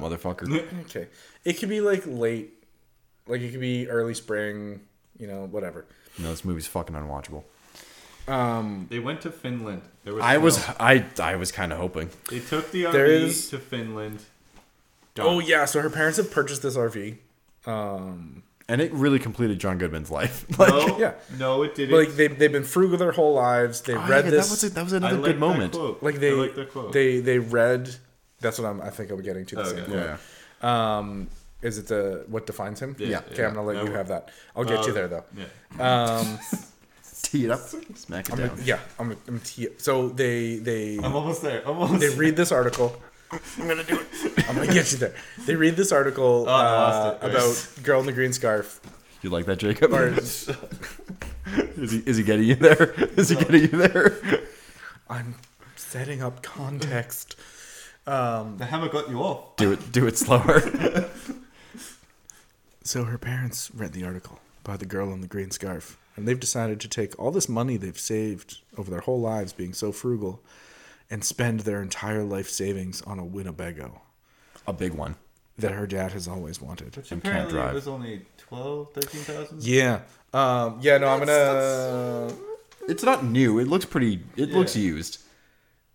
Speaker 1: (laughs)
Speaker 2: motherfucker.
Speaker 1: Okay, it could be like late, like it could be early spring. You know, whatever.
Speaker 2: no, this movie's fucking unwatchable.
Speaker 3: They went to Finland. There was
Speaker 2: I was,
Speaker 3: snow.
Speaker 2: I, I was kind of hoping.
Speaker 3: They took the RV
Speaker 1: There is-
Speaker 3: to Finland.
Speaker 1: Oh yeah, so her parents have purchased this RV.
Speaker 2: And it really completed John Goodman's life. (laughs) Like,
Speaker 1: (laughs)
Speaker 3: No,
Speaker 1: yeah.
Speaker 3: no, it didn't.
Speaker 1: Like they they've been frugal their whole lives. They
Speaker 2: Ah,
Speaker 1: read
Speaker 2: yeah,
Speaker 1: this.
Speaker 2: That was, a, that was
Speaker 3: I
Speaker 2: another
Speaker 3: like
Speaker 2: good moment.
Speaker 3: That quote.
Speaker 1: like they
Speaker 3: I like that quote. Oh,
Speaker 1: they they read. That's what I'm. I think I'm getting to the
Speaker 3: Okay.
Speaker 1: same.
Speaker 3: Yeah.
Speaker 1: point. Um, is it the what defines him?
Speaker 3: Yeah.
Speaker 1: Okay, I'm gonna let
Speaker 3: Yeah.
Speaker 1: you have that. I'll get you
Speaker 3: Uh,
Speaker 1: there
Speaker 3: (laughs)
Speaker 1: though.
Speaker 3: yeah.
Speaker 1: Um,
Speaker 2: Tee it up, smack it down.
Speaker 1: yeah, I'm. I'm t- so they they
Speaker 3: I'm almost there. Almost.
Speaker 1: they read this article. I'm gonna do it. (laughs) I'm gonna get you there. They read this article
Speaker 3: Oh, I
Speaker 1: uh,
Speaker 3: lost it.
Speaker 1: about girl in the green scarf.
Speaker 2: You like that, Jacob? (laughs)
Speaker 1: Or,
Speaker 2: Is he is he getting you there? Is he getting you there?
Speaker 1: I'm setting up context. Um,
Speaker 3: the hammer got you off.
Speaker 2: Do it do it slower.
Speaker 1: So her parents read the article about the girl in the green scarf, and they've decided to take all this money they've saved over their whole lives being so frugal and spend their entire life savings on a Winnebago
Speaker 2: A big one.
Speaker 1: that her dad has always wanted.
Speaker 2: And can't
Speaker 3: Apparently, it
Speaker 2: drive.
Speaker 3: was only 12, 13,000.
Speaker 1: Yeah. Um, yeah, no, I'm going to.
Speaker 2: It's not new. It looks pretty. It looks used.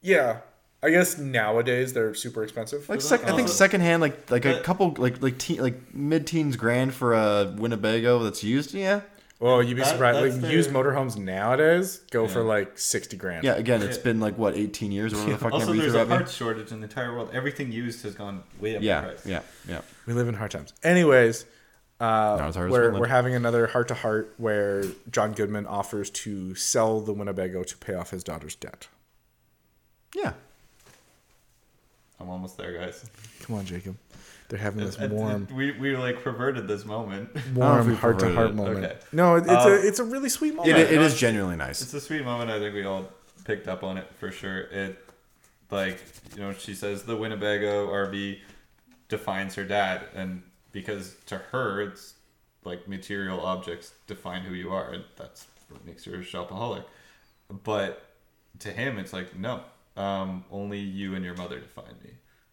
Speaker 1: Yeah. I guess nowadays they're super expensive.
Speaker 2: Like sec- I think secondhand, like like a
Speaker 3: Uh,
Speaker 2: couple, like like teen, like mid-teens grand for a Winnebago that's used. Yeah,
Speaker 1: Well, Oh, you'd be
Speaker 5: That-
Speaker 1: surprised.
Speaker 5: that's
Speaker 1: Like, Used
Speaker 5: their-
Speaker 1: motorhomes nowadays go for like sixty grand.
Speaker 2: yeah. Again, it's been like what eighteen years or whatever the fuck.
Speaker 3: Also,
Speaker 2: number you
Speaker 3: there's
Speaker 2: threw
Speaker 3: a
Speaker 2: at me.
Speaker 3: parts shortage in the entire world. Everything used has gone way up in
Speaker 2: Yeah,
Speaker 3: price.
Speaker 2: yeah, yeah.
Speaker 1: We live in hard times. Anyways, uh,
Speaker 2: Now it's hard as
Speaker 1: we're,
Speaker 2: well.
Speaker 1: we're having another heart to heart where John Goodman offers to sell the Winnebago to pay off his daughter's debt.
Speaker 2: Yeah.
Speaker 3: I'm almost there, guys.
Speaker 1: Come on, Jacob. They're having
Speaker 3: (laughs)
Speaker 1: this
Speaker 3: It- it-
Speaker 1: warm,
Speaker 3: we, we like perverted this moment. (laughs)
Speaker 2: if
Speaker 1: warm
Speaker 2: we
Speaker 1: heart to
Speaker 2: perverted
Speaker 1: heart
Speaker 2: it.
Speaker 1: moment.
Speaker 3: Okay.
Speaker 1: No, it, it's a it's a really sweet
Speaker 2: It,
Speaker 1: moment.
Speaker 2: it is genuinely nice.
Speaker 3: It's a sweet moment. I think we all picked up on it for sure. It, like, you know, she says the Winnebago RV defines her dad, and because to her, it's like material objects define who you are, and that's what makes her a shopaholic. But to him, it's like, no, um, only you and your mother define me.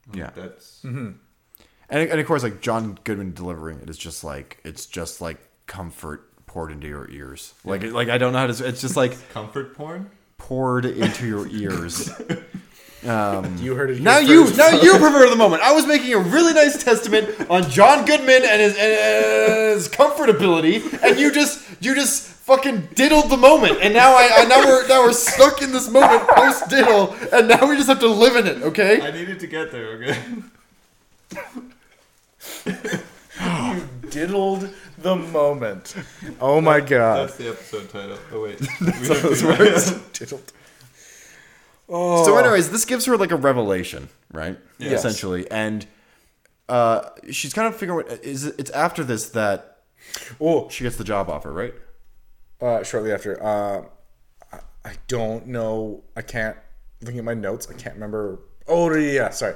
Speaker 3: Like,
Speaker 2: Yeah.
Speaker 3: That's
Speaker 2: And, and of course, like John Goodman delivering it is just like it's just like comfort poured into your ears. Like it- like I don't know how to. s- It's just like
Speaker 3: comfort porn?
Speaker 2: poured into your ears.
Speaker 1: you heard it.
Speaker 2: Now
Speaker 1: here
Speaker 2: you
Speaker 1: first.
Speaker 2: now you pervert of the moment. I was making a really nice testament on John Goodman and his, and his comfortability, and you just you just fucking diddled the moment. And now I, I now we're now we're stuck in this moment post diddle, and now we just have to live in it. Okay.
Speaker 3: I needed to get there, okay?
Speaker 1: diddled the moment. Oh my god.
Speaker 3: That's the episode title. Oh, wait.
Speaker 1: (laughs) diddled.
Speaker 2: So, anyways, this gives her like a revelation, right?
Speaker 1: Yes.
Speaker 2: Essentially, and uh, she's kind of figuring out- is it's after this that
Speaker 1: Oh,
Speaker 2: she gets the job offer, right?
Speaker 1: uh, shortly after. Uh, I, I don't know. I can't. Looking at my notes, I can't remember. Oh yeah, yeah, sorry.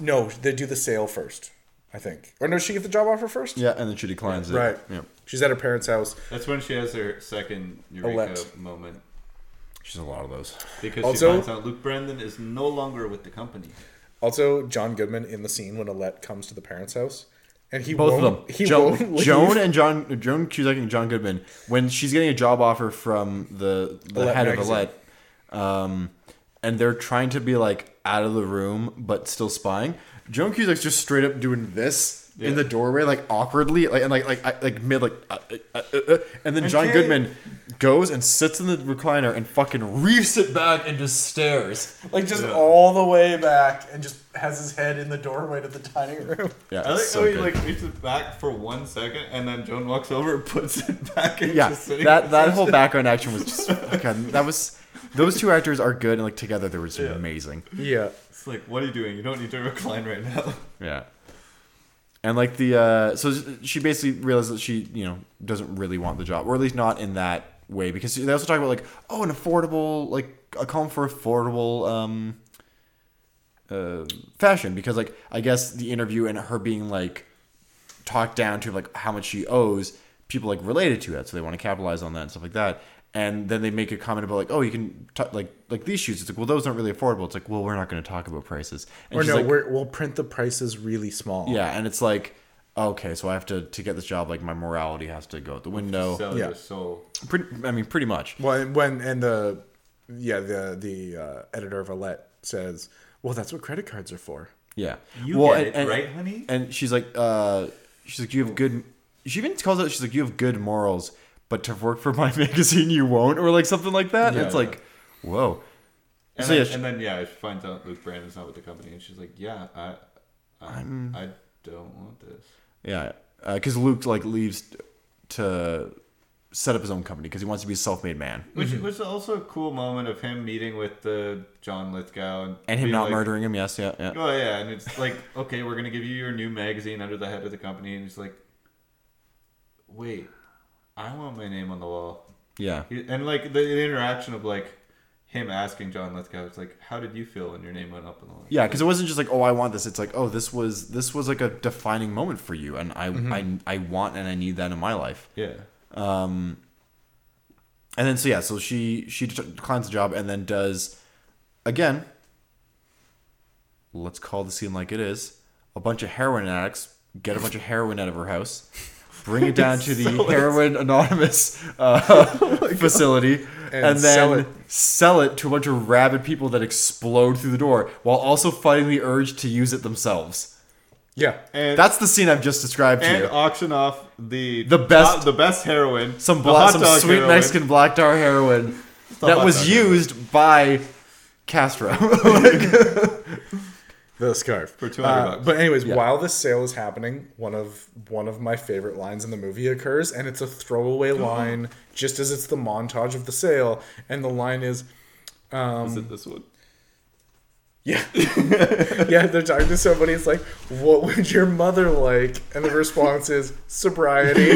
Speaker 1: No, they do the sale first. I think. Or no, she get the job offer first.
Speaker 2: Yeah, and then she declines it.
Speaker 1: Right.
Speaker 2: Yeah.
Speaker 1: She's at her parents' house.
Speaker 3: That's when she has her second Eureka
Speaker 1: Elect.
Speaker 3: moment.
Speaker 2: She's a lot of those.
Speaker 3: Because
Speaker 1: Also-
Speaker 3: she finds out Luke Brandon is no longer with the company.
Speaker 1: Also, John Goodman in the scene when Alette comes to the parents' house, and he
Speaker 2: Both
Speaker 1: won't,
Speaker 2: of them.
Speaker 1: He
Speaker 2: Jo-
Speaker 1: won't leave.
Speaker 2: Joan and John Joan Cusack and John Goodman when she's getting a job offer from the the
Speaker 1: Gillette
Speaker 2: head
Speaker 1: magazine.
Speaker 2: of Gillette, um, and they're trying to be like out of the room but still spying. Joan Cusack's just straight up doing this in the doorway, like awkwardly, like and like like I- like mid like, uh, uh, uh, uh, and then John
Speaker 3: Okay.
Speaker 2: Goodman goes and sits in the recliner and fucking reefs it back and just stares.
Speaker 1: (laughs) like just all the way back, and just has his head in the doorway to the dining room.
Speaker 2: Yeah,
Speaker 3: I like
Speaker 2: it's so
Speaker 3: how he
Speaker 2: good.
Speaker 3: like reaches back for one second and then Joan walks over and (laughs) puts it back (laughs) and
Speaker 2: yeah,
Speaker 3: just sitting
Speaker 2: that that whole background action was just God, that was those two actors are good and like together they were just amazing.
Speaker 1: Yeah.
Speaker 3: It's like, what are you doing? You don't need to recline right now. (laughs)
Speaker 2: Yeah. And like the uh so she basically realizes that she, you know, doesn't really want the job or at least not in that way because they also talk about like oh an affordable like a column for affordable um uh fashion because like I guess the interview and her being like talked down to like how much she owes people like related to that so they want to capitalize on that and stuff like that and then they make a comment about like oh you can t- like like these shoes it's like well those aren't really affordable it's like well we're not going to talk about prices and
Speaker 1: Or
Speaker 2: she's
Speaker 1: no,
Speaker 2: like,
Speaker 1: we're, we'll print the prices really small.
Speaker 2: yeah, and it's like, okay, so I have to to get this job. Like my morality has to go out the window.
Speaker 3: Sell
Speaker 1: Yeah.
Speaker 3: your soul.
Speaker 2: pretty, I mean, pretty much.
Speaker 1: Well, and when and the yeah the the uh, editor of Alette says, well, that's what credit cards are for.
Speaker 2: Yeah.
Speaker 3: You
Speaker 2: well,
Speaker 3: get
Speaker 2: and-
Speaker 3: it,
Speaker 2: and-
Speaker 3: right, honey?
Speaker 2: And she's like, uh, she's like, you have good. She even calls out. She's like, you have good morals, but to work for (laughs) my magazine, you won't, or like something like that. And it's
Speaker 3: Yeah.
Speaker 2: like, whoa.
Speaker 3: And,
Speaker 2: So
Speaker 3: then,
Speaker 2: yeah, she-
Speaker 3: and then yeah, she finds out Luke Brandon's not with the company and she's like, Yeah, I I, I don't want this.
Speaker 2: Yeah, because Luke like leaves to set up his own company because he wants to be a self-made man
Speaker 3: Which was also a cool moment of him meeting with the John Lithgow and,
Speaker 2: and him
Speaker 3: being
Speaker 2: not
Speaker 3: like,
Speaker 2: murdering him. Yes, yeah, yeah.
Speaker 3: Oh yeah, and it's like, okay, we're gonna give you your new magazine under the head of the company, and it's like, wait, I want my name on the wall.
Speaker 2: yeah.
Speaker 3: He- And like the, the interaction of like him asking John Lithgow, it's like, how did you feel when your name went up on the wall?
Speaker 2: Yeah, because it wasn't just like, oh, I want this. It's like, oh, this was this was like a defining moment for you, and I I, I want and I need that in my life.
Speaker 3: yeah,
Speaker 2: And then so yeah, so she she declines the job and then does again. Let's call the scene like it is. A bunch of heroin addicts get a bunch of heroin out of her house. bring (laughs) it down to the heroin anonymous (laughs) uh, facility, and, then
Speaker 1: sell
Speaker 2: sell
Speaker 1: it.
Speaker 2: it. to a bunch of rabid people that explode through the door while also fighting the urge to use it themselves.
Speaker 1: Yeah.
Speaker 5: And,
Speaker 2: That's the scene I've just described to
Speaker 5: and
Speaker 2: you.
Speaker 5: auction off the
Speaker 2: The best-
Speaker 5: the best heroin,
Speaker 2: Some
Speaker 5: the
Speaker 2: bla-
Speaker 5: hot
Speaker 2: some
Speaker 5: dog
Speaker 2: sweet
Speaker 5: heroin.
Speaker 2: Mexican black tar heroin that
Speaker 5: hot
Speaker 2: was
Speaker 5: dog
Speaker 2: used by Castro.
Speaker 1: the scarf for
Speaker 5: 200 bucks.
Speaker 1: But anyways, while this sale is happening, one of one of my favorite lines in the movie occurs, and it's a (gasps) throwaway line, just as it's the montage of the sale, and the line is,
Speaker 3: Is it this one?
Speaker 1: yeah, yeah. They're talking to somebody. It's like, what would your mother like? And the response is sobriety.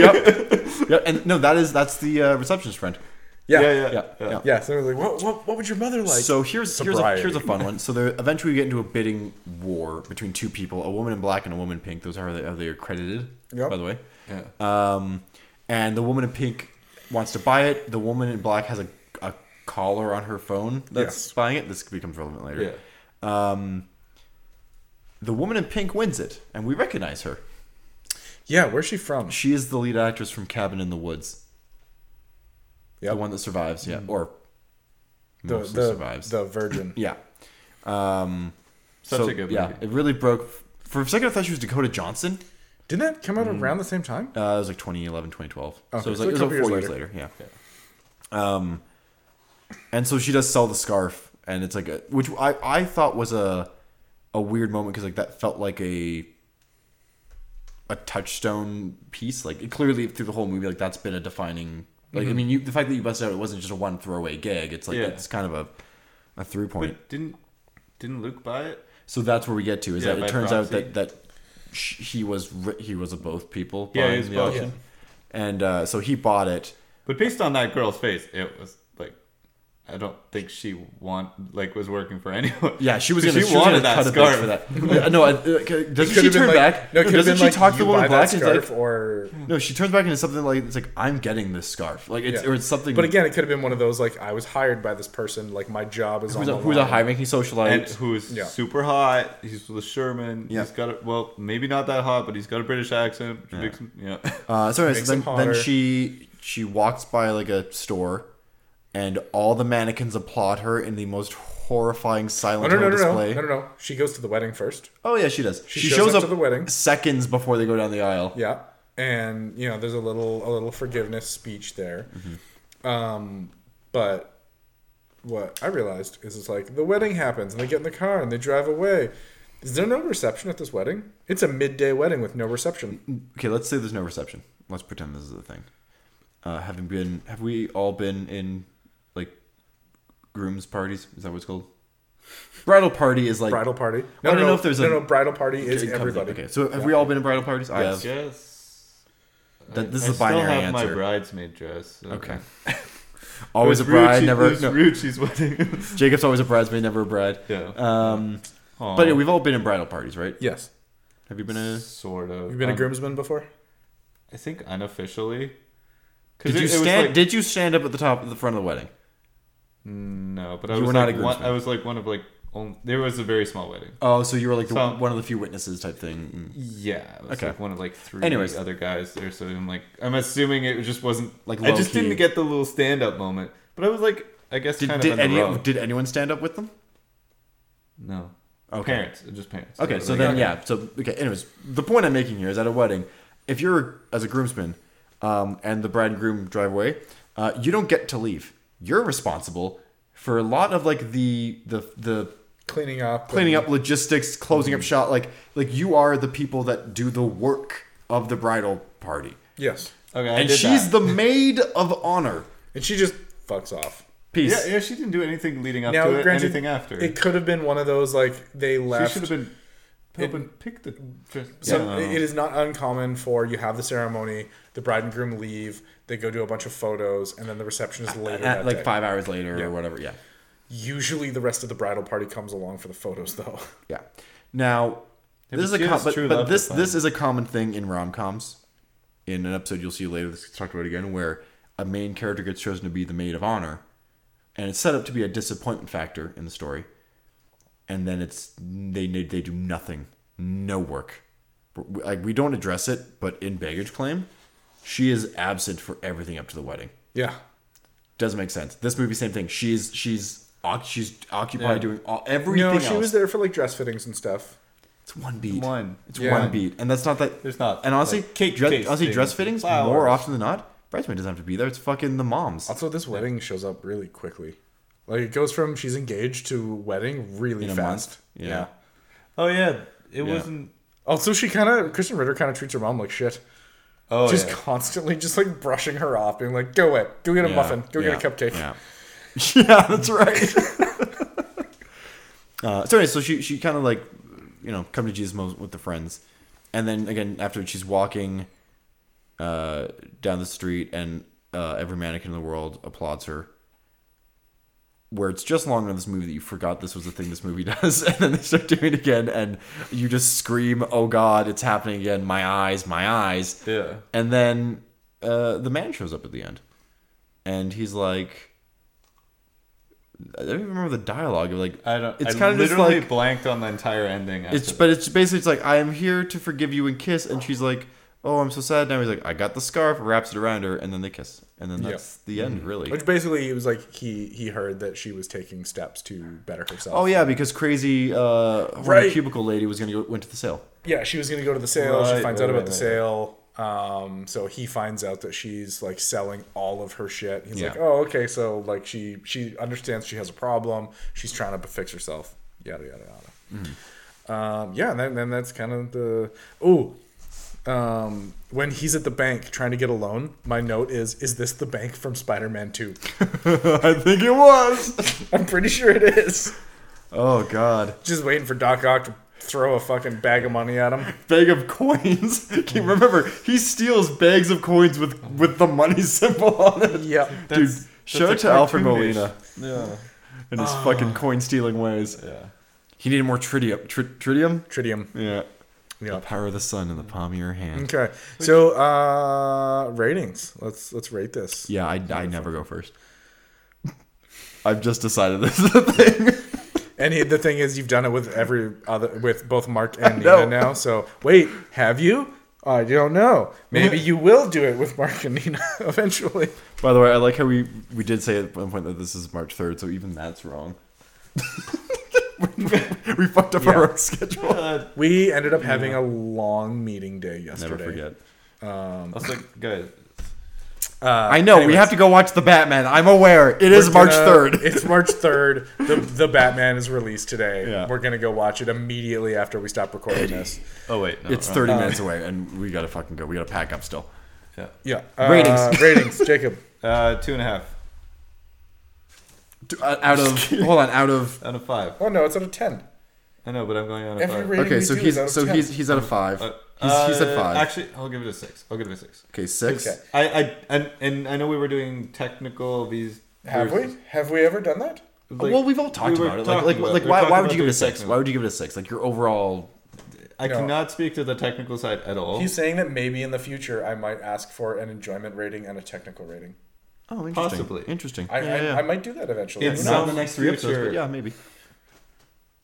Speaker 2: yeah, and no, that is that's the uh, receptionist friend.
Speaker 1: (laughs) Yeah.
Speaker 5: Yeah,
Speaker 1: yeah,
Speaker 5: yeah,
Speaker 2: Yeah, yeah.
Speaker 1: So they're like, what, what, what would your mother like?
Speaker 2: so here's here's a,
Speaker 1: sobriety.
Speaker 2: here's a fun one. So there, eventually we get into a bidding war between two people, a woman in black and a woman in pink. Those are how they, how they are credited,
Speaker 1: Yep.
Speaker 2: by the way.
Speaker 3: Yeah.
Speaker 2: Um, and the woman in pink wants to buy it. The woman in black has a, a collar on her phone that's
Speaker 1: Yes.
Speaker 2: buying it. This becomes relevant later.
Speaker 3: Yeah.
Speaker 2: Um, the woman in pink wins it, and we recognize her.
Speaker 1: yeah, where's she from?
Speaker 2: She is the lead actress from Cabin in the Woods.
Speaker 1: Yep.
Speaker 2: The one that survives, yeah, or
Speaker 1: The
Speaker 2: mostly
Speaker 1: the,
Speaker 2: survives.
Speaker 1: the (clears throat) virgin.
Speaker 2: Yeah. Um,
Speaker 3: Such
Speaker 2: so,
Speaker 3: a good
Speaker 2: Yeah,
Speaker 3: movie.
Speaker 2: it really broke. For a second, I thought she was Dakota Johnson.
Speaker 1: Didn't that come out around the same time?
Speaker 2: Uh, it was like 2011, 2012.
Speaker 1: Okay,
Speaker 2: So it was
Speaker 1: so
Speaker 2: like,
Speaker 1: a
Speaker 2: it was
Speaker 1: couple
Speaker 2: like four
Speaker 1: years
Speaker 2: years later. Yeah. Um, and so she does sell the scarf, and it's like a, which I, I thought was a a weird moment because like that felt like a a touchstone piece. Like it clearly through the whole movie, like that's been a defining. Like
Speaker 1: Mm-hmm.
Speaker 2: I mean, you the fact that you busted out, it wasn't just a one throwaway gag. It's like
Speaker 5: Yeah.
Speaker 2: it's kind of a a through point.
Speaker 5: Didn't didn't Luke buy it?
Speaker 2: So that's where we get to is
Speaker 5: Yeah,
Speaker 2: that
Speaker 5: by
Speaker 2: it turns
Speaker 5: proxy.
Speaker 2: out that that sh- he was ri- he was of both people.
Speaker 5: Yeah, he
Speaker 2: buying
Speaker 5: was
Speaker 2: the
Speaker 5: both.
Speaker 2: auction. and uh, so he bought it.
Speaker 3: But based on that girl's face, it was like I don't think she want like was working for anyone.
Speaker 2: (laughs) Yeah, she was
Speaker 3: She
Speaker 2: gonna, she was
Speaker 3: wanted
Speaker 2: gonna
Speaker 3: that
Speaker 2: cut
Speaker 3: scarf.
Speaker 2: a bit for
Speaker 1: (laughs)
Speaker 2: that. Yeah, no, I, uh, c- doesn't she
Speaker 1: Could've been
Speaker 2: turn
Speaker 1: like-
Speaker 2: back?
Speaker 1: No,
Speaker 2: No,
Speaker 1: it could have
Speaker 2: doesn't
Speaker 1: been
Speaker 2: she
Speaker 1: like,
Speaker 2: talk to the
Speaker 1: you
Speaker 2: woman
Speaker 1: buy
Speaker 2: in black?
Speaker 1: that
Speaker 2: And
Speaker 1: scarf
Speaker 2: it's like,
Speaker 1: or
Speaker 2: no, she turns back into something like it's like I'm getting this scarf, like it's
Speaker 1: Yeah.
Speaker 2: or it's something.
Speaker 1: But again, it could have been one of those like I was hired by this person, like my job is
Speaker 2: who's
Speaker 1: on
Speaker 2: a,
Speaker 1: the
Speaker 2: who's a
Speaker 1: line.
Speaker 2: high-ranking socialite?
Speaker 3: And who's
Speaker 1: Yeah.
Speaker 3: super hot? He's with Sherman.
Speaker 2: Yeah.
Speaker 3: He's got a well, maybe not that hot, but he's got a British accent. Which Makes him,
Speaker 2: (laughs)
Speaker 3: yeah.
Speaker 2: Uh, so anyways,
Speaker 1: Makes
Speaker 2: then,
Speaker 1: him hotter.
Speaker 2: then she she walks by like a store, and all the mannequins applaud her in the most horrifying
Speaker 1: No,
Speaker 2: silent
Speaker 1: Oh, no, no, no,
Speaker 2: display.
Speaker 1: no, no, no, no. She goes to the wedding first.
Speaker 2: Oh yeah, she does. She,
Speaker 1: shows
Speaker 2: shows,
Speaker 1: up
Speaker 2: up
Speaker 1: to the wedding.
Speaker 2: seconds before they go down the aisle.
Speaker 1: Yeah, and you know, there's a little a little forgiveness speech there.
Speaker 2: Mm-hmm.
Speaker 1: Um, but what I realized is it's like the wedding happens, and they get in the car and they drive away. Is there no reception at this wedding? It's a midday wedding with no reception.
Speaker 2: Okay, let's say there's no reception. Let's pretend this is the thing. Uh, having been, have we all been in like grooms parties? Is that what it's called? Bridal party is like
Speaker 1: Bridal party.
Speaker 2: I don't know if there's
Speaker 1: no,
Speaker 2: a-
Speaker 1: no bridal party
Speaker 2: it
Speaker 1: is
Speaker 2: comes up.
Speaker 1: everybody.
Speaker 2: Okay, so have we all been in bridal parties? I have.
Speaker 3: (laughs) yes.
Speaker 2: That- this
Speaker 3: I
Speaker 2: is a
Speaker 3: still
Speaker 2: binary
Speaker 3: have my
Speaker 2: answer.
Speaker 3: bridesmaid dress. so- (laughs)
Speaker 2: okay. (laughs)
Speaker 3: It
Speaker 2: always a
Speaker 3: was Ruchi-
Speaker 2: bride,
Speaker 3: It
Speaker 2: never.
Speaker 3: was
Speaker 2: no, (laughs)
Speaker 3: Ruchi's wedding.
Speaker 2: Jacob's always a bridesmaid, never a bride.
Speaker 3: yeah.
Speaker 2: Um,
Speaker 3: Aw,
Speaker 2: but yeah, we've all been in bridal parties, right?
Speaker 1: Yes,
Speaker 2: Have you been a?
Speaker 3: sort of.
Speaker 1: you've been a
Speaker 3: Um,
Speaker 1: groomsman before.
Speaker 3: I think unofficially. 'Cause
Speaker 2: Did you
Speaker 3: it- it was
Speaker 2: stand?
Speaker 3: like-
Speaker 2: did you stand up at the top of the front of the wedding?
Speaker 3: No, but I
Speaker 2: You
Speaker 3: was
Speaker 2: were not
Speaker 3: like
Speaker 2: a
Speaker 3: one,
Speaker 2: groomsman.
Speaker 3: I was like one of like only, there was a very small wedding.
Speaker 2: Oh, so you were like the,
Speaker 3: So-
Speaker 2: one of the few witnesses type thing. Mm.
Speaker 3: Yeah, I was
Speaker 2: Okay.
Speaker 3: like one of like three
Speaker 2: Anyways.
Speaker 3: other guys there. So I'm like, I'm assuming it just wasn't
Speaker 2: Like,
Speaker 3: like I just
Speaker 2: low-key.
Speaker 3: didn't get the little stand up moment. But I was like, I guess
Speaker 2: Did,
Speaker 3: kind
Speaker 2: did
Speaker 3: of in the
Speaker 2: any
Speaker 3: wrong.
Speaker 2: did anyone stand up with them?
Speaker 3: no.
Speaker 2: Okay.
Speaker 3: Parents, just parents.
Speaker 2: Okay, so then yeah, so okay. Anyways, the point I'm making here is at a wedding, if you're as a groomsman, um, and the bride and groom drive away, uh, you don't get to leave. You're responsible for a lot of like the the the
Speaker 1: Cleaning up.
Speaker 2: cleaning up logistics, closing
Speaker 3: Mm-hmm.
Speaker 2: up shop. Like like you are the people that do the work of the bridal party,
Speaker 1: Yes,
Speaker 3: Okay, I
Speaker 2: and
Speaker 3: did
Speaker 2: she's
Speaker 3: that.
Speaker 2: the maid of honor.
Speaker 1: and she just fucks off.
Speaker 2: Peace.
Speaker 3: yeah, yeah. She didn't do anything leading up
Speaker 1: Now,
Speaker 3: to it.
Speaker 1: granted,
Speaker 3: anything after.
Speaker 1: It could have been one of those like they
Speaker 3: she
Speaker 1: left.
Speaker 3: should have been. Helping pick the dress.
Speaker 1: So it is not uncommon for you have the ceremony, the bride and groom leave, they go do a bunch of photos, and then the reception is later.
Speaker 2: At,
Speaker 1: that
Speaker 2: uh, like
Speaker 1: day.
Speaker 2: five hours later or whatever. Yeah.
Speaker 1: Usually, the rest of the bridal party comes along for the photos, though. (laughs)
Speaker 2: Yeah. Now, this is a
Speaker 3: she
Speaker 2: com-
Speaker 3: is
Speaker 2: but,
Speaker 3: true
Speaker 2: but
Speaker 3: love
Speaker 2: this
Speaker 3: to
Speaker 2: this is a common thing in rom coms. In an episode you'll see later, this gets talked about again, where a main character gets chosen to be the maid of honor, and it's set up to be a disappointment factor in the story, and then it's they they do nothing, no work. Like we don't address it, but in baggage claim, She is absent for everything up to the wedding.
Speaker 1: Yeah.
Speaker 2: Doesn't make sense. This movie, same thing. She's she's oc- she's occupied doing all, everything
Speaker 1: No, she
Speaker 2: else.
Speaker 1: was there for like dress fittings and stuff.
Speaker 2: It's one beat.
Speaker 5: One.
Speaker 2: It's
Speaker 1: Yeah.
Speaker 2: one beat, and that's not that.
Speaker 5: There's not,
Speaker 2: And honestly,
Speaker 5: like, cake
Speaker 2: dress,
Speaker 5: tasting,
Speaker 2: honestly, dress fittings more
Speaker 5: flowers.
Speaker 2: often than not, bridesmaid doesn't have to be there. It's fucking the moms.
Speaker 1: Also, this wedding shows up really quickly. Like it goes from she's engaged to wedding really
Speaker 2: In a
Speaker 1: fast.
Speaker 2: month. Yeah.
Speaker 5: Oh yeah, it wasn't.
Speaker 1: Also, she kind of Kristen Ritter kind of treats her mom like shit.
Speaker 3: Oh,
Speaker 1: just
Speaker 3: yeah.
Speaker 1: constantly just like brushing her off, being like, "Go away, go get a
Speaker 2: Yeah.
Speaker 1: muffin, go get a
Speaker 2: Yeah.
Speaker 1: cupcake."
Speaker 2: Yeah, (laughs) yeah that's right. (laughs) uh, so anyway, so she she kind of like you know come to Jesus moment with the friends, and then again after she's walking uh, down the street, and uh, every mannequin in the world applauds her. Where it's just long on this movie that you forgot this was the thing this movie (laughs) does, and then they start doing it again, and you just scream, "Oh God, it's happening again! My eyes, my eyes!"
Speaker 3: Yeah.
Speaker 2: And then uh, the man shows up at the end, and he's like, I don't even remember the dialogue. Of like,
Speaker 3: I don't.
Speaker 2: It's
Speaker 3: I
Speaker 2: kind of just
Speaker 3: literally
Speaker 2: like
Speaker 3: blanked on the entire ending. After
Speaker 2: it's, but it's basically it's like I am here to forgive you and kiss, and she's like, oh, I'm so sad now. He's like, I got the scarf, wraps it around her, and then they kiss, and then that's the end, really.
Speaker 1: Which basically it was like he he heard that she was taking steps to better herself.
Speaker 2: Oh yeah, because crazy uh, horny
Speaker 1: Right.
Speaker 2: cubicle lady was gonna go went to the sale.
Speaker 1: yeah, she was gonna go to the sale. she
Speaker 5: Right,
Speaker 1: finds out
Speaker 5: right, right,
Speaker 1: about the
Speaker 5: right.
Speaker 1: sale. Um, so he finds out that she's like selling all of her shit. He's
Speaker 2: Yeah.
Speaker 1: like, "Oh, okay." So like she she understands she has a problem. She's trying to fix herself. Yada yada yada. Um, yeah, and then, then that's kind of the ooh. Um, when he's at the bank trying to get a loan, my note is: Is this the bank from Spider-Man Two? (laughs)
Speaker 2: I think it was.
Speaker 1: I'm pretty sure it is.
Speaker 2: oh God,
Speaker 1: Just waiting for Doc Ock to throw a fucking bag of money at him.
Speaker 2: bag of coins. (laughs) Can you remember he steals bags of coins with with the money symbol on it.
Speaker 1: Yep.
Speaker 2: Dude,
Speaker 5: That's-
Speaker 2: show it
Speaker 5: that's
Speaker 2: to
Speaker 5: a
Speaker 2: Alfred
Speaker 5: cartoonish-
Speaker 2: Molina
Speaker 5: Yeah. Ah.
Speaker 2: and his fucking coin stealing ways.
Speaker 5: Yeah.
Speaker 2: He needed more tritium. Tri- tritium?
Speaker 1: Tritium.
Speaker 2: Yeah.
Speaker 1: Yeah.
Speaker 2: Power of the sun in the palm of your hand.
Speaker 1: Okay. So uh ratings. Let's let's rate this.
Speaker 2: Yeah, I, I never go first. (laughs) I've just decided this is the thing.
Speaker 1: And he, the thing is you've done it with every other with both Mark and
Speaker 2: know.
Speaker 1: Nina now. So wait, have you? I don't know. Maybe you will do it with Mark and Nina (laughs) eventually.
Speaker 2: By the way, I like how we, we did say at one point that this is March 3rd, so even that's wrong. we, (laughs) we fucked up our own schedule.
Speaker 1: We ended up having a long meeting day
Speaker 2: Never
Speaker 1: yesterday.
Speaker 2: forget.
Speaker 5: I was like, guys,
Speaker 2: I know, we
Speaker 1: anyways.
Speaker 2: have to go watch The Batman. I'm aware. It is March
Speaker 1: gonna-
Speaker 2: (laughs) 3rd.
Speaker 1: It's March 3rd. The, the Batman is released today.
Speaker 2: Yeah.
Speaker 1: We're going to go watch it immediately after we stop recording this.
Speaker 3: oh wait, no,
Speaker 2: It's
Speaker 3: wrong.
Speaker 2: 30 minutes away, and we gotta fucking go. We gotta pack up still.
Speaker 1: Yeah. Uh, (laughs)
Speaker 2: Ratings.
Speaker 1: ratings. Jacob.
Speaker 5: uh, two and a half
Speaker 2: D- uh, Out of hold on, out (laughs) of
Speaker 5: out of five.
Speaker 1: Oh, no, it's out of 10.
Speaker 5: I know, but I'm going out of
Speaker 1: Every
Speaker 5: five.
Speaker 1: rating
Speaker 2: okay.
Speaker 1: we
Speaker 2: So
Speaker 1: do is
Speaker 2: he's
Speaker 1: out of
Speaker 2: so
Speaker 1: 10.
Speaker 2: he's he's out of five.
Speaker 5: Uh,
Speaker 2: he's, he's at
Speaker 5: uh,
Speaker 2: five.
Speaker 5: Actually, I'll give it a six. I'll give it a six.
Speaker 2: okay, six.
Speaker 1: Okay.
Speaker 5: I, I and, and I know we were doing technical these.
Speaker 1: Have we? Have we ever done that?
Speaker 5: like,
Speaker 2: well, we've all talked
Speaker 5: we were
Speaker 2: about it. Like,
Speaker 5: talking
Speaker 2: like,
Speaker 5: about-
Speaker 2: like,
Speaker 5: we were
Speaker 2: why,
Speaker 5: talking
Speaker 2: why would
Speaker 5: about
Speaker 2: you give it
Speaker 5: doing
Speaker 2: a six?
Speaker 5: technical.
Speaker 2: Why would you give it a six? Like your overall.
Speaker 5: I
Speaker 1: No.
Speaker 5: cannot speak to the technical side at all.
Speaker 1: He's saying that maybe in the future I might ask for an enjoyment rating and a technical rating.
Speaker 2: Oh, interesting.
Speaker 5: Possibly.
Speaker 2: interesting.
Speaker 1: I,
Speaker 2: yeah,
Speaker 1: I,
Speaker 2: yeah.
Speaker 1: I might do that eventually.
Speaker 5: It's
Speaker 1: Who
Speaker 5: not-
Speaker 1: knows?
Speaker 5: in the next three episodes, but
Speaker 2: yeah, maybe.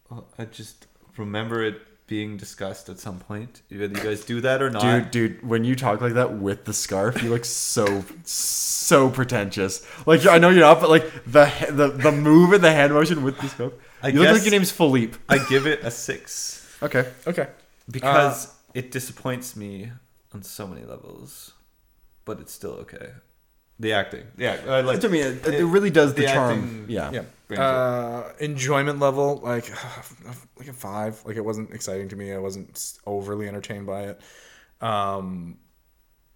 Speaker 5: Well, I just remember it being discussed at some point. Whether you guys do that or not.
Speaker 2: Dude, dude, when you talk like that with the scarf, you look so, so pretentious. Like I know you're not, but like the he- the the move and the hand motion with the scarf.
Speaker 5: I
Speaker 2: you look like
Speaker 5: guess-
Speaker 2: your name's Philippe.
Speaker 5: I give it a six
Speaker 2: Okay.
Speaker 1: Okay.
Speaker 3: Uh,
Speaker 5: because it disappoints me on so many levels, but it's still okay. The acting, yeah, I like.
Speaker 2: To me, it, it really does the,
Speaker 5: the
Speaker 2: charm.
Speaker 5: acting-
Speaker 2: yeah.
Speaker 1: Yeah.
Speaker 5: Brings it.
Speaker 1: Uh, enjoyment level like (sighs) like a five. Like it wasn't exciting to me. I wasn't overly entertained by it. Um,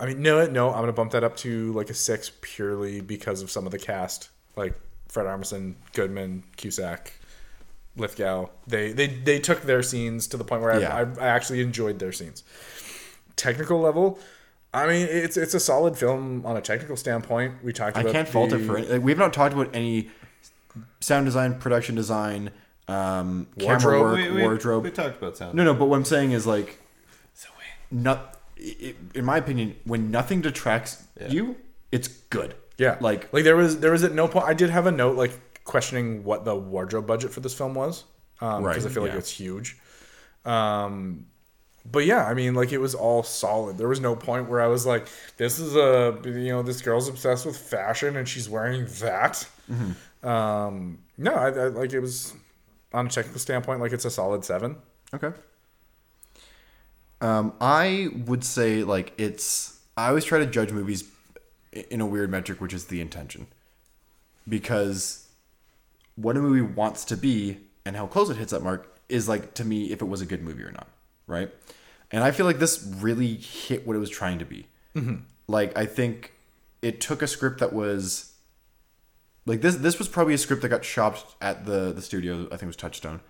Speaker 1: I mean, no, no. I'm gonna bump that up to like a six purely because of some of the cast, like Fred Armisen, Goodman, Cusack, Lithgow. They they they took their scenes to the point where
Speaker 2: Yeah.
Speaker 1: I, I, I actually enjoyed their scenes. Technical level. I mean, it's it's a solid film on a technical standpoint. We talked.
Speaker 2: I
Speaker 1: about
Speaker 2: can't fault it
Speaker 1: the-
Speaker 2: for any, like, we've not talked about any sound design, production design, um, camera
Speaker 1: Wardrobe.
Speaker 2: work,
Speaker 5: we, we,
Speaker 2: wardrobe.
Speaker 5: We talked about sound.
Speaker 2: no, no, but what I'm saying is like, not i i- in my opinion, when nothing detracts you, it's good.
Speaker 1: Yeah,
Speaker 2: like
Speaker 1: like there was there was at no point. I did have a note like questioning what the um, wardrobe budget for this film was because
Speaker 2: Right,
Speaker 1: I feel like
Speaker 2: yeah.
Speaker 1: it's huge. Um, but yeah, I mean, like it was all solid. There was no point where I was like, "This is a you know this girl's obsessed with fashion and she's wearing that."
Speaker 2: Mm-hmm.
Speaker 1: Um, no, I, I like it was on a technical standpoint, like it's a solid seven. (laughs)
Speaker 2: Okay. Um, I would say like it's. I always try to judge movies i- in a weird metric, which is the intention, because what a movie wants to be and how close it hits that mark is like to me if it was a good movie or not, right? And I feel like this really hit what it was trying to be. Like I think it took a script that was like this this was probably a script that got shopped at the the studio i think it was touchstone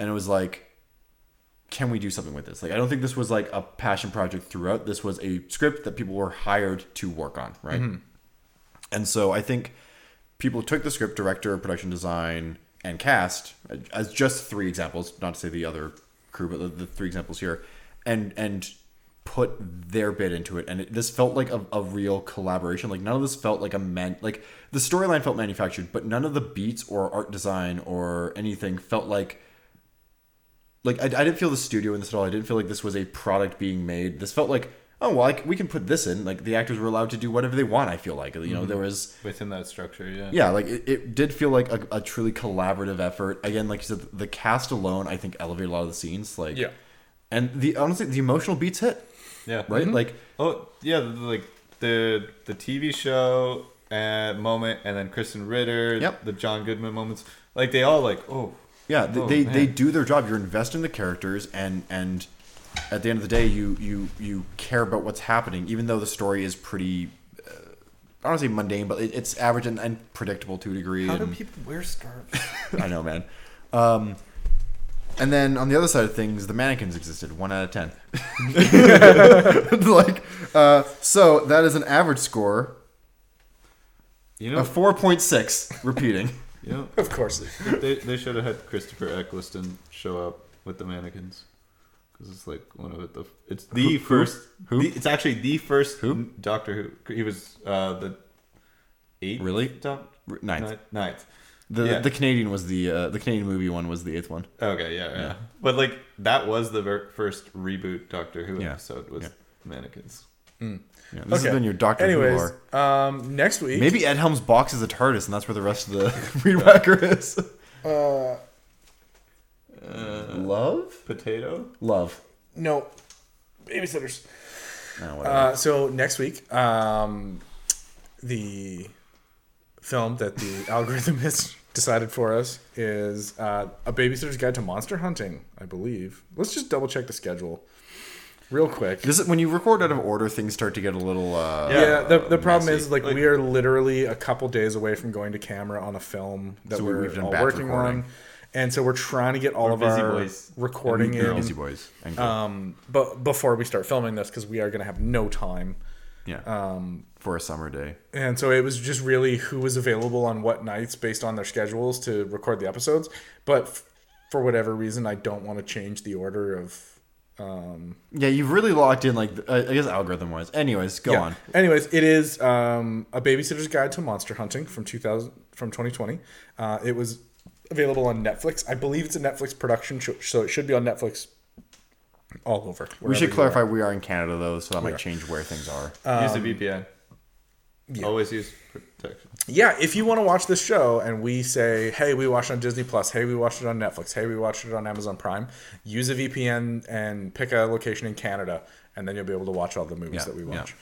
Speaker 2: and it was like can we do something with this like i don't think this was like a passion project throughout this was a script that people were hired to work on right and so i think people took the script director production design and cast as just three examples not to say the other crew but the, the three examples here and and put their bit into it and it, this felt like a, a real collaboration like none of this felt like a man like the storyline felt manufactured but none of the beats or art design or anything felt like like I, I didn't feel the studio in this at all. I didn't feel like this was a product being made. This felt like oh well, like we can put this in. Like the actors were allowed to do whatever they want. I feel like you know there was
Speaker 3: within that structure. Yeah.
Speaker 2: yeah like it, it did feel like a, a truly collaborative effort. Again, like you said, the cast alone I think elevated a lot of the scenes. Like
Speaker 1: Yeah.
Speaker 2: and the honestly the emotional beats hit
Speaker 3: Yeah.
Speaker 2: right like
Speaker 3: Oh yeah, the- like the the TV show uh, moment, and then Kristen Ritter.
Speaker 2: Yep.
Speaker 3: The John Goodman moments, like they all like oh
Speaker 2: Yeah, they
Speaker 3: Oh,
Speaker 2: they,
Speaker 3: man.
Speaker 2: they do their job. You're investing in the characters, and and at the end of the day, you you you care about what's happening, even though the story is pretty. Uh, I don't wanna say mundane, but it, it's average and, and predictable to a degree.
Speaker 5: How do
Speaker 2: and-
Speaker 5: people wear scarves?
Speaker 2: (laughs) I know, man. Um, and then on the other side of things, the mannequins existed one out of
Speaker 5: (laughs)
Speaker 2: ten. (laughs) like, uh, so that is an average score
Speaker 3: you know
Speaker 2: of four point six. Repeating. (laughs)
Speaker 3: you know
Speaker 1: Of course,
Speaker 3: they they should have had Christopher Eccleston show up with the mannequins. Because it's like one of the it's the first
Speaker 2: Who?
Speaker 3: the- it's actually the first Doctor Who he was uh the eighth
Speaker 2: Really?
Speaker 3: doc,
Speaker 2: R- ninth.
Speaker 3: ninth ninth
Speaker 2: The
Speaker 3: Yeah.
Speaker 2: the Canadian was the uh, the Canadian movie one was the eighth one.
Speaker 3: Okay, yeah, yeah. But like that was the ver- first reboot Doctor Who
Speaker 2: Yeah.
Speaker 3: episode was
Speaker 2: Yeah.
Speaker 3: mannequins.
Speaker 2: Yeah, this has been your Doctor Who
Speaker 1: Anyways,
Speaker 2: lore.
Speaker 1: um, next week.
Speaker 2: Maybe Ed Helms' box is a TARDIS, and that's where the rest of the (laughs) Weedwhacker is.
Speaker 1: Uh,
Speaker 2: Uh, love,
Speaker 3: Potato.
Speaker 2: love.
Speaker 1: no babysitters.
Speaker 2: No, whatever.
Speaker 1: Uh, so next week, um, the film that
Speaker 2: (laughs)
Speaker 1: the algorithm has decided for us is uh, a babysitter's guide to monster hunting. I believe. Let's just double check the schedule, real quick.
Speaker 2: this is, when you record out of order, things start to get a little. Uh,
Speaker 1: yeah, the, the problem
Speaker 2: messy.
Speaker 1: is like, we are literally a couple days away from going to camera on a film that
Speaker 2: So we-
Speaker 1: we're
Speaker 2: we've done
Speaker 1: all
Speaker 2: batch
Speaker 1: working
Speaker 2: recording.
Speaker 1: on, and so we're trying to get all of
Speaker 3: busy
Speaker 1: our
Speaker 3: boys and
Speaker 1: recording in
Speaker 2: Busy boys. And
Speaker 1: um, but before we start filming this because we are going to have no time
Speaker 2: yeah. Um, for a summer day.
Speaker 1: and so it was just really who was available on what nights based on their schedules to record the episodes but f- for whatever reason i don't want to change the order of um,
Speaker 2: Yeah, you've really locked in, like uh, I guess algorithm wise. Anyways, go
Speaker 1: yeah.
Speaker 2: on.
Speaker 1: anyways it is um, a babysitter's guide to monster hunting from 2000 from 2020 uh, it was available on netflix i believe it's a netflix production sh- so it should be on netflix all over
Speaker 2: We
Speaker 1: wherever you
Speaker 2: should
Speaker 1: are.
Speaker 2: clarify we are in Canada though, so that might change where things are.
Speaker 1: Uh,
Speaker 3: use a VPN. Always use protection.
Speaker 1: yeah, if you want to watch this show and we say, hey, we watched it on Disney Plus, hey, we watched it on Netflix, hey, we watched it on Amazon Prime, use a VPN and pick a location in Canada, and then you'll be able to watch all the movies
Speaker 2: Yeah,
Speaker 1: that we
Speaker 2: yeah.
Speaker 1: watch.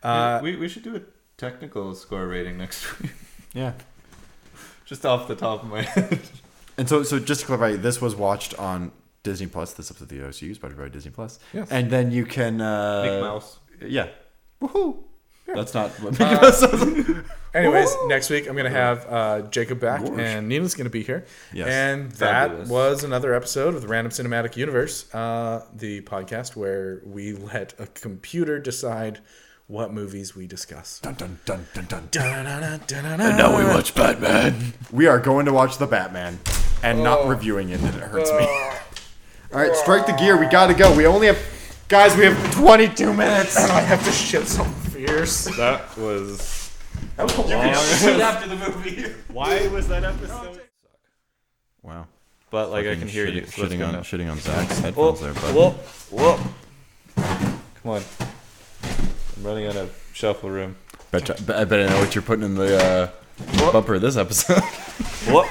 Speaker 2: Uh,
Speaker 3: we we should do a technical score rating next (laughs) week.
Speaker 2: yeah.
Speaker 3: Just off the top of my head.
Speaker 2: And so, so just to clarify, this was watched on Disney Plus. This episode of the OCU is brought by Disney Plus.
Speaker 1: Yes.
Speaker 2: And then you can. Uh,
Speaker 3: Big Mouse.
Speaker 2: Yeah. Woohoo! That's not what Big Mouse does.
Speaker 1: Anyways, next week I'm going to have uh, Jacob back and Nina's going to be here.
Speaker 2: Yes,
Speaker 1: and that
Speaker 3: fabulous.
Speaker 1: was another episode of the Random Cinematic Universe, uh, the podcast where we let a computer decide what movies we discuss.
Speaker 2: Dun, dun, dun, dun, dun.
Speaker 1: And
Speaker 4: Now we watch Batman.
Speaker 2: We are going to watch The Batman and not reviewing it, and it hurts me. (laughs) All right, strike the gear. We gotta go. We only have. Guys, we have 22 minutes.
Speaker 1: I have to shit so fierce.
Speaker 3: That was. (laughs) Why was that episode?
Speaker 2: Wow.
Speaker 3: But like I can hear you. so that's good enough.
Speaker 2: shitting on Zach's
Speaker 3: Whoa, whoa, whoa. Come on. I'm running out of shuffle room.
Speaker 2: Bet you- I bet I know what you're putting in the uh, bumper of this episode.
Speaker 3: What?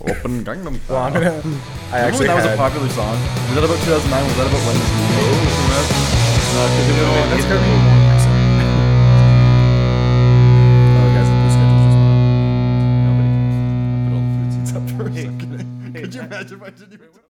Speaker 2: Open Gangnam.
Speaker 1: Well, I'm gonna. I actually
Speaker 2: that was
Speaker 1: had,
Speaker 2: a popular song. Was that about 2009? Was that about when this movie came out?
Speaker 1: That's gonna be more recent.
Speaker 2: Oh, guys, the blue schedule's just mine. (laughs) I put all the food seeds
Speaker 3: Nobody
Speaker 2: up for a second. Could you imagine if I didn't even...